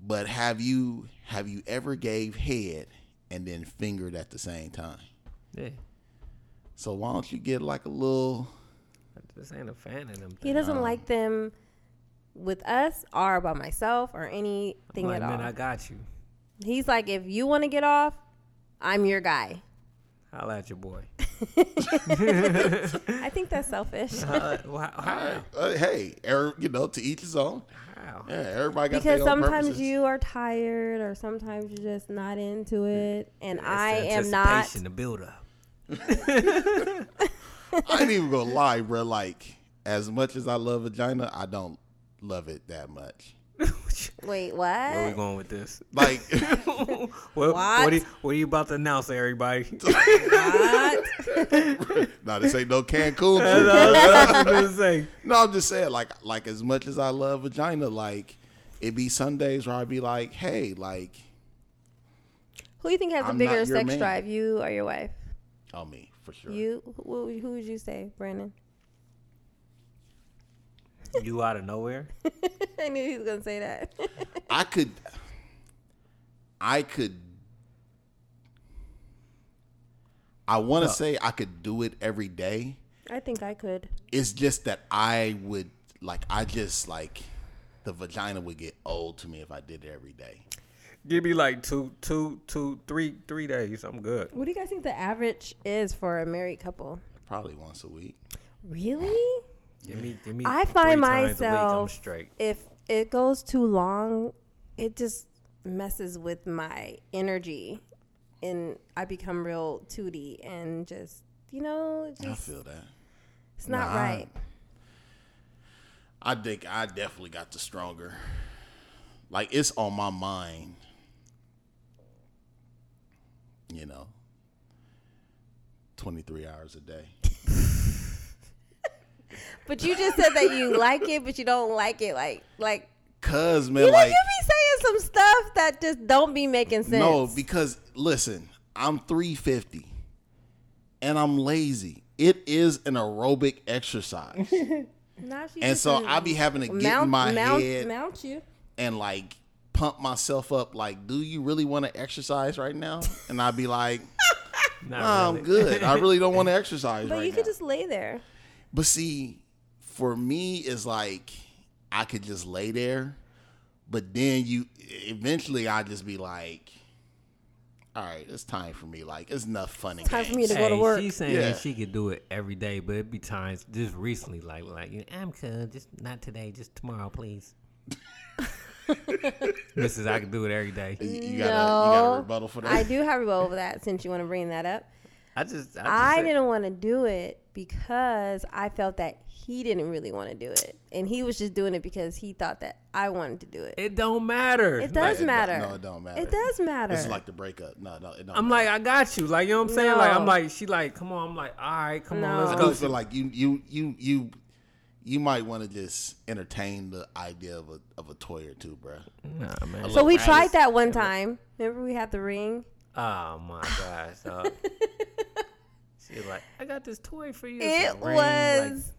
S1: But have you have you ever gave head and then fingered at the same time?
S2: Yeah,
S1: So why don't you get like a little
S2: this ain't a fan of them.
S3: He doesn't like them with us or by myself or anything
S2: Like,
S3: at all.
S2: man, I got you.
S3: He's like, if you want to get off, I'm your guy.
S2: Holla at your boy.
S3: I think that's selfish.
S2: Uh, wow, wow,
S1: uh, hey, er, you know, to each his own.
S2: wow.
S1: Yeah, everybody got
S3: because
S1: their own
S3: sometimes
S1: purposes.
S3: you are tired or sometimes you're just not into
S1: Mm.
S3: it and i
S2: It's the
S3: am not
S2: anticipation, The build up.
S1: I ain't even gonna lie, bruh. Like as much as I love vagina, I don't love it that much.
S3: Wait,
S2: Where we
S3: what?
S2: going with this?
S1: Like,
S2: what, what?
S3: What?
S2: are you, what are you about to announce, to everybody?
S3: What?
S1: no, this ain't no Cancun
S2: That's
S1: trip.
S2: all- that's all I'm gonna say.
S1: No, I'm just saying, like, like as much as I love vagina, like, it be Sundays where I be like, hey, like,
S3: Who do you think has a
S1: I'm
S3: bigger
S1: not your
S3: sex
S1: man.
S3: drive, you or your wife?
S1: oh me for sure.
S3: You? Who, who would you say, Brandon?
S2: You out of nowhere?
S3: I knew he was gonna say that.
S1: I could, I could, I want to say I could do it every day.
S3: I think I could.
S1: It's just that I would like, I just like, the vagina would get old to me if I did it every day.
S2: Give me like two, two, two, three, three days. I'm good.
S3: What do you guys think the average is for a married couple?
S1: Probably once a week.
S3: Really?
S2: Give me, give me.
S3: I
S2: three times a week,
S3: find
S2: I'm
S3: myself
S2: straight.
S3: if it goes too long, it just messes with my energy, and I become real tooty and just you know it's
S1: I
S3: just
S1: feel that.
S3: it's not
S1: Nah, I-
S3: right.
S1: I think I definitely got the stronger. Like it's on my mind. You know. 23 hours a day.
S3: But you just said that you like it, but you don't like it. Like like
S1: Cuz man
S3: you know
S1: like
S3: you be saying some stuff that just don't be making sense.
S1: no because listen, I'm 350 and I'm lazy. It is an aerobic exercise.
S3: Now she
S1: and
S3: just
S1: so
S3: gonna
S1: I be having to get in my
S3: mount,
S1: head
S3: mount you.
S1: and like pump myself up like do you really want to exercise right now? And I'd be like
S5: Not
S1: "Nah,
S3: Oh,
S5: really.
S1: I'm good. I really don't want to exercise
S3: But
S1: right
S3: you
S1: now.
S3: could just lay there.
S1: But see, for me, it's like I could just lay there, but then you eventually I just be like, all right, it's time for me. Like it's enough fun and
S3: Time for me
S1: games.
S3: to go to
S5: Hey,
S3: work.
S5: She's saying
S1: Yeah.
S5: she could do it every day, but it'd be times just recently, like like you know, I'm good, just not today, just tomorrow, please. Mrs. I could do it every day.
S1: You, you got a, you got a rebuttal for that?
S3: I do have a rebuttal for that since you want to bring that up.
S2: I just, I, just
S3: I
S2: said-
S3: didn't want to do it because I felt that he didn't really want to do it. And he was just doing it because he thought that I wanted to do it.
S5: It don't matter.
S3: It
S1: Like,
S3: does
S1: it don't-
S3: matter.
S1: no, it don't matter.
S3: It does matter.
S1: This is like the breakup. No, no, it don't
S5: I'm like,
S1: matter.
S5: I got you. Like you know what I'm saying? Like I'm
S3: No.
S5: like, she like, come on. I'm like, all right, come on, let's
S1: I
S3: No.
S1: do
S5: go.
S1: feel like you you you you you might want to just entertain the idea of a of a toy or two, bruh.
S5: Nah, man.
S3: so we
S1: Right.
S3: tried that one time. Remember we had the ring?
S5: Oh my gosh. dog. She's like, I got this toy for you. It's a
S3: It
S5: ring, like,
S3: was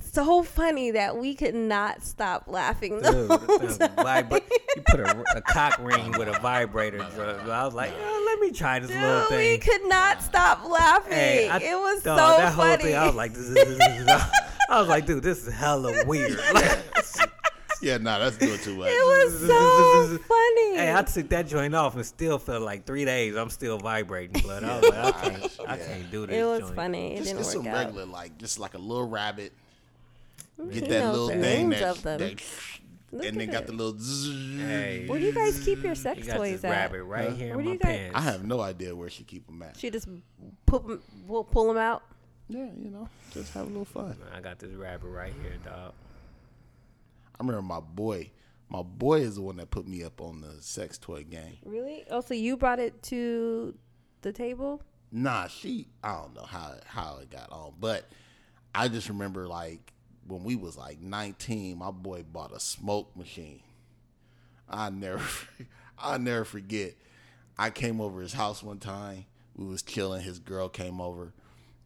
S3: so funny that we could not stop laughing. the
S2: Dude,
S3: whole
S2: the
S3: time.
S2: vibra- you put a, a cock ring with a vibrator. drug. I was like, "Yeah, let me try this little
S3: Dude, we
S2: thing.
S3: could not stop laughing.
S2: Hey, I-
S3: it was
S2: dog,
S3: so
S2: that
S3: funny.
S2: whole thing. I was like, this, this, this, this, this. I was like, dude, this is hella weird. Like,
S1: Yeah, no, that's doing too much.
S3: it was so funny.
S2: hey, I took that joint off and still felt like three days. I'm still vibrating, blood. I was like, I can't, I can't do this.
S3: it was
S2: joint.
S3: funny. It
S1: just
S3: didn't
S1: just some
S3: work out.
S1: regular, like just like a little rabbit. Get
S3: He
S1: that
S3: knows
S1: little
S3: the
S1: thing
S3: names
S1: that,
S3: of them.
S1: that-
S3: Look
S1: and then
S3: at
S1: got
S3: it.
S1: the little. Zzz.
S2: Hey,
S3: Where do you guys keep your
S2: you
S3: sex
S2: got this
S3: toys at?
S2: rabbit right here
S3: Where
S2: in
S3: do
S2: my
S3: you guys-
S2: pants.
S1: I have no idea where she keep them at.
S3: She just put 'em- we'll pull them out.
S1: Yeah, you know, just have a little fun.
S2: I got this rabbit right here, dog.
S1: I remember my boy. My boy is the one that put me up on the sex toy game.
S3: Really? Oh, so you brought it to the table?
S1: Nah, she. I don't know how how it got on, but I just remember like when we was like 19, my boy bought a smoke machine. I never, I never forget. I came over his house one time. We was chilling. His girl came over,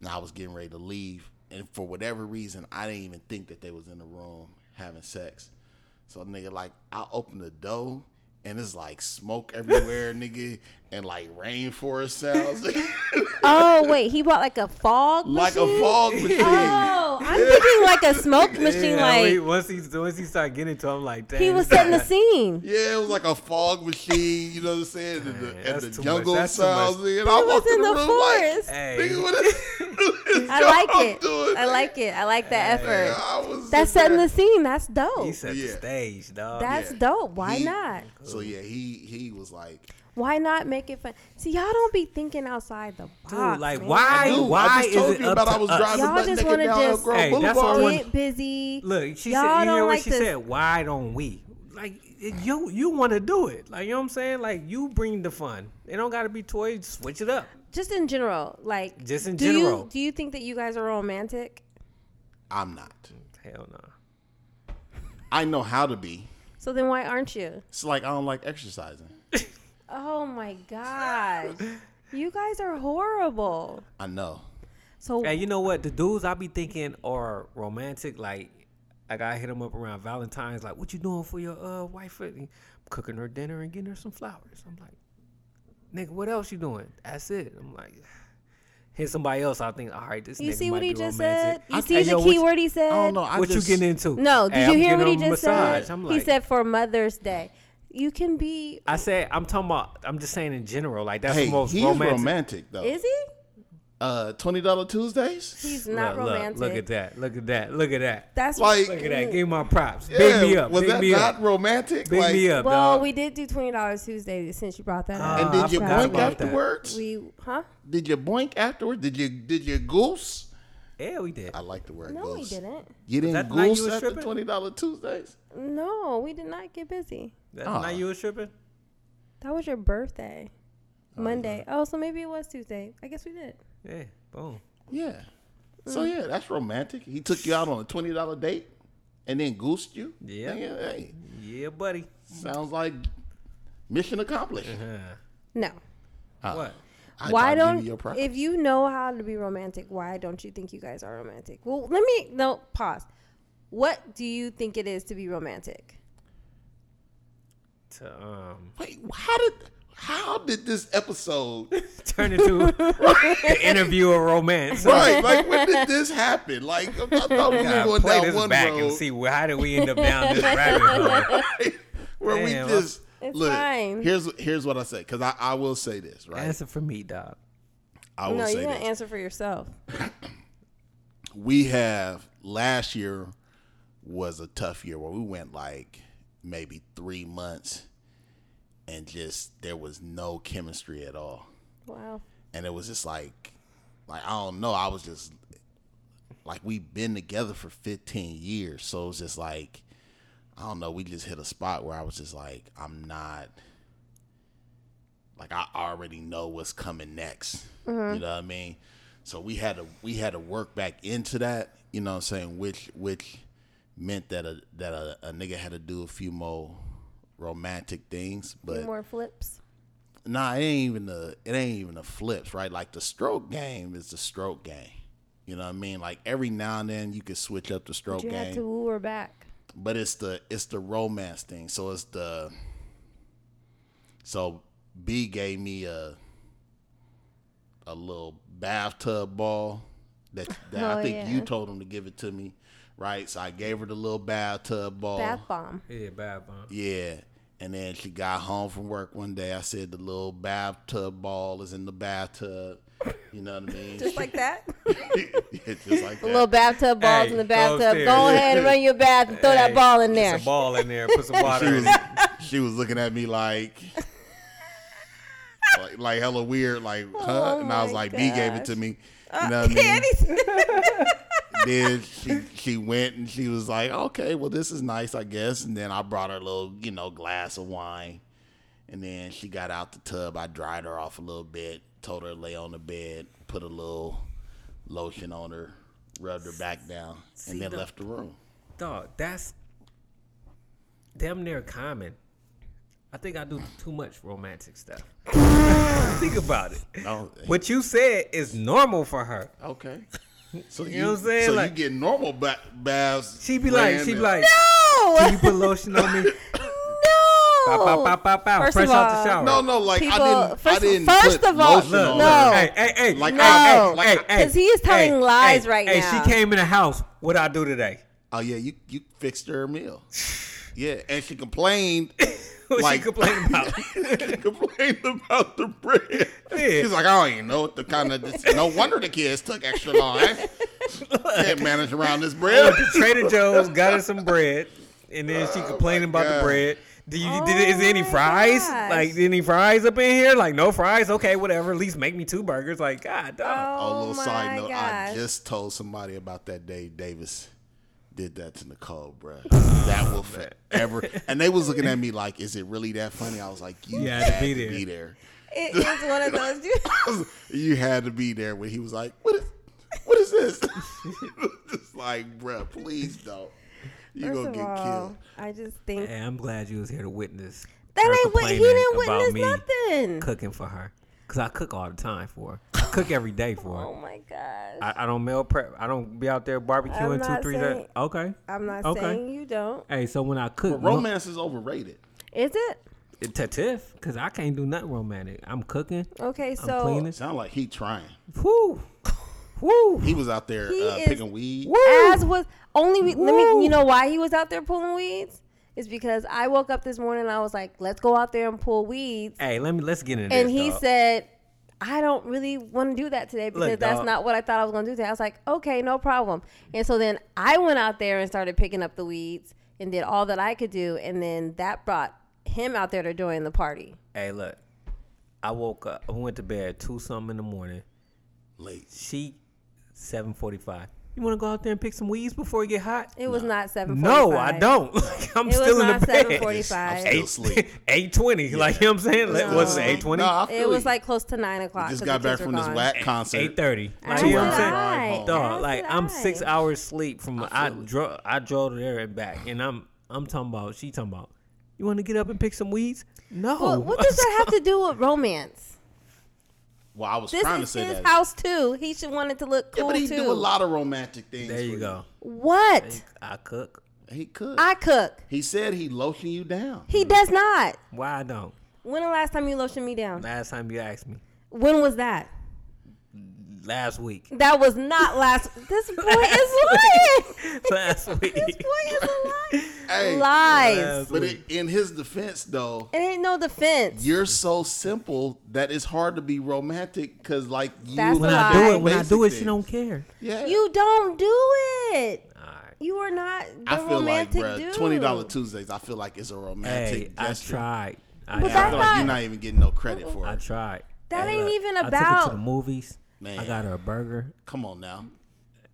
S1: and I was getting ready to leave. And for whatever reason, I didn't even think that they was in the room having sex. So nigga, like I opened the door, and it's like smoke everywhere, nigga, and like rainforest sounds,
S3: Oh wait, he bought like a fog
S1: like
S3: machine.
S1: a fog machine.
S3: Oh, I'm thinking like a smoke machine.
S2: Yeah,
S3: like
S2: wait, once he once he started getting to, it, I'm like, dang,
S3: he was
S2: this
S3: setting the
S2: guy-
S3: scene.
S1: Yeah, it was like a fog machine, you know what I'm saying? And the,
S2: Man,
S1: and
S2: that's
S1: the
S2: too much.
S1: jungle
S2: That's too much.
S1: sounds. And I
S3: was
S1: walked in
S3: in
S1: the,
S3: the
S1: room
S3: forest.
S1: like,
S2: Hey.
S1: nigga, what is this
S3: I
S1: y'all
S3: like it.
S1: doing, nigga?"
S3: I like it. I like that
S1: And
S3: effort.
S1: I was
S3: That's
S1: in
S3: setting
S1: there.
S3: the scene. That's dope.
S2: He set
S1: Yeah.
S2: the stage, dog.
S3: That's
S1: Yeah.
S3: dope. Why
S1: He-
S3: not?
S1: So yeah, he he was like,
S3: Why not make it fun? See, y'all don't be thinking outside the box.
S2: Dude, like
S3: man.
S2: why?
S1: Dude,
S2: why
S1: I just told
S2: is it
S1: you
S2: up
S1: about
S2: to uh,
S1: I was
S2: us?
S1: driving
S3: Y'all
S1: butt
S3: just
S1: naked
S3: wanna
S1: down
S3: just-
S1: Elk Grove
S2: Hey, that's all I
S1: Boulevard.
S2: wanna-
S3: Get busy.
S2: Look, she
S3: Y'all
S2: said, you
S3: don't
S2: hear what
S3: like
S2: she
S3: to-
S2: said? Why don't we? like it- you you want to do it. Like you know what I'm saying? Like you bring the fun. It don't got to be toys. Switch it up.
S3: Just in general, like
S2: Just in
S3: do
S2: general.
S3: You, do you think that you guys are romantic?
S1: I'm not.
S2: Hell no.
S1: I know how to be.
S3: So then why aren't you?
S1: It's like I don't like exercising.
S3: Oh my gosh. you guys are horrible.
S1: I know.
S3: So
S2: And you know what? The dudes I be thinking are romantic. Like, like I hit them up around Valentine's. Like, what you doing for your uh wife? And Cooking her dinner and getting her some flowers. I'm like, nigga, what else you doing? That's it. I'm like, hit somebody else. I think, all right, this.
S3: you
S2: nigga
S3: see
S2: might
S3: what he
S2: be
S3: just
S2: romantic.
S3: said? You
S1: I-
S3: see
S1: hey,
S3: the
S2: yo,
S3: key
S2: what-
S3: word he said?
S1: I don't know. I
S2: what
S1: just,
S2: you getting into?
S3: No, did
S2: Hey,
S3: you
S2: I'm
S3: hear
S2: getting
S3: what he
S2: a
S3: just
S2: massage.
S3: said?
S2: I'm
S3: he
S2: like-
S3: said for Mother's Day, you can be.
S2: I said, I'm talking about. I'm just saying in general. Like that's
S1: Hey,
S2: the most
S1: he's
S2: romantic.
S1: romantic, though.
S3: Is he?
S1: Uh, twenty dollar Tuesdays.
S3: He's not
S2: look,
S3: romantic.
S2: Look, look at that. Look at that. Look at that.
S3: That's
S1: Like-
S2: Look at that. Give me my props.
S1: Yeah,
S2: Big me up.
S1: Was
S2: Big
S1: that
S2: me
S1: not
S2: up.
S1: romantic?
S2: Big
S1: like,
S2: me up.
S3: Well,
S2: dog.
S3: we did do twenty dollars Tuesday since you brought that
S1: And
S3: up.
S2: Uh,
S1: did
S2: I
S1: you
S2: forgot
S1: boink
S2: about that.
S1: afterwards?
S3: We, huh?
S1: Did you boink afterwards? Did you did you goose?
S2: yeah, we did.
S1: I like the word
S3: No, we
S1: goose.
S3: didn't.
S1: You didn't
S2: that the night you
S1: goose
S2: was
S1: after
S2: stripping?
S1: twenty dollar Tuesdays.
S3: No, we did not get busy.
S2: That's
S1: Aw.
S2: not you was tripping.
S3: That was your birthday, Monday. Oh, so maybe it was Tuesday. I guess we did.
S2: Yeah. Boom.
S1: Yeah. So
S3: Mm.
S1: yeah, that's romantic. He took you out on a twenty dollar date, and then goosed you.
S2: Yeah.
S1: Nigga, hey,
S2: Yeah, buddy.
S1: sounds like mission accomplished.
S2: Huh.
S3: No.
S1: Uh,
S2: What?
S1: I
S3: why
S1: I'd give
S3: don't
S1: you your props.
S3: if you know how to be romantic? Why don't you think you guys are romantic? Well, let me no pause. What do you think it is to be romantic?
S2: To um,
S1: Wait, how did how did this episode
S2: turn into the interview of romance.
S1: right? Like when did this happen? Like I thought we were
S2: Gotta
S1: going
S2: play
S1: down
S2: this
S1: one
S2: back
S1: road
S2: and see wh- how did we end up down this rabbit hole.
S1: where
S2: Damn,
S1: we just
S3: It's
S1: look.
S3: fine.
S1: Here's here's what I say because I, I will say this right.
S2: Answer for me, dog.
S1: I will
S3: No,
S1: say
S3: you're gonna
S1: this.
S3: answer for yourself.
S1: we have last year was a tough year where we went like maybe three months and just there was no chemistry at all
S3: Wow.
S1: and it was just like like i don't know i was just like we've been together for 15 years so it's just like i don't know we just hit a spot where i was just like i'm not like i already know what's coming next you know what i mean so we had to we had to work back into that you know what i'm saying which which meant that a that a, a nigga had to do a few more romantic things but
S3: Few more flips.
S1: Nah, it ain't even the it ain't even the flips, right? Like the stroke game is the stroke game. You know what I mean? Like every now and then you can switch up the stroke
S3: You had
S1: game,
S3: to woo her back.
S1: but it's the it's the romance thing. So it's the so B gave me a a little bathtub ball that, that
S3: Oh,
S1: I think you
S3: yeah.
S1: told him to give it to me, right? So I gave her the little bathtub ball.
S3: Bath bomb.
S2: Yeah, bad bomb.
S1: Yeah. And then she got home from work one day. I said the little bathtub ball is in the bathtub. You know what I mean?
S3: Just like that.
S1: Yeah, just like
S3: A
S1: that.
S3: little bathtub balls
S2: Hey,
S3: in the bathtub. Go
S2: upstairs.
S3: ahead and run your bath and throw that ball in there.
S2: Put some ball in there. Put some water
S1: she,
S2: in
S1: was,
S2: it.
S1: she was looking at me like, like, like hella weird, like, huh? and I was
S3: Oh my
S1: like, B gave it to
S3: gosh. Uh,
S1: me. You know what I mean? then she she went and she was like, okay, well this is nice, I guess. And then I brought her a little, you know, glass of wine, and then she got out the tub. I dried her off a little bit, told her to lay on the bed, put a little lotion on her, rubbed her back down, and then left the room.
S2: Dog, that's damn near common. I think I do too much romantic stuff. think about it.
S1: No,
S2: What you said is normal for her.
S1: Oh, eh, okay. So you,
S2: know what I'm saying?
S1: So
S2: Like-
S1: you get normal ba- baths.
S2: She be like,
S1: ran
S2: she be
S1: and-
S2: like,
S3: No.
S2: can you put lotion on me?
S3: No.
S2: Pow, pow, pow, pow, pow.
S3: First
S2: Fresh
S3: of
S2: out
S3: all-
S2: the shower.
S1: No, no, like
S3: People-
S1: I didn't. I
S3: first-
S1: didn't
S3: first
S1: put
S3: of all-
S1: lotion
S2: Look,
S1: on
S3: No.
S1: her.
S2: Hey, hey, hey.
S1: Like,
S2: hey,
S1: I-
S2: hey,
S1: like,
S2: hey, hey,
S3: 'cause he is telling lies right
S2: hey,
S3: now.
S2: she came in the house. What I do today?
S1: Oh yeah, you you fixed her a meal. Yeah, and she complained.
S2: What
S1: Like-
S2: she complained about?
S1: she complained about the bread.
S2: Yeah.
S1: She's like, I don't even know what the kind of. This, no wonder the kids took extra long. I Can't manage around this bread.
S2: Trader Joe's got her some bread, and then she complaining about
S1: God.
S2: the bread. Do you did,
S3: Oh
S2: is there any
S3: my
S2: fries?
S3: gosh.
S2: Like any fries up in here? Like no fries? Okay, whatever. At least make me two burgers. Like God, dog.
S1: Oh,
S3: Oh,
S1: little
S3: my
S1: side note. I
S3: gosh.
S1: just told somebody about that day, Davis. did that to Nicole, bruh. that will forever. And they was looking at me like, "Is it really that funny?" I was like, "You
S6: Yeah,
S1: had to be there.
S3: It is one of those. You,
S1: You had to be there." When he was like, "What is, what is this?" It's like, bruh, please don't. You
S3: first
S1: gonna
S3: of
S1: get
S3: all,
S1: killed.
S3: I just think
S2: Hey, I'm glad you was here to witness. her
S3: Oh. that ain't what he
S2: complaining
S3: didn't
S2: about
S3: witness
S2: me
S3: nothing.
S2: Cooking for her, cause I cook all the time for her. I cook every day for her.
S3: Oh my gosh.
S2: I, I don't meal prep. I don't be out there barbecuing
S3: I'm
S2: two,
S3: not
S2: three
S3: saying-
S2: days. Okay.
S3: I'm not
S2: okay.
S3: saying you don't.
S2: Hey, so when I cook,
S1: But romance is overrated.
S3: Is it?
S2: it to Tiff, cause I can't do nothing romantic. I'm cooking.
S3: Okay,
S2: I'm
S3: so
S2: cleaning.
S1: Sound like he trying.
S2: Whew. Whew.
S1: He was out there
S3: He
S1: uh,
S3: is-
S1: picking weed.
S3: as was only re- let me you know why he was out there pulling weeds? Is because I woke up this morning and I was like, let's go out there and pull weeds.
S2: Hey, let me let's get into
S3: And
S2: this.
S3: he
S2: dog.
S3: said, I don't really want to do that today because that's
S2: dawg.
S3: not what I thought I was going to do today. I was like, okay, no problem. And so then I went out there and started picking up the weeds and did all that I could do. And then that brought him out there to join the party.
S2: Hey, look. I woke up. I went to bed at two something in the morning.
S1: Late.
S2: She, seven forty five. You want to go out there and pick some weeds before it get hot?
S3: It was not 745.
S2: No, I don't. Like, I'm
S3: It was
S2: still in
S3: not
S2: the bed.
S3: 745.
S1: I'm still asleep.
S2: Eight twenty. Like you know what I'm saying? Like, Was it
S3: No.
S2: eight twenty?
S1: No, I
S3: It
S1: feel
S3: was
S1: you.
S3: like close to nine o'clock.
S1: just
S3: 'cause
S1: got
S3: the
S1: back
S3: kids
S1: from
S3: were
S1: this
S3: gone.
S1: whack concert.
S2: Eight thirty. Like
S3: As
S2: you know
S3: did
S2: what I'm saying?
S3: I.
S2: Dog,
S3: As
S2: like
S3: did
S2: I'm
S3: I.
S2: six hours sleep from I, drove I drove there and back, and I'm I'm talking about she talking about. You want to get up and pick some weeds? No.
S3: Well, what does that have to do with romance?
S1: Well, I was
S3: This
S1: trying to
S3: is
S1: say
S3: his
S1: that.
S3: house too. He should want it to look
S1: yeah,
S3: cool
S1: but he
S3: too.
S1: do a lot of romantic things.
S2: There
S1: for
S2: you go.
S3: What?
S2: I cook.
S1: He could.
S3: I cook.
S1: he said he lotion you down.
S3: He does not.
S2: Why I don't?
S3: When the last time you lotioned me down?
S2: Last time you asked me,
S3: When was that?
S2: last week.
S3: That was not last. This boy is lying.
S2: Last week.
S3: This boy is lying.
S1: Hey,
S3: Lies.
S1: but it, in his defense, though,
S3: It ain't no defense.
S1: you're so simple that it's hard to be romantic because, like, you
S3: That's
S2: when
S3: a
S2: I
S3: lie.
S2: do it, when I
S1: Basic
S2: do it, she
S1: things.
S2: don't care.
S1: yeah.
S3: You don't do it.
S2: All right.
S3: You are not the
S1: I feel like,
S3: romantic
S1: bruh,
S3: dude.
S1: twenty dollar Tuesdays. I feel like it's a romantic
S2: Hey, I
S1: gesture.
S2: tried. I,
S3: But
S1: I feel
S3: that's
S2: tried.
S1: like
S3: not-
S1: you're not even getting no credit for
S2: I
S1: it.
S2: tried.
S3: That ain't even
S2: I took her to
S3: about-
S2: the movies. I
S1: Man.
S2: got her a burger
S1: Come on now,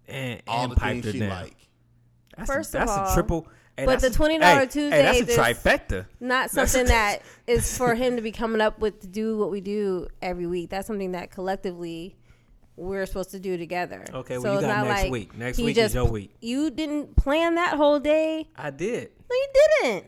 S2: and,
S1: all
S2: and
S1: the things
S2: piped her
S1: she
S2: down.
S1: like.
S2: That's
S3: First
S2: a,
S3: of
S2: that's a
S3: all-
S2: triple. hey,
S3: but
S2: that's
S3: the
S2: a-
S3: $20
S2: hey,
S3: Tuesday
S2: Hey, that's a
S3: this-
S2: trifecta.
S3: Not something that is for him to be coming up with to do what we do every week. That's something that collectively we're supposed to do together.
S2: Okay, well, you
S3: it's
S2: got
S3: not
S2: next week. Next
S3: he
S2: week is your week.
S3: You didn't plan that whole day.
S2: I did.
S3: No, you didn't.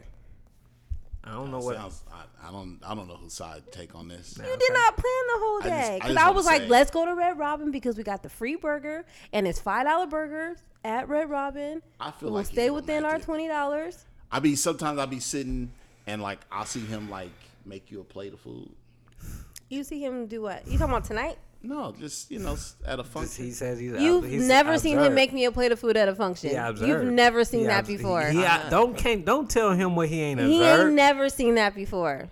S2: I don't know what.
S1: Sounds, I, I don't. I don't know whose side to take on this.
S3: You did not plan the whole
S1: I just-
S3: day
S1: I
S3: because
S1: just
S3: I,
S1: wanna
S3: was like,
S1: say-
S3: "Let's go to Red Robin because we got the free burger and it's five dollar burgers at Red Robin.
S1: I feel
S3: we'll
S1: like he's
S3: stay within our
S1: romantic.
S3: twenty dollars.
S1: I be sometimes I be sitting and like I see him like make you a plate of food.
S3: You see him do what? You talking about tonight?
S1: No, just you know s- at a function.
S2: He says he's.
S3: You've
S2: he's
S3: never seen him
S2: observed.
S3: make me a plate of food at a function.
S2: He observed.
S3: You've never seen
S2: He
S3: that
S2: obs-
S3: before.
S2: He,
S1: Uh-uh.
S2: I- don't can't, don't tell him what he ain't
S3: He
S2: observed.
S3: ain't never seen that before.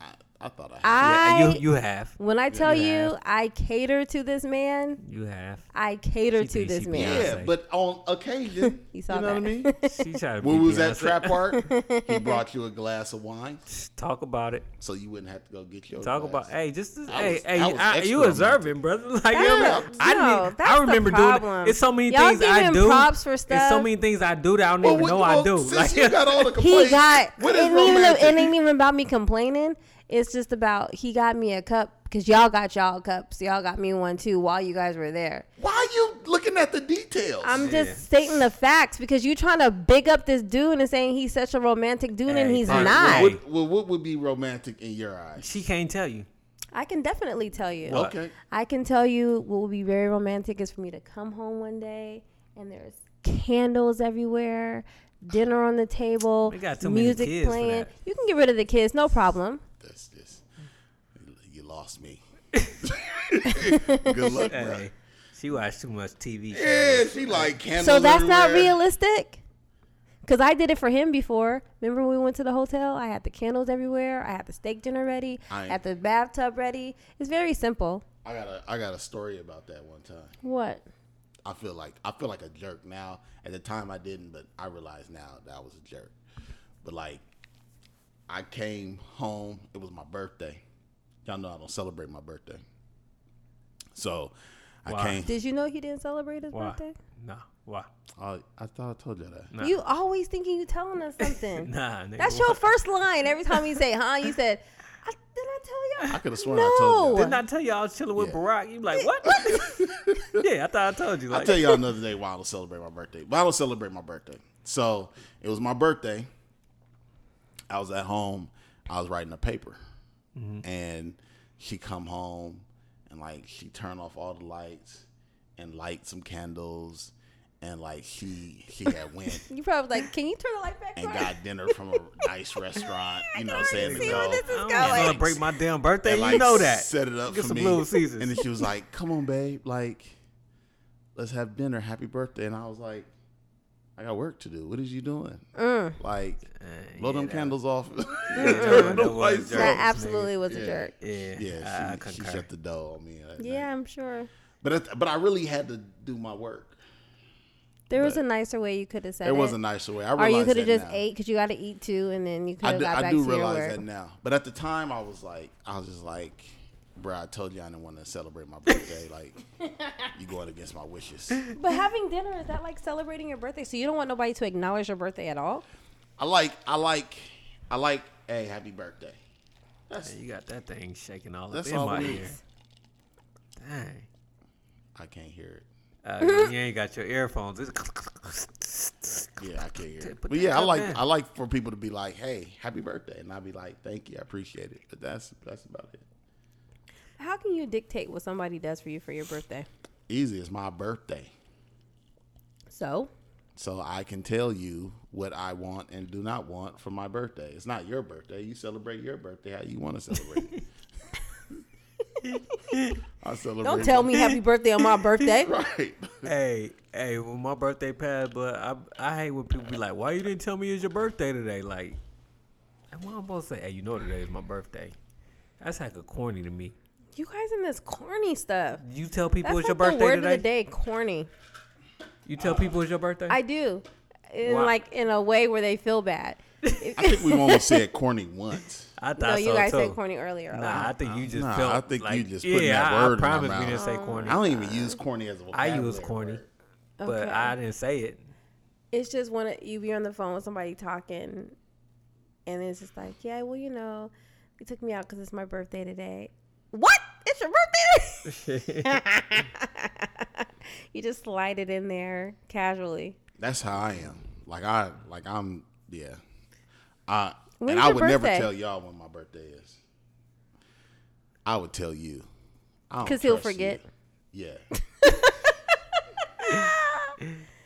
S1: I, I thought I.
S3: I
S2: Yeah, you you have
S3: when I tell
S2: you
S3: you,
S2: have.
S3: I cater to this man.
S2: you have.
S3: I cater
S2: She
S3: to
S2: thinks
S3: this
S2: she
S3: man.
S2: Beyonce.
S1: Yeah, but on occasion,
S3: You
S1: you,
S3: saw
S1: know
S3: that.
S1: what I mean.
S2: She tried to
S1: When
S2: be
S1: we was at
S2: Beyonce.
S1: Trap Park, he brought you a glass of wine,
S2: Talk about it.
S1: so you wouldn't have to go get your.
S2: Talk
S1: glass.
S2: about hey, just this,
S1: I
S2: hey,
S1: was-
S2: hey,
S1: I was
S2: I-
S1: extra
S2: you
S1: romantic.
S2: observing, brother. Like you know,
S3: That-
S2: what I, mean? I,
S3: no,
S2: didn't,
S3: that's
S2: I
S3: the
S2: remember doing.
S3: problem.
S2: it. It's so many
S3: Y'all
S2: things
S3: give
S2: I
S3: him
S2: do.
S3: props for
S2: It's so
S3: stuff.
S2: many things I do that I don't
S1: Well,
S2: even
S1: what-
S2: know
S1: well,
S2: I do.
S1: Since
S2: Like
S1: you got all the
S3: He
S1: complaints,
S3: got
S1: what
S3: it
S1: is
S3: ain't, even,
S1: romantic?
S3: it ain't even about me complaining. It's just about he got me a cup because y'all got y'all cups. Y'all got me one too while you guys were there.
S1: Why are you looking at the details?
S3: I'm just stating the facts because you trying to big up this dude and saying he's such a romantic dude and
S2: Hey,
S3: he's
S2: all right,
S3: not.
S2: well,
S1: What, well, what would be romantic in your eyes?
S2: she can't tell you.
S3: I can definitely tell you.
S2: What?
S1: Okay,
S3: I can tell you what would be very romantic is for me to come home one day and there's candles everywhere, dinner on the table,
S2: We got too many
S3: music
S2: kids for
S3: playing.
S2: that.
S3: You can get rid of the kids, no problem.
S1: that's just you lost me. Good luck, bro.
S2: Hey, she watched too much TV. shows.
S1: Yeah, she like candles.
S3: So that's not
S1: everywhere.
S3: realistic. Cause I did it for him before. Remember when we went to the hotel? I had the candles everywhere. I had the steak dinner ready. I
S1: I-
S3: had the bathtub ready. It's very simple.
S1: I got a I got a story about that one time.
S3: What?
S1: I feel like I feel like a jerk now. At the time, I didn't, but I realize now that I was a jerk. But like, I came home. It was my birthday. Y'all know I don't celebrate my birthday. So, I can't.
S3: Did you know he didn't celebrate his
S2: Why?
S3: birthday?
S2: Nah. Why?
S1: Oh, I thought I told you that.
S2: Nah.
S3: You always thinking you telling us something.
S2: Nah, nigga.
S3: That's your first line every time you say, "Huh?" You said, I, "Did I tell y'all?"
S1: I coulda sworn
S3: no.
S1: I told
S2: Didn't I tell you I was chilling with
S1: Yeah.
S2: Barack? You like what? yeah, I thought I told you. Like,
S1: I'll tell y'all another day why I don't celebrate my birthday. But I don't celebrate my birthday. So it was my birthday. I was at home. I was writing a paper,
S3: Mm-hmm.
S1: and she come home and like she turned off all the lights and light some candles, and like she she had went
S3: You probably was like, "Can you turn the light back
S1: and
S3: on?"
S1: got dinner from a nice restaurant. You know, what I'm saying to
S3: see where
S1: go.
S3: this is
S2: I
S3: going.
S2: don't celebrate my damn birthday.
S1: and,
S2: you
S1: like,
S2: know that.
S1: Set it up
S2: Get
S1: for
S2: some
S1: me.
S2: Little Caesars.
S1: And then she was like, "Come on, babe, like, let's have dinner. Happy birthday." And I was like, "I got work to do. What is you doing?
S3: Mm.
S1: Like, blow them candles off."
S2: that was
S1: Like,
S2: jerk.
S3: that
S2: Jerks,
S3: absolutely was a jerk.
S2: yeah,
S1: yeah,
S2: I
S1: she, she
S2: concur.
S1: shut the door on me. that night.
S3: Yeah, I'm sure.
S1: but I, but I really had to do my work.
S3: There was
S1: But-
S3: a nicer way you could have said
S1: It
S3: it.
S1: was a nicer way. I
S3: or
S1: realized
S3: you could have
S1: that
S3: just
S1: now.
S3: ate because you got to eat too, and then you could
S1: I
S3: have
S1: do,
S3: got
S1: I
S3: back
S1: do
S3: to your
S1: realize that
S3: work.
S1: now. But at the time, I was like, I was just like, bro, I told you I didn't want to celebrate my birthday. like, you going against my wishes.
S3: But having dinner is that like celebrating your birthday? So you don't want nobody to acknowledge your birthday at all?
S1: I like, I like, I like. Hey, happy birthday. That's
S2: Hey, you got that thing shaking all
S1: That's
S2: up in
S1: all
S2: my
S1: we
S2: ear.
S1: need.
S2: Dang.
S1: I can't hear
S2: Uh, you ain't got your earphones. It's
S1: it. Yeah, I can't hear it. But
S2: Put that
S1: yeah, I
S2: cup
S1: like,
S2: down.
S1: I like for people to be like, hey, happy birthday, and I'll be like, thank you, I appreciate it. But that's that's about it.
S3: How can you dictate what somebody does for you for your birthday?
S1: Easy. It's my birthday,
S3: So
S1: so I can tell you what I want and do not want for my birthday. It's not your birthday. You celebrate your birthday how you want to celebrate. it. I celebrate.
S3: don't tell me happy birthday on my birthday.
S1: Right.
S2: hey, hey, when my birthday passed, but I I hate when people be like, "Why you didn't tell me it was your birthday today?" Like, and what I'm supposed to say? Hey, you know today is my birthday. That's like a corny to me.
S3: You guys in this corny stuff.
S2: You tell people
S3: That's
S2: it's
S3: like
S2: your
S3: the
S2: birthday
S3: word
S2: today.
S3: of the day, corny.
S2: You tell people it's your birthday.
S3: I do, in
S2: Why?
S3: like in a way where they feel bad.
S1: I think we've only said corny once.
S2: I thought
S3: No, you
S2: so
S3: guys
S2: too.
S3: said corny earlier.
S2: Nah, I think you just
S1: Nah,
S2: felt.
S1: I think you
S2: like,
S1: just
S2: yeah,
S1: putting that
S2: I,
S1: word in my
S2: I promise we
S1: mouth.
S2: didn't say corny.
S3: Oh.
S1: I don't even use corny as a
S2: I
S1: vocabulary.
S2: use corny,
S1: word.
S2: but
S3: Okay.
S2: I didn't say it.
S3: it's just when you be on the phone with somebody talking, and it's just like, yeah, well, you know, you took me out because it's my birthday today. What? It's your birthday? today? you just slide it in there casually.
S1: That's how I am. Like I like I'm yeah. I
S3: When's
S1: and I
S3: your
S1: would never
S3: birthday?
S1: tell y'all when my birthday is. I would tell you. I don't
S3: 'Cause he'll
S1: trust
S3: forget.
S1: You. Yeah.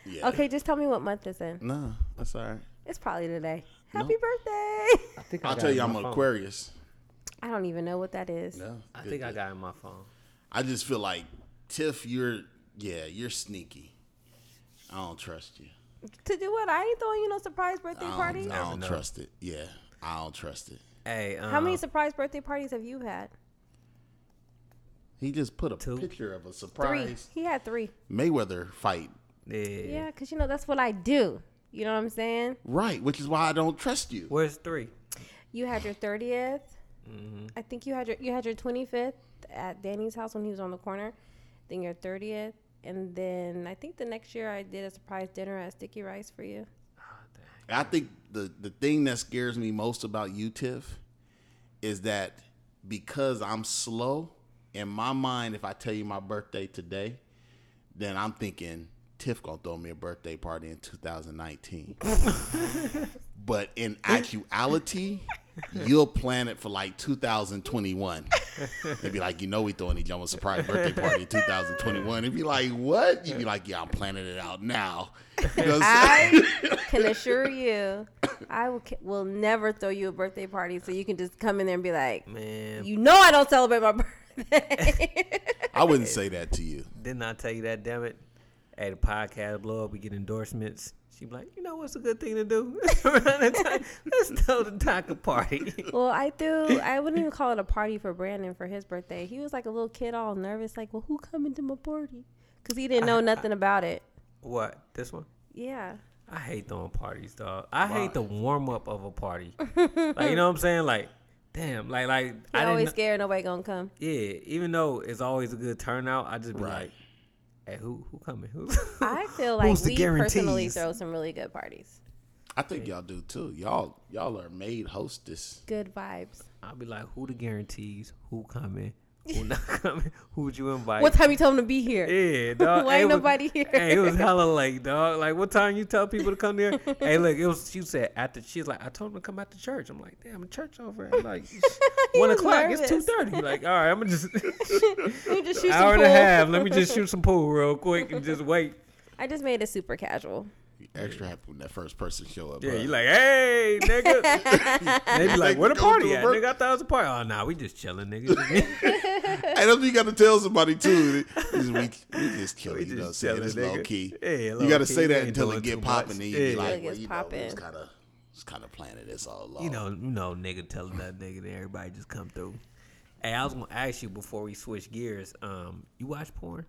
S1: yeah.
S3: Okay, just tell me what month it's in.
S1: Nah, that's all right.
S3: It's probably today.
S1: Nope.
S3: Happy birthday!
S1: I'll tell you I'm an Aquarius.
S3: I don't even know what that is.
S1: No.
S2: I think I got it in my phone.
S1: I just feel like Tiff, you're yeah, you're sneaky. I don't trust you.
S3: To do what? I ain't throwing you no surprise birthday
S1: I
S3: party.
S1: don't, I don't
S2: know.
S1: trust it. Yeah. I don't trust it.
S2: Hey, um,
S3: How many surprise birthday parties have you had?
S1: He just put a
S2: Two.
S1: picture of a
S3: Three.
S1: surprise
S3: He had three.
S1: Mayweather fight
S2: Yeah.
S3: Yeah, because you know that's what I do. You know what I'm saying?
S1: Right, which is why I don't trust you.
S2: Where's three?
S3: You had your 30th. I think you had your you had your 25th at Danny's house when he was on the corner. Then your 30th, and then I think the next year I did a surprise dinner at Sticky Rice for you.
S1: I think the the thing that scares me most about you, Tiff, is that because I'm slow in my mind, if I tell you my birthday today, then I'm thinking Tiff gonna throw me a birthday party in 2019. but in actuality, you'll plan it for like 2021. They'd be like, you know, we throwing each other a surprise birthday party in 2021. It'd be like, what? You'd be like, yeah, I'm planning it out now. You know what I'm saying?
S3: I can assure you, I will, ca- will never throw you a birthday party, so you can just come in there and be like,
S2: Man,
S3: you know, I don't celebrate my birthday.
S1: I wouldn't say that to you.
S2: didn't I tell you that? Damn it! Hey, the podcast blow up. We get endorsements. She be like, you know what's a good thing to do? Let's throw the taco party.
S3: Well, I threw. I wouldn't even call it a party for Brandon for his birthday. He was like a little kid, all nervous, like, "Well, who coming to my party?" Because he didn't know nothing about it.
S2: what? This one?
S3: Yeah,
S2: I hate throwing parties, dog. I hate the warm up of a party. like you know what I'm saying? Like, damn. Like like
S3: he
S2: I
S3: always
S2: didn't.
S3: scared nobody gonna come.
S2: Yeah, even though it's always a good turnout, I just be
S1: Right.
S2: like, Hey, who who coming? Who?
S3: I feel like
S2: Who's the
S3: we personally
S2: guarantees?
S3: throw some really good parties.
S1: I think y'all do too. Y'all y'all are made hostess.
S3: Good vibes.
S2: I'll be like, who the guarantees? Who coming? Who not coming? Who'd you invite?
S3: What time you tell them to be here?
S2: Yeah, dog.
S3: Why
S2: Hey,
S3: ain't
S2: it was-
S3: nobody here?
S2: Hey, it was hella late, dog. Like, what time you tell people to come here? hey, look, it was. She said after she's like, I told them to come after church. I'm like, damn, church over at like one
S3: was
S2: o'clock. It's two
S3: nervous.
S2: thirty. Like, all right, I'm gonna just
S3: You just shoot some
S2: hour and a
S3: pool.
S2: half. Let me just shoot some pool real quick and just wait.
S3: I just made it super casual.
S1: You extra happy when that first person show up.
S2: Yeah,
S1: bro.
S2: you like, hey, nigga. they be like, where the
S1: Go to
S2: party
S1: the
S2: at?
S1: work-
S2: Nigga, I thought it was a party. Oh, nah, we just chilling, nigga.
S1: And that's what you got to tell somebody too. We, we just kill
S2: We
S1: it, you know. what I'm
S2: just
S1: saying?
S2: chilling,
S1: It's low
S2: nigga.
S1: key.
S2: Yeah, low
S1: you got to
S2: key.
S1: say
S2: We
S1: that
S2: ain't
S1: until
S2: doing
S1: it get
S2: too
S1: popping.
S2: much.
S1: Then you be
S2: Yeah.
S1: like,
S3: Until it
S1: well,
S3: gets
S1: you know, it's
S3: poppin'.
S1: kind of, it's kind of planted this all along.
S2: you know, you know, nigga telling that nigga that everybody just come through. Hey, I was gonna ask you before we switch gears. Um, you watch porn?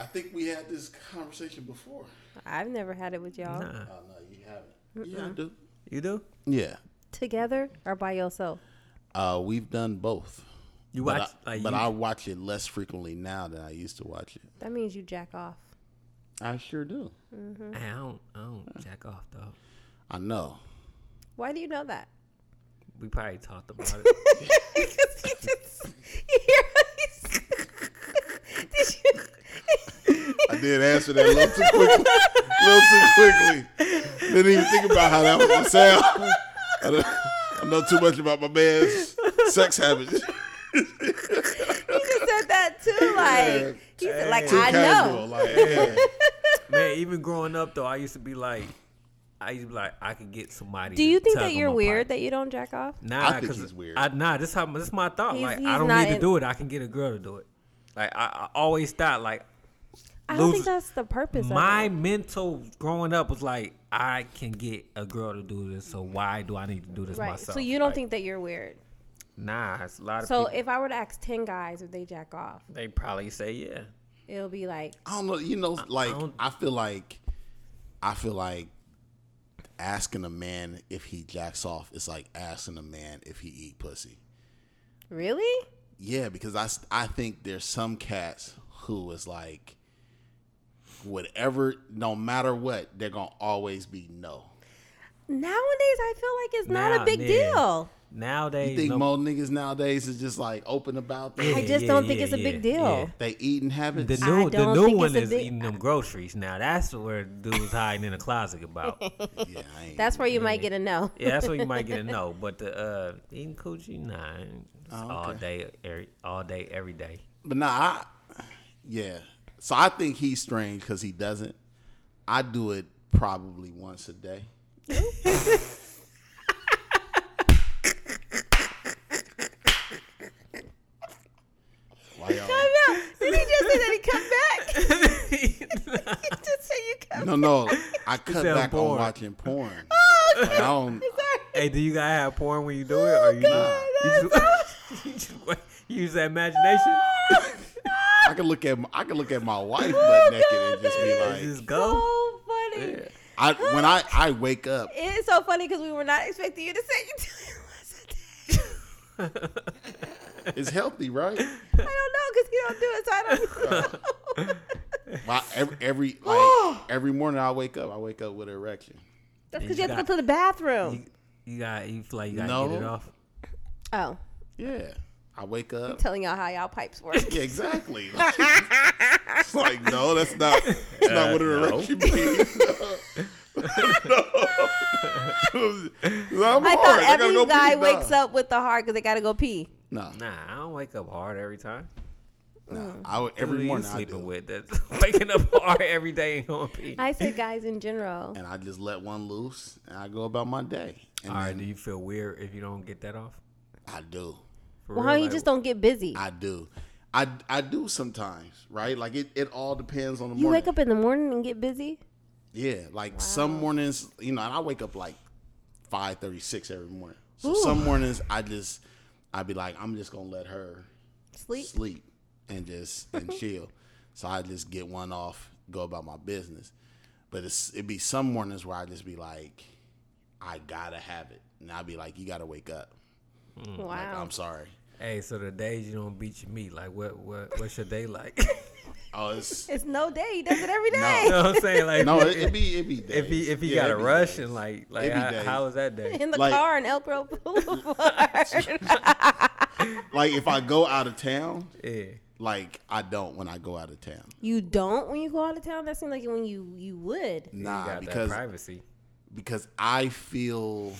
S1: I think we had this conversation before.
S3: I've never had it with y'all.
S2: Nah,
S1: Oh no, you haven't. Yeah, I do.
S2: you do.
S1: Yeah,
S3: Together or by yourself?
S1: uh, we've done both.
S2: You
S1: But,
S2: watch?
S1: I,
S2: like,
S1: but
S2: you,
S1: I watch it less frequently now than I used to watch it.
S3: That means you jack off.
S1: I sure do.
S2: I don't, I don't jack off though.
S1: I know.
S3: Why do you know that?
S2: We probably talked about it.
S3: Because you just you hear what he's- Did you?
S1: I did answer that a little too quickly. little too quickly. Didn't even think about how that was gonna sound. I, don't, I know too much about my man's sex habits.
S3: He just said that too. Like he said, like
S1: Too
S3: I
S1: casual.
S3: know.
S1: Like, yeah.
S2: Man, even growing up though, I used to be like, I used to be like, I could get somebody.
S3: Do
S2: to
S3: you think
S2: tug
S3: that
S2: on
S3: you're
S2: my
S3: weird
S2: pipe.
S3: that you don't jack off?
S2: Nah,
S1: I think
S2: 'cause
S1: he's weird.
S2: I, nah, this how this my thought.
S3: He's-
S2: like,
S3: he's
S2: I don't
S3: not
S2: need to
S3: in-
S2: do it. I can get a girl to do it. Like, I, I always thought like
S3: I don't
S2: Lose-
S3: think that's the purpose.
S2: my
S3: of it.
S2: mental growing up was like, I can get a girl to do this, so why do I need to do this
S3: right.
S2: myself?
S3: So you don't
S2: Like,
S3: think that you're weird.
S2: Nah, it's a lot of
S3: So
S2: people.
S3: if I were to ask ten guys if they jack off,
S2: they probably say yeah.
S3: it'll be like
S1: I don't know. You know, like
S2: don't-
S1: I feel like I feel like asking a man if he jacks off is like asking a man if he eat pussy.
S3: Really?
S1: Yeah, because I, s- I think there's some cats who is like, whatever, no matter what, they're going to always be no.
S3: Nowadays, I feel like it's not
S2: Nah,
S3: a big
S2: yeah.
S3: deal.
S2: Nowadays,
S1: You think
S2: no-
S1: most niggas nowadays is just like open about that?
S3: I
S2: Yeah,
S3: just
S2: yeah,
S3: don't think
S2: yeah,
S3: it's a
S2: yeah,
S3: big deal.
S2: yeah.
S1: They eating habits?
S2: the
S3: I
S2: new the
S3: don't
S2: new
S3: think
S2: one
S3: it's a
S2: is
S3: big-
S2: eating them groceries. Now that's where dudes hiding in the closet about.
S1: yeah, I ain't.
S3: That's where you might get a no.
S2: Yeah, that's where you might get a no. But the uh, eating coochie, nah, it's all
S1: okay.
S2: day, every, all day, every day.
S1: But nah, I, yeah. So I think he's strange because he doesn't. I do it probably once a day. Why y'all?
S3: Did he just say that he come back? he just said you come.
S1: No, no. I cut
S2: said
S1: back on
S2: porn.
S1: watching porn. Like, I don't.
S2: Hey, do you gotta have porn when you do it,
S3: Oh,
S2: or you
S1: God,
S2: just, you, just, you just use that imagination?
S1: I can look at my, I can look at my wife butt naked and just be
S2: You
S1: like,
S2: just go.
S3: So funny.
S1: I when I I wake up,
S3: It is so funny because we were not expecting you to say you do it once a day.
S1: it's healthy, right?
S3: I don't know because he don't do it, so I don't know.
S1: My every, every like every morning I wake up, I wake up with an erection.
S3: That's
S2: You
S3: because you have to
S2: got-
S3: go to the bathroom.
S2: You, you got. You feel like you gotta get it
S1: No.
S2: off.
S3: oh,
S1: Yeah, I wake up.
S3: telling y'all how y'all pipes work.
S1: Yeah, exactly. it's like no, that's not that's not what an
S2: Uh,
S1: erection means. no. no. I'm
S3: I
S1: hard.
S3: thought
S1: I gotta
S3: every
S1: go
S3: guy
S1: pee.
S3: wakes
S1: Nah.
S3: up with the heart because they gotta go pee.
S1: No,
S2: Nah, I don't wake up hard every time.
S1: no. I would-
S2: Who
S1: every
S2: you
S1: morning I
S2: sleeping
S1: do,
S2: with that's waking up hard every day and going pee.
S3: I say guys in general.
S1: and I just let one loose, and I go about my day. And
S2: All right,
S1: then
S2: do you feel weird if you don't get that off?
S1: I do.
S2: For
S3: Well,
S2: real,
S3: how you
S2: like,
S3: just don't get busy?
S1: I do. I, I do sometimes, right? Like it, it all depends on the
S3: You
S1: morning.
S3: wake up in the morning and get busy.
S1: Yeah, like some mornings, you know, and I wake up like five thirty six every morning. So some mornings I just I'd be like, I'm just gonna let her
S3: Sleep.
S1: sleep and just and chill. So I just get one off, go about my business. But it's it'd be some mornings where I just be like, I gotta have it. And I'd be like, You gotta wake up. Like,
S3: Wow.
S1: I'm sorry.
S2: Hey, so the days you don't beat your meat, like what, what, what's your day like?
S1: Oh, it's
S3: It's no day. He does it every day.
S1: No.
S2: You know what I'm saying? Like,
S1: no, it, it be it be days.
S2: if he if he
S1: Yeah,
S2: got
S1: it
S2: a
S1: be
S2: rush
S1: days.
S2: and like like
S1: Every
S2: how,
S1: day.
S2: how was that day?
S3: In the
S1: Like-
S3: car in El Pro Boulevard.
S1: like if I go out of town,
S2: Yeah.
S1: like I don't when I go out of town.
S3: you don't when you go out of town. That seems like when you you would.
S2: you
S1: Nah,
S2: got
S1: because
S2: that privacy.
S1: because I feel,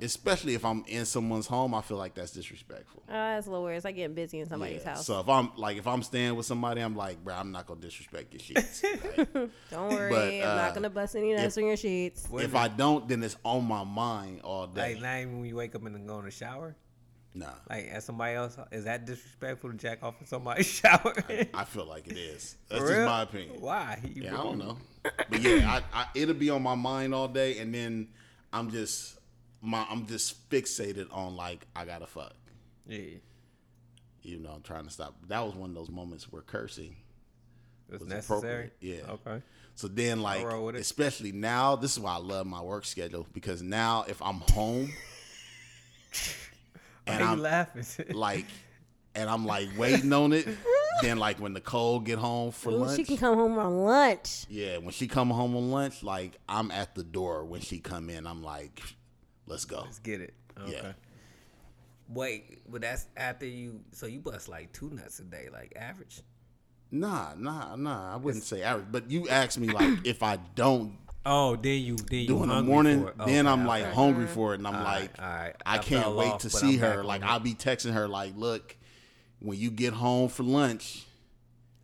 S1: especially if I'm in someone's home, I feel like that's disrespectful.
S3: Uh, that's a little weird. It's like getting busy in somebody's
S1: Yeah.
S3: house.
S1: So if I'm like if I'm staying with somebody, I'm like, bro, I'm not gonna disrespect your sheets. Like,
S3: don't worry,
S1: but,
S3: I'm
S1: uh,
S3: not gonna bust any nuts on your sheets.
S2: What
S1: if I don't, then it's on my mind all day.
S2: Like not even when you wake up and go in the shower.
S1: nah,
S2: Like at somebody else is that disrespectful to jack off in somebody's shower?
S1: I feel like it is. That's
S2: For
S1: just
S2: real?
S1: my opinion.
S2: Why? You
S1: Yeah, I
S2: wrong.
S1: don't know, but yeah, I, I, it'll be on my mind all day, and then I'm just my I'm just fixated on like I gotta fuck.
S2: Yeah,
S1: You know, I'm trying to stop. That was one of those moments where cursing
S2: it's
S1: was
S2: necessary.
S1: appropriate. Yeah.
S2: Okay.
S1: So then, like,
S2: roll with it.
S1: especially now, this is why I love my work schedule because now if I'm home
S2: Why
S1: and
S2: you
S1: I'm
S2: laughing?
S1: like, and I'm like waiting on it, then like when Nicole get home for
S3: Ooh,
S1: lunch,
S3: she can come home on lunch.
S1: yeah, when she come home on lunch, like I'm at the door when she come in. I'm like, let's go.
S2: Let's get it. Okay.
S1: Yeah.
S2: Wait, but that's after you. So you bust like two nuts a day, like average.
S1: Nah, nah, nah. I wouldn't say average, but you asked me like if I don't
S2: Oh, then you then you
S1: do in the
S2: hungry
S1: morning,
S2: for it.
S1: then
S2: Okay,
S1: I'm like
S2: okay.
S1: hungry for it, and I'm
S2: right,
S1: like,
S2: all right.
S1: I,
S2: I
S1: can't
S2: fell
S1: wait
S2: off,
S1: to
S2: but
S1: see
S2: I'm back
S1: her.
S2: on
S1: Like
S2: it.
S1: I'll be texting her, like, look, when you get home for lunch,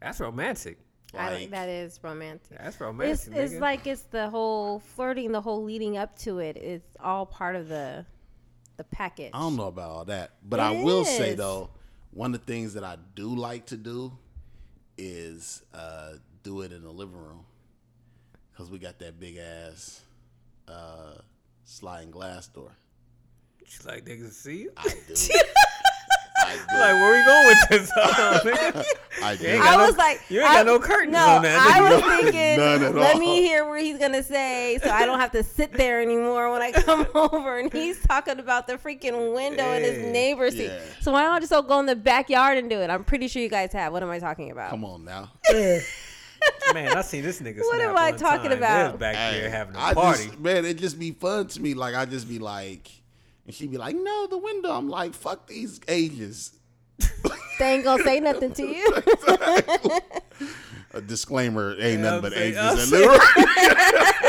S2: that's romantic.
S3: I
S1: Like-
S3: don't, that is romantic.
S2: That's
S3: It's,
S2: romantic.
S3: it's
S2: nigga.
S3: like it's the whole flirting, the whole leading up to it. It's all part of the the package.
S1: I don't know about all that, but
S3: It
S1: I will say
S3: is.
S1: though, one of the things that I do like to do is uh, do it in the living room because we got that big ass uh, sliding glass door.
S2: She's like they can see you.
S1: I do. I do.
S2: Like where we going with this? Oh, nigga.
S1: I do.
S2: ain't
S3: I
S2: got no-
S3: was like,
S2: you ain't got
S3: I-
S2: no curtains
S3: no,
S2: on that,
S3: I
S2: nigga.
S3: was
S1: None at
S3: thinking, let
S1: all.
S3: me hear where he's gonna say, so I don't have to sit there anymore when I come over. And he's talking about the freaking window in
S2: Yeah.
S3: his neighbor's seat.
S1: Yeah.
S3: So why don't I just go in the backyard and do it? I'm pretty sure you guys have. What am I talking about?
S1: Come on now.
S2: Man, I seen this nigga.
S3: What
S2: snap
S3: am I
S2: one
S3: talking
S2: time. They
S3: about?
S2: was back
S1: Hey,
S2: there having a
S1: I
S2: party.
S1: Just, man, it just be fun to me. Like I just be like, and she be like, "No, the window." I'm like, "Fuck these ages."
S3: They ain't gonna say nothing to you.
S1: A disclaimer: it ain't nothing but
S2: I'm saying-
S1: ages. in the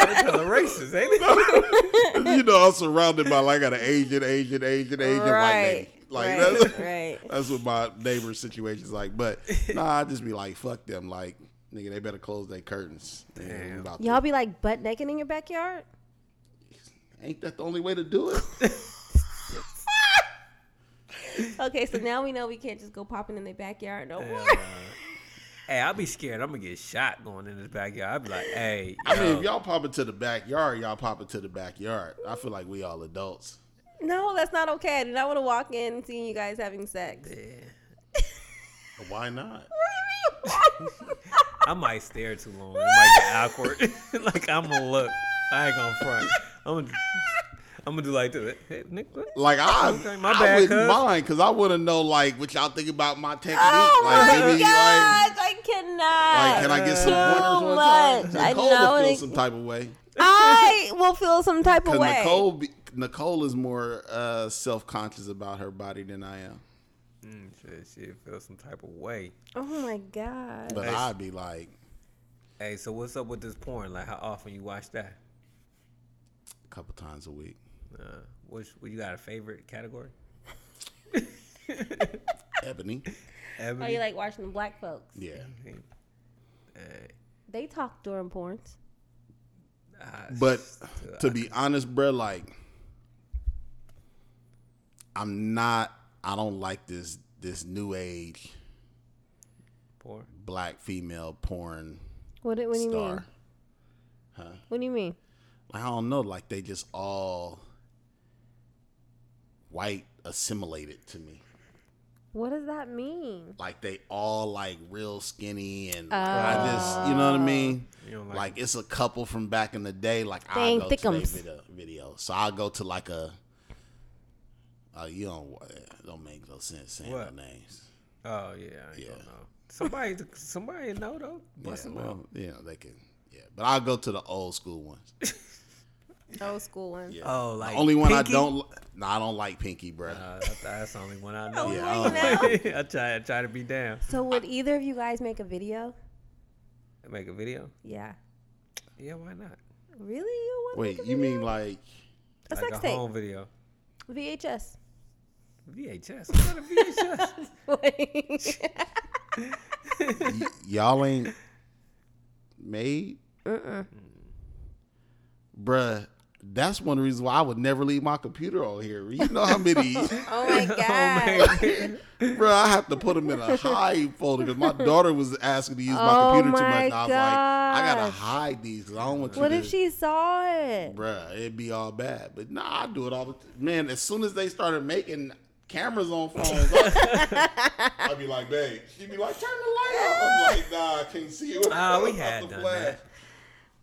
S2: They kind of racist, ain't it?
S1: room. you know, I'm surrounded by like an Asian, Asian, Asian, Asian white
S3: right.
S1: lady. Like
S3: right,
S1: that's,
S3: right.
S1: that's what my neighbor's situation's like. But nah, I just be like, "Fuck them." Like nigga, they better close their curtains. Nigga, we
S2: Damn.
S1: about to-
S3: Y'all be like butt naked in your backyard?
S1: ain't that the only way to do it?
S3: Okay, so now we know we can't just go popping in the backyard no more.
S2: Hey, I'll be scared. I'm gonna get shot going in this backyard. I'll be like, hey,
S1: I mean,
S2: yo.
S1: if y'all pop into the backyard, y'all pop into the backyard. I feel like we all adults.
S3: No, that's not okay. I do not want to walk in and see you guys having sex.
S1: Why not?
S2: I might stare too long. It might get awkward. like I'm gonna look. I ain't gonna front. I'm gonna, I'm gonna do like this. Hey, Nick, what?
S1: Like I,
S2: Okay, my
S1: I
S2: bad,
S1: wouldn't
S2: cuz.
S1: mind because I want to know like what y'all think about my technique.
S3: Oh
S1: like,
S3: my
S1: maybe, like,
S3: gosh, I
S1: like,
S3: cannot.
S1: can I get some
S3: Too
S1: pointers one time?
S3: much. I
S1: Nicole
S3: know,
S1: will feel
S3: like-
S1: some type of way
S3: I will feel some type of
S1: because
S3: way.
S1: Nicole be, Nicole is more uh, self conscious about her body than I am.
S2: Mm, shit, shit, feel some type of way.
S3: oh my god.
S1: But I'd be like
S2: Hey, so what's up with this porn? Like, how often you watch that?
S1: a couple times a week.
S2: Uh, which what, you got a favorite category?
S1: Ebony,
S3: Are
S2: Ebony.
S3: you like watching the black folks?
S1: yeah,
S2: Hey,
S3: They talk during porns.
S2: ah,
S1: but
S2: still,
S1: to be honest, bruh, like I'm not. I don't like this this new age
S2: porn.
S1: black female porn
S3: What, do- what do you mean?
S1: star.
S3: What do you mean?
S1: I don't know, like they just all white assimilated to me.
S3: What does that mean?
S1: Like they all like real skinny and like, I just you know what I mean?
S2: You don't
S1: Like,
S2: like-
S1: it's a couple from back in the day, like
S3: They
S1: I
S3: ain't
S1: go to their
S3: thickums.
S1: video, video. So I'll go to like a uh, you don't it don't make no sense saying
S2: What?
S1: no names.
S2: Oh yeah, I
S1: Yeah.
S2: don't know. Somebody, somebody know though.
S1: Yeah,
S2: Bust 'em out.
S1: well, you know they can. Yeah, but I'll go to the old school ones.
S3: Old school one.
S1: Yeah.
S2: Oh, like
S1: the only one
S2: Pinky?
S1: I don't. li- No, I don't like Pinky, bro.
S2: Uh, that- that's the only one I know.
S1: Yeah,
S3: Right
S1: I
S3: now.
S2: I try, I try to be down.
S3: So would either of you guys make a video?
S2: Make a video.
S3: Yeah.
S2: Yeah, why not?
S3: Really? You would?
S1: Wait, you mean like?
S3: A
S2: like
S3: sex
S2: a
S3: tape.
S2: home video.
S3: VHS.
S2: VHS. What kind of VHS?
S3: Oh
S1: y- y'all ain't made. Uh-uh. Bruh, that's one reason why I would never leave my computer on here. You know how many,
S3: oh my god.
S1: bruh? I have to put them in a hide folder because my daughter was asking to use my
S3: Oh
S1: computer too
S3: my
S1: much. And I was like, I gotta
S3: gosh.
S1: hide these because I don't want you
S3: Oh What
S1: to.
S3: if she saw it?
S1: bruh, it'd be all bad. But nah, I do it all the time. Man, as soon as they started making cameras on phones, I, would be like, babe, she'd be like, turn the light off. I'm like, nah, I can't see it.
S2: Ah, we
S1: It's
S2: had
S1: about to
S2: done
S1: flash."
S2: that.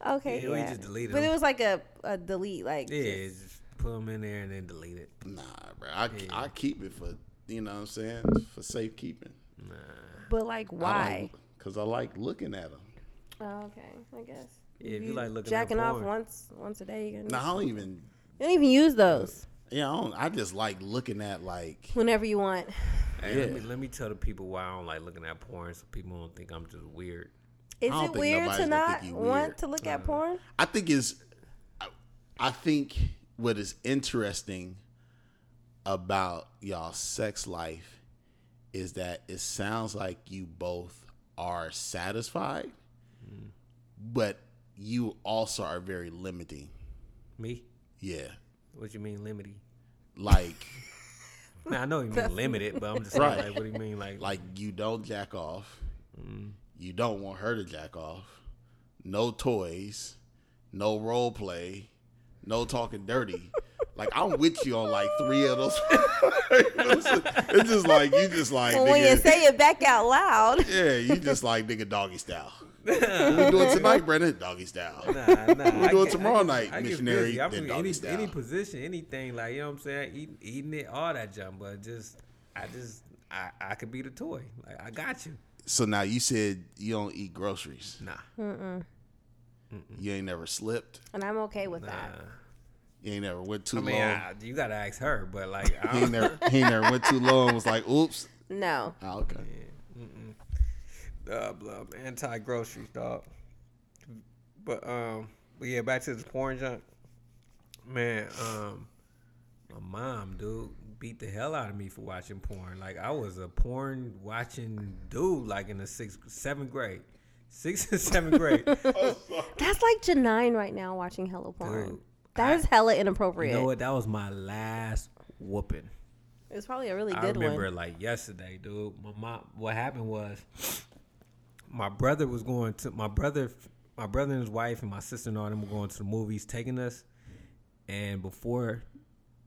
S3: Okay.
S2: Yeah, we just deleted
S3: But it
S2: them.
S3: was like a, a delete. Like
S2: Yeah, just put them in there and then delete it.
S1: Nah, bro, I, I keep it for, you know what I'm saying, for safekeeping.
S3: But like why?
S1: Because I like looking at them.
S3: Oh, okay. I guess.
S2: Yeah, if you like looking at
S3: jacking off
S2: porn.
S3: once once a day, you can.
S1: No, I don't even,
S3: You don't even use those
S1: yeah, I, don't, I just like looking at, like,
S3: whenever you want.
S2: Hey, let
S1: Yeah.
S2: me let me tell the people why I don't like looking at porn, so people don't think I'm just weird.
S3: Is
S1: don't
S3: it
S1: think
S3: weird
S1: nobody's
S3: to
S1: gonna
S3: not
S1: think you
S3: want
S1: weird.
S3: to look at porn?
S1: I think is, I- I think what is interesting about y'all sex life is that it sounds like you both are satisfied, but you also are very limiting.
S2: Me?
S1: Yeah,
S2: What you mean limited?
S1: like
S2: Now I know you mean limited, but I'm just saying,
S1: Right.
S2: like, what do you mean, like,
S1: like you don't jack off, you don't want her to jack off, no toys, no role play, no talking dirty. like I'm with you on like three of those. it's just like you just like
S3: Well, when you
S1: nigga,
S3: say it back out loud,
S1: yeah, you just like nigga doggy style. what we doing tonight, Brendan? Doggy style.
S2: nah, nah,
S1: we
S2: I
S1: doing
S2: get-
S1: tomorrow
S2: I
S1: night,
S2: get
S1: missionary?
S2: busy. I'm
S1: Then
S2: from
S1: doggy
S2: any,
S1: style.
S2: any position, anything, like, you know what I'm saying? Eating, eating it, all that junk, but just, I just, I, I could be the toy. Like, I got you.
S1: so now you said you don't eat groceries.
S2: Nah.
S1: You ain't never slipped.
S3: and I'm okay with that.
S2: Uh,
S1: You ain't never went too
S2: I mean,
S1: long.
S2: I, you gotta ask her, but like, I
S1: He ain't
S2: don't,
S1: never, he ain't never went too low and was like, oops.
S3: No,
S1: Oh, okay.
S2: uh, blah, I'm anti groceries, dog. But um, but yeah, back to the porn junk. Man, um, my mom, dude, beat the hell out of me for watching porn. Like I was a porn watching dude, like in the sixth, seventh grade, sixth and seventh grade.
S3: that's like Janine right now watching hella porn.
S2: Dude,
S3: that is hella
S2: you
S3: inappropriate.
S2: know what? That was my last whooping.
S3: It's probably a really
S2: I
S3: good
S2: remember
S3: one.
S2: like yesterday, dude. My mom. What happened was, my brother was going to my brother, my brother and his wife and my sister and all them were going to the movies, taking us. And before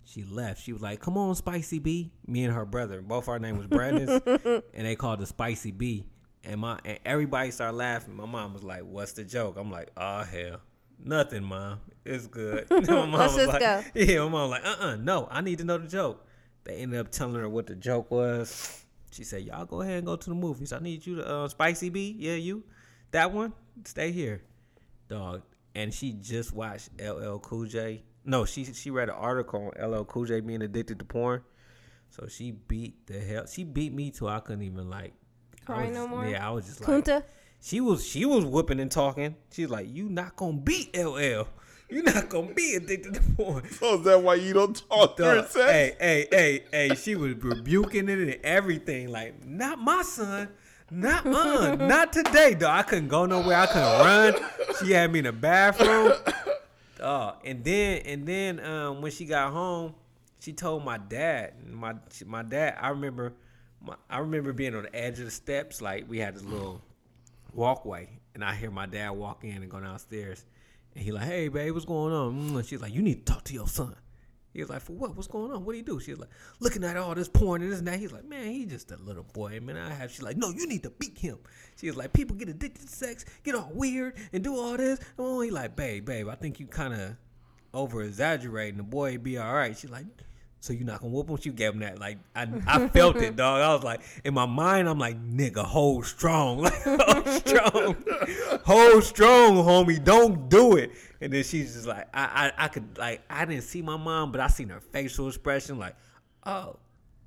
S2: she left, she was like, "Come on, Spicy B." Me and her brother, both our name was Brandon's, and they called the Spicy B. And my and everybody started laughing. My mom was like, "What's the joke?" I'm like, "Oh hell." Nothing, mom. It's good. my mom
S3: Let's
S2: was
S3: just
S2: like,
S3: go.
S2: yeah, my mom like, uh uh no, I need to know the joke. They ended up telling her what the joke was. She said, Y'all go ahead and go to the movies. I need you to uh, spicy B, yeah, you. That one, stay here. Dog. And she just watched LL Cool J. No, she she read an article on LL Cool J being addicted to porn. So she beat the hell she beat me till I couldn't even like I
S3: Cry
S2: was-
S3: no more?
S2: Yeah, I was just like
S3: Kunta,
S2: she was she was whooping and talking. She's like, You not gonna beat LL. You not gonna be addicted to porn.
S1: So is that why you don't talk to
S2: Dog,
S1: yourself?
S2: hey, hey, hey, hey, she was rebuking it and everything. Like, not my son. Not uh, not today, dog. I couldn't go nowhere. I couldn't run. She had me in the bathroom. Dog. And then and then um, when she got home, she told my dad. And My she- my dad, I remember my, I remember being on the edge of the steps, like we had this little walkway, and I hear my dad walk in and go downstairs, and he like, "Hey, babe, what's going on?" Mm, And she's like, "You need to talk to your son." He was like, "For what? What's going on? What do you do?" She's like, "Looking at all this porn and this and that." He's like, "Man, he just a little boy, man." I have. She's like, "No, you need to beat him." She was like, "People get addicted to sex, get all weird, and do all this." Oh, he like, "Babe, babe, I think you kind of over exaggerating. The boy be all right." She's like, So you not gonna whoop him? She gave him that. Like I, I felt it, dog. I was like, in my mind, I'm like, nigga, hold strong, like hold strong, hold strong, homie. Don't do it. And then she's just like, I, I, I could like, I didn't see my mom, but I seen her facial expression, like, oh,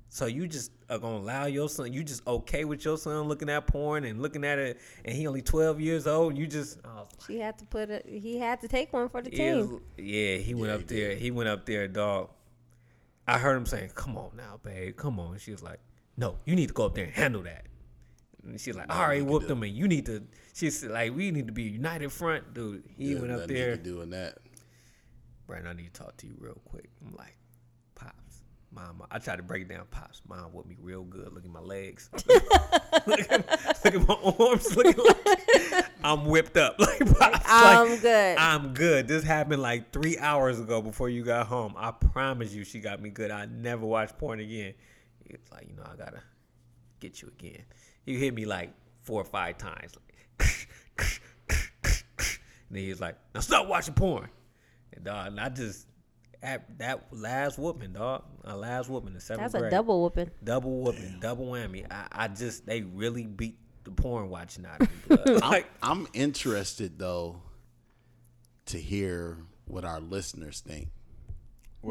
S2: so you just are gonna allow your son? You just okay with your son looking at porn and looking at it, and he only twelve years old. And you just, I was
S3: She had to put a, he had to take one for the
S2: yeah,
S3: team.
S2: yeah, he went up there. He went up there, dog. I heard him saying, "Come on now, babe, come on." She was like, "No, you need to go up there and handle that." And she's like, "I already whooped him, and you need to." She's like, "We need to be a united front, dude." He
S1: Yeah,
S2: went up
S1: nothing
S2: there.
S1: can do doing that.
S2: Brandon, I need to talk to you real quick. I'm like, Pops, mom. I tried to break it down Pops. Mom whooped me real good. Look at my legs. look, at, look at my arms. Look at like, I'm whipped up. Like, Pops,
S3: I'm
S2: like,
S3: good.
S2: I'm good. This happened like three hours ago before you got home. I promise you, she got me good. I never watch porn again. It's like, you know, I gotta get you again. You hit me like four or five times. Like, and then he's like, now stop watching porn. And dog, and I just at that last whooping, dog. A last whooping in seventh
S3: That's
S2: grade.
S3: a double whooping.
S2: double whooping, double whammy. I, I just they really beat the porn watching out of me. blood. like
S1: I'm interested though to hear what our listeners think.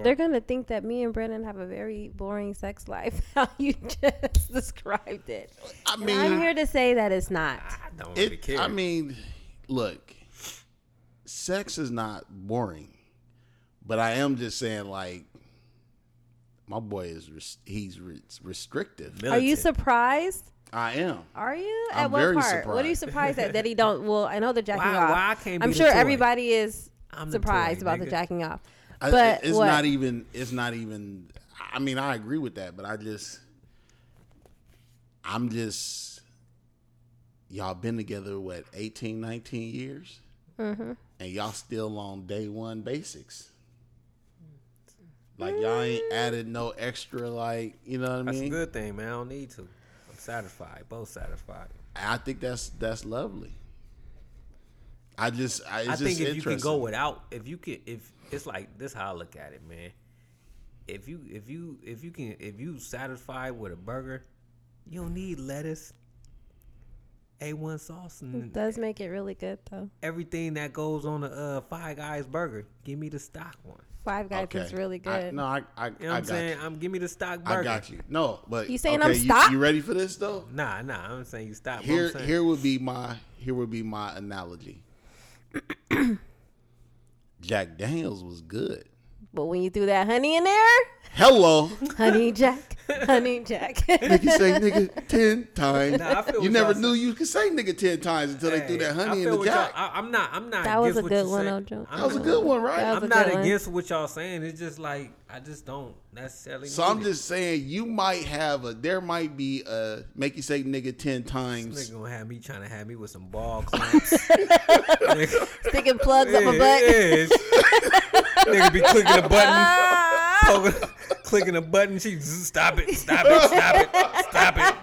S3: They're gonna think that me and Brennan have a very boring sex life. How you just described it.
S1: I
S3: And I'm
S1: mean,
S3: here to say that it's not.
S2: I don't really
S1: it,
S2: care.
S1: I mean, look, sex is not boring, but I am just saying like my boy is res- he's re- restrictive.
S3: Are you
S2: Militant.
S3: surprised?
S1: I am.
S3: Are you? At
S1: I'm
S3: what
S1: very
S3: part? What are you
S1: surprised.
S3: surprised at that he don't? Well, I know the jacking
S2: Why-
S3: off.
S2: why I can't
S3: I'm
S2: be the
S3: sure
S2: toy?
S3: everybody is
S2: I'm the
S3: surprised
S2: toy,
S3: about the
S2: nigga.
S3: jacking off.
S1: I-
S3: But
S1: it's
S3: what?
S1: not
S2: e
S1: even it's not even I mean I agree with that, but I just I'm just y'all been together what 18 19 years
S3: Mm-hmm.
S1: and y'all still on day one basics like y'all ain't added no extra like you know what I
S2: That's a
S1: mean
S2: good thing, man. I don't need to. I'm satisfied. Both satisfied.
S1: I think that's that's lovely I just I, it's
S2: I
S1: just
S2: think if you
S1: interesting.
S2: can go without, if you can, if it's like this, how I look at it, man. If you, if you, if you can, if you satisfied with a burger, you don't need lettuce, a one sauce,
S3: It
S2: and
S3: does make it really good though.
S2: everything that goes on a uh, Five Guys burger. Give me the stock one.
S3: Five Guys is really good.
S1: I, no I I,
S2: You
S1: I
S2: know what I'm
S1: got
S2: saying?
S1: you.
S2: I'm give me the stock burger.
S1: I got you no but
S3: You saying
S1: okay,
S3: I'm stopped?
S1: you, you ready for this though
S2: Nah, nah. I'm saying you stop. but I'm
S1: here
S2: saying-
S1: here would be my here would be my analogy. Jack Daniels was good.
S3: But when you threw that honey in there,
S1: Hello,
S3: honey Jack, honey Jack.
S1: nigga say nigga ten times.
S2: Nah, I feel
S1: you
S2: what
S1: never
S2: y'all
S1: knew you could say nigga ten times until they threw
S2: Hey,
S1: that
S2: I
S1: honey in
S2: feel
S1: the
S2: what y'all-
S1: jack.
S2: I, am not. I'm not.
S3: That was
S2: against
S3: a
S2: what
S3: good
S2: you're
S3: one,
S2: saying.
S3: Old Joe.
S2: I'm
S1: that was a
S2: not-
S1: good one, right?
S3: That was
S2: I'm
S3: a
S2: not
S3: good one.
S2: against what y'all saying. It's just like I just don't necessarily.
S1: so I'm
S2: need it.
S1: just saying you might have a there might be a make you say nigga ten
S2: This
S1: times.
S2: nigga gonna have me trying to have me with some ball clamps. nigga,
S3: Sticking plugs up
S2: yeah,
S3: my butt.
S2: yes. nigga be clicking a button,
S3: Ah,
S2: poking, clicking a button. She zzz, stop it, stop it, stop it, stop it.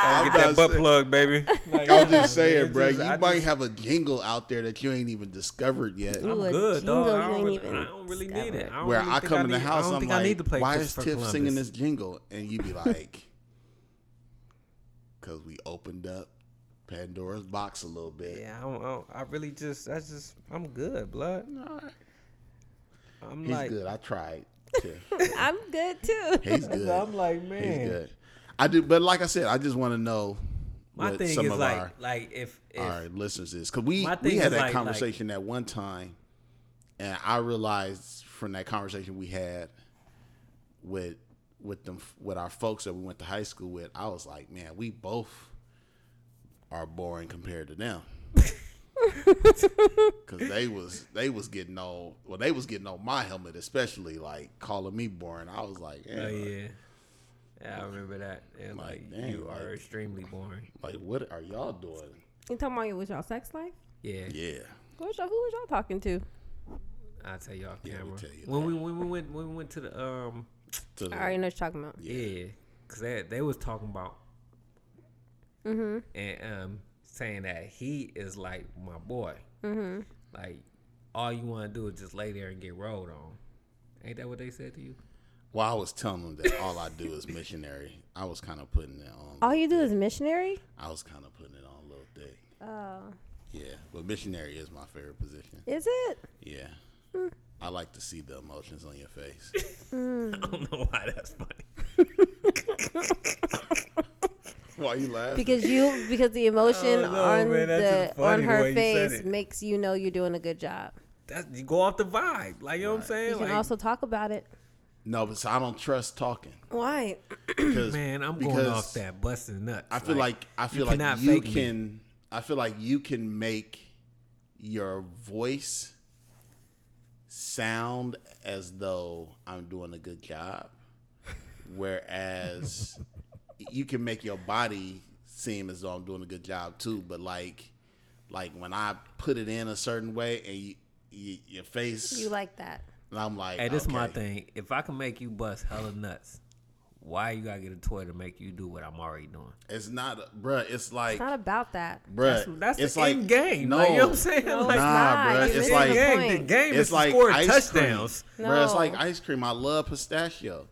S2: Gotta get that
S1: not
S2: butt
S1: saying-
S2: plug, baby. Like,
S1: I'm just saying,
S2: it's
S1: bro.
S2: just-
S1: you
S2: I
S1: might
S2: just-
S1: have a jingle out there that you ain't even discovered yet.
S3: Ooh, a
S2: good dog. I
S3: jingle you
S2: don't,
S3: ain't
S2: really,
S3: even
S2: I don't really need
S3: discovered.
S2: it. I don't
S1: where
S2: really
S1: I
S2: think
S1: come in
S2: need-
S1: the house,
S2: I don't
S1: I'm
S2: think
S1: like,
S2: I need to play
S1: why is
S2: Christopher
S1: Tiff singing
S2: Columbus."
S1: this jingle? And you be like, because we opened up Pandora's box a little bit.
S2: Yeah, I, don't, I, don't, I really just, that's just, I'm good, blood. I'm
S1: He's
S2: like,
S1: good. I tried. Tiff.
S3: I'm good too.
S1: He's good.
S2: I'm like, man.
S1: He's good. I do, but like I said, I just want to know
S2: My
S1: what
S2: thing
S1: some
S2: is
S1: of
S2: like,
S1: our,
S2: like if, if
S1: our listeners is because we
S2: My
S1: we
S2: thing
S1: had
S2: is
S1: that
S2: like-
S1: conversation at one time, and I realized from that conversation we had with with them with our folks that we went to high school with, I was like, man, we both are boring compared to them. Cause they was they was getting on well they was getting on my helmet especially like calling me boring I was like
S2: oh
S1: "Eh,
S2: yeah, yeah, I remember that. And like,
S1: Like, dang,
S2: you
S1: like-
S2: are extremely boring.
S1: like what are y'all doing
S3: You talking about your with y'all sex life?
S2: Yeah,
S1: yeah
S3: Who was y'all, who was y'all talking to?
S2: I'll tell you off
S1: Yeah,
S2: camera.
S1: we'll tell you
S2: when we when we went when we went to the um
S1: to the,
S3: I already know what you're talking about.
S1: Yeah.
S2: yeah, cause they they was talking about
S3: Mm-hmm.
S2: and um saying that he is like my boy.
S3: Mm-hmm.
S2: Like all you want to do is just lay there and get rolled on. Ain't that what they said to you?
S1: Well, I was telling them that all I do is missionary. I was kind of putting it on.
S3: All you do is missionary.
S1: I was kind of putting it on a little thick. Oh. Yeah, but missionary is my favorite position.
S3: Is it?
S1: Yeah. I like to see the emotions on your face.
S2: I don't know why that's funny.
S1: Why you laughing?
S3: Because you because the emotion
S2: know,
S3: on
S2: man, that's
S3: the
S2: just funny
S3: on
S2: the
S3: her
S2: way you said
S3: face
S2: it.
S3: makes you know you're doing a good job.
S2: That's, you go off the vibe, like you know what I'm saying.
S3: You can
S2: Like,
S3: also talk about it.
S1: no, but so I don't trust talking.
S3: Why?
S1: Because,
S2: man, I'm going
S1: because
S2: off that busting nuts.
S1: I feel like, I feel
S2: cannot
S1: like you
S2: fake me.
S1: can. I feel like you can make your voice sound as though I'm doing a good job, whereas you can make your body seem as though I'm doing a good job too. But like, like when I put it in a certain way and you, you, your face,
S3: You like that?
S1: and I'm like,
S2: hey, this is my
S1: okay.
S2: thing. If I can make you bust hella nuts, why you gotta get a toy to make you do what I'm already doing?
S1: It's not, bruh. It's like,
S3: It's not about that.
S1: bruh.
S2: That's
S1: it's
S2: the
S1: like
S2: end game. like, you know what I'm saying?
S3: No,
S2: like,
S3: it's
S1: Nah,
S3: not.
S1: bruh,
S3: You're
S1: it's
S3: missing
S1: like-
S3: the
S2: game.
S3: point.
S2: The game
S1: it's
S2: is
S1: like
S2: to score
S1: ice
S2: touchdowns.
S1: Cream. Bruh, it's
S3: No.
S1: like ice cream. I love pistachio.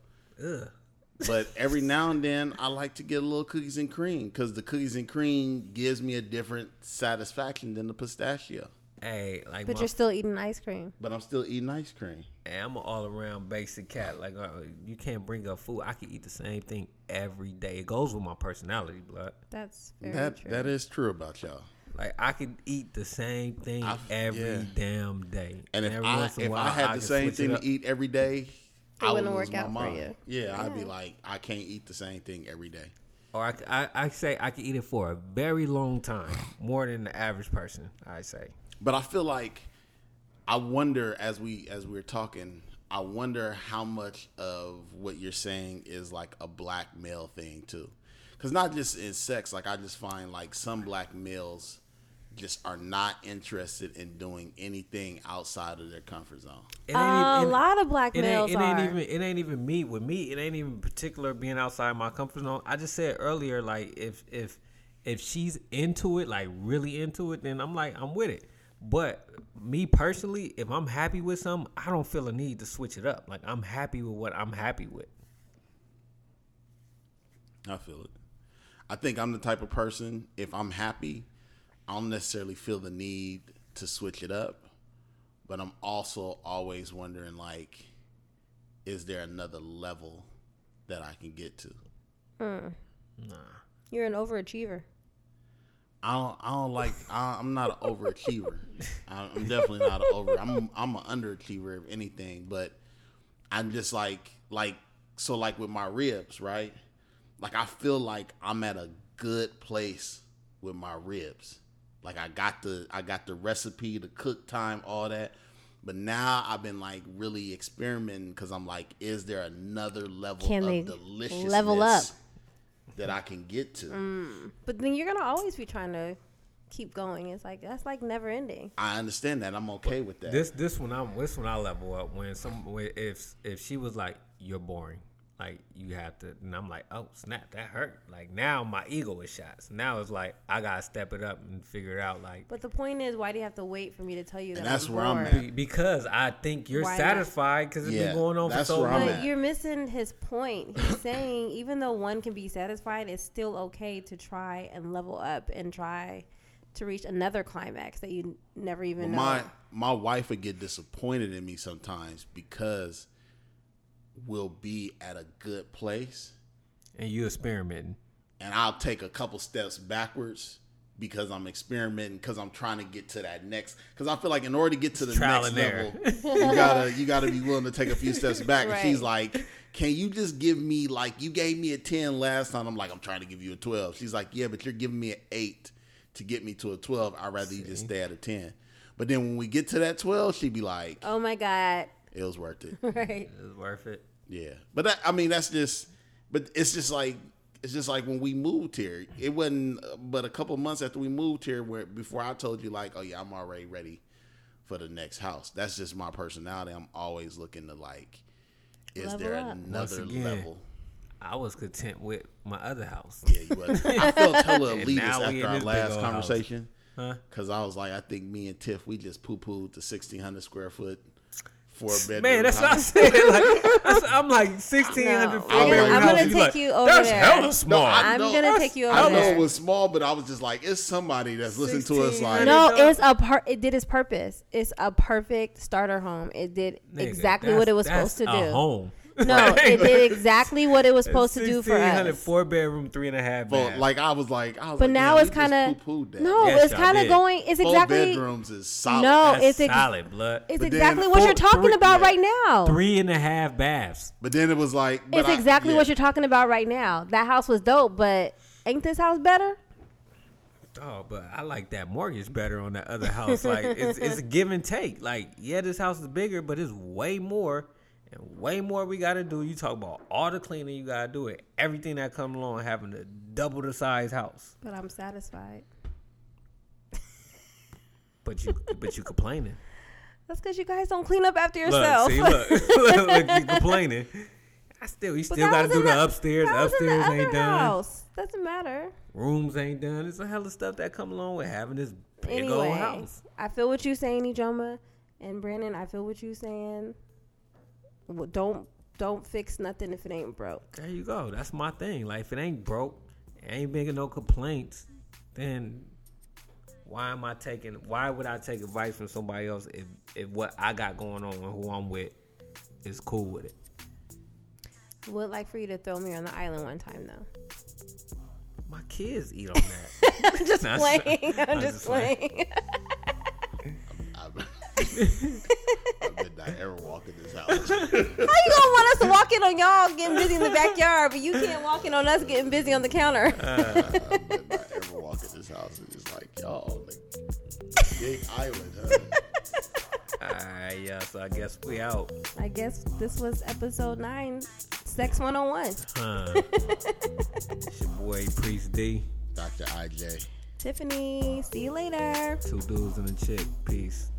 S1: But every now and then, I like to get a little cookies and cream because the cookies and cream gives me a different satisfaction than the pistachio.
S2: Hey, like
S3: But
S2: my
S3: you're still eating ice cream.
S1: But I'm still eating ice cream.
S2: Hey, I'm an all around basic cat. Like uh, you can't bring up food. I can eat the same thing every day. It goes with my personality, blood.
S3: That's very
S1: that
S3: true.
S1: that is true about y'all.
S2: Like I can eat the same thing
S1: I-
S2: every
S1: yeah.
S2: damn day.
S1: And if
S2: every
S1: I
S2: once in a
S1: if I
S2: while,
S1: had
S2: can
S1: the same
S2: switch it
S1: thing
S2: up.
S1: to eat every day, I would
S3: wouldn't
S1: lose
S3: work
S1: my
S3: out for
S1: mind.
S3: you.
S1: Yeah, I'd be like, I can't eat the same thing every day.
S2: or I, c- I- I say I can eat it for a very long time, more than the average person. I say.
S1: But I feel like I wonder as we as we are talking, I wonder how much of what you're saying is like a black male thing too. Cuz not just in sex, like I just find like some black males just are not interested in doing anything outside of their comfort zone.
S2: It ain't
S3: a
S2: even- it-
S3: lot of black
S2: it
S3: males
S2: ain't, it ain't
S3: are.
S2: even it ain't even me with me it ain't even particular being outside my comfort zone i just said earlier like if if if she's into it like really into it then i'm like i'm with it but me personally if i'm happy with something i don't feel a need to switch it up like i'm happy with what i'm happy with
S1: I feel it. I think I'm the type of person if I'm happy, I don't necessarily feel the need to switch it up, but I'm also always wondering like, is there another level that I can get to?
S3: Hmm. You're an overachiever.
S1: I don't. I don't like. I, I'm not an overachiever. I'm I'm definitely not an over. I'm. I'm an underachiever if anything. But I'm just like like so like with my ribs, right? Like I feel like I'm at a good place with my ribs. Like I got the I got the recipe, the cook time, all that. But now I've been like really experimenting because I'm like, is there another level
S3: Can they
S1: of deliciousness
S3: level up?
S1: that I can get to?
S3: But then you're gonna always be trying to keep going. It's like that's like never ending.
S1: I understand that. I'm okay with that.
S2: this this one i'm this one i level up when some when- if if she was like you're boring like you have to and i'm like oh snap that hurt like now my ego is shot so now it's like i gotta step it up and figure it out like
S3: But the point is, why do you have to wait for me to tell you that?
S1: And that's
S3: I'm
S1: where I'm
S3: bored?
S1: at.
S2: Be- because I think you're
S3: Why not?
S2: satisfied because it's
S1: Yeah,
S2: been going on for
S1: that's
S2: so
S1: where I'm
S2: long.
S1: at.
S3: But you're missing his point. He's saying even though one can be satisfied, it's still okay to try and level up and try to reach another climax that you never even know.
S1: my my wife would get disappointed in me sometimes because we'll be at a good place
S2: And you experimenting.
S1: and I'll take a couple steps backwards because I'm experimenting because I'm trying to get to that next because I feel like in order to get to the
S2: Trial
S1: next
S2: and error.
S1: level you gotta you gotta be willing to take a few steps back and she's like can you just give me like you gave me a 10 last time I'm like I'm trying to give you a 12 she's like yeah but you're giving me an 8 to get me to a 12 I'd rather you just stay at a 10 but then when we get to that 12 she'd be like
S3: oh my god!
S1: it was worth it
S3: Right?
S2: It's worth it.
S1: yeah, but that, I mean that's just, but it's just like it's just like when we moved here. It wasn't, uh, but a couple months after we moved here, where before I told you like, oh yeah, I'm already ready for the next house. That's just my personality. I'm always looking to like, is
S3: Level
S1: there
S3: up. Once
S1: another
S2: again.
S1: level?
S2: I was content with my other house.
S1: Yeah, you was. I felt hella
S2: And
S1: elitist
S2: now we
S1: after
S2: in
S1: our
S2: this big
S1: last
S2: old house.
S1: conversation. Cause I was like, I think me and Tiff, we just poo pooed the sixteen hundred square foot four bedroom.
S2: Man, that's what I
S1: house.
S2: said. Like, that's, I'm like 1600
S3: No,
S2: four
S3: I'm
S1: gonna-
S2: bedroom
S1: I'm
S2: house.
S1: gonna
S2: You
S3: take
S2: like,
S3: you over
S2: that's
S3: there."
S2: hella small.
S1: I
S3: I'm
S1: know-
S3: gonna take you
S1: I
S3: over
S1: don't know
S3: there.
S1: it was small, but I was just like, it's somebody that's listening to us.
S2: 16,
S1: Like,
S2: right?
S3: No,
S2: There you go.
S3: it's a per- it did its purpose. It's a perfect starter home. It did
S2: Nigga,
S3: exactly what
S2: that's-
S3: it was
S2: that's
S3: supposed to do.
S5: a home.
S3: No, it did exactly what it was supposed to do for
S2: 1600,
S3: us.
S2: four bedroom, three and a half
S1: but
S2: bath.
S1: like I was like, I was
S3: But
S1: like,
S3: now
S1: man,
S3: it's
S1: we just
S3: kind of
S1: poo-pooed that.
S3: no,
S2: Yes,
S3: it's
S2: y'all
S3: kind of
S2: did.
S3: going. It's
S1: four
S3: exactly
S1: bedrooms is solid.
S3: no,
S5: That's
S3: it's ex-
S5: solid, blood.
S3: it's
S1: But then
S3: exactly what
S1: four-
S3: you're talking
S1: three-
S3: about
S1: yeah.
S3: right now.
S5: Three and a half baths.
S1: but then it was like, but
S3: it's
S1: I-
S3: exactly
S1: yeah.
S3: what you're talking about right now. That house was dope, but ain't this house better?
S2: Oh, but I like that mortgage better on that other house. Like it's it's a give and take. Like yeah, this house is bigger, but it's way more and way more we got to do. You talk about all the cleaning you got to do it, everything that come along having to double the size house.
S3: But I'm satisfied.
S2: But you but you complaining.
S3: That's because you guys don't clean up after
S2: Look,
S3: yourself.
S2: see, look, look, look, you complaining. I still you
S3: But
S2: still
S3: that
S2: got to
S3: was
S2: do
S3: in
S2: the, upstairs.
S3: that was in the
S2: Upstairs
S3: other
S2: ain't done.
S3: House. Doesn't matter.
S2: Rooms ain't done. It's a hell of stuff that come along with having this big old
S3: anyway,
S2: house.
S3: I feel what you're saying, Ijoma, and Brandon. I feel what you're saying. W- Don't don't fix nothing if it ain't broke.
S2: There you go. That's my thing. Like if it ain't broke, it ain't making no complaints, then why am I taking why would I take advice from somebody else if if what I got going on and who I'm with is cool with it?
S3: Would like for you to throw me on the island one time though.
S2: My kids eat on that.
S3: I'm just
S2: Nah, I'm
S3: playing.
S2: just-
S3: I'm,
S2: I'm
S3: just,
S2: just
S3: playing.
S2: playing.
S1: I, I did not ever walk in this house.
S3: How you gonna want us to walk in on y'all getting busy in the backyard, but you can't walk in on us getting busy on the counter?
S2: Uh.
S1: I did not ever walk in this house. It's just like y'all, like, big island, huh?
S2: Alright, yeah, so I guess we out.
S3: I guess this was episode nine, sex 101.
S2: Huh. it's your boy Priest D.
S1: Doctor IJ.
S3: Tiffany, see you later.
S2: Two dudes and a chick. Peace.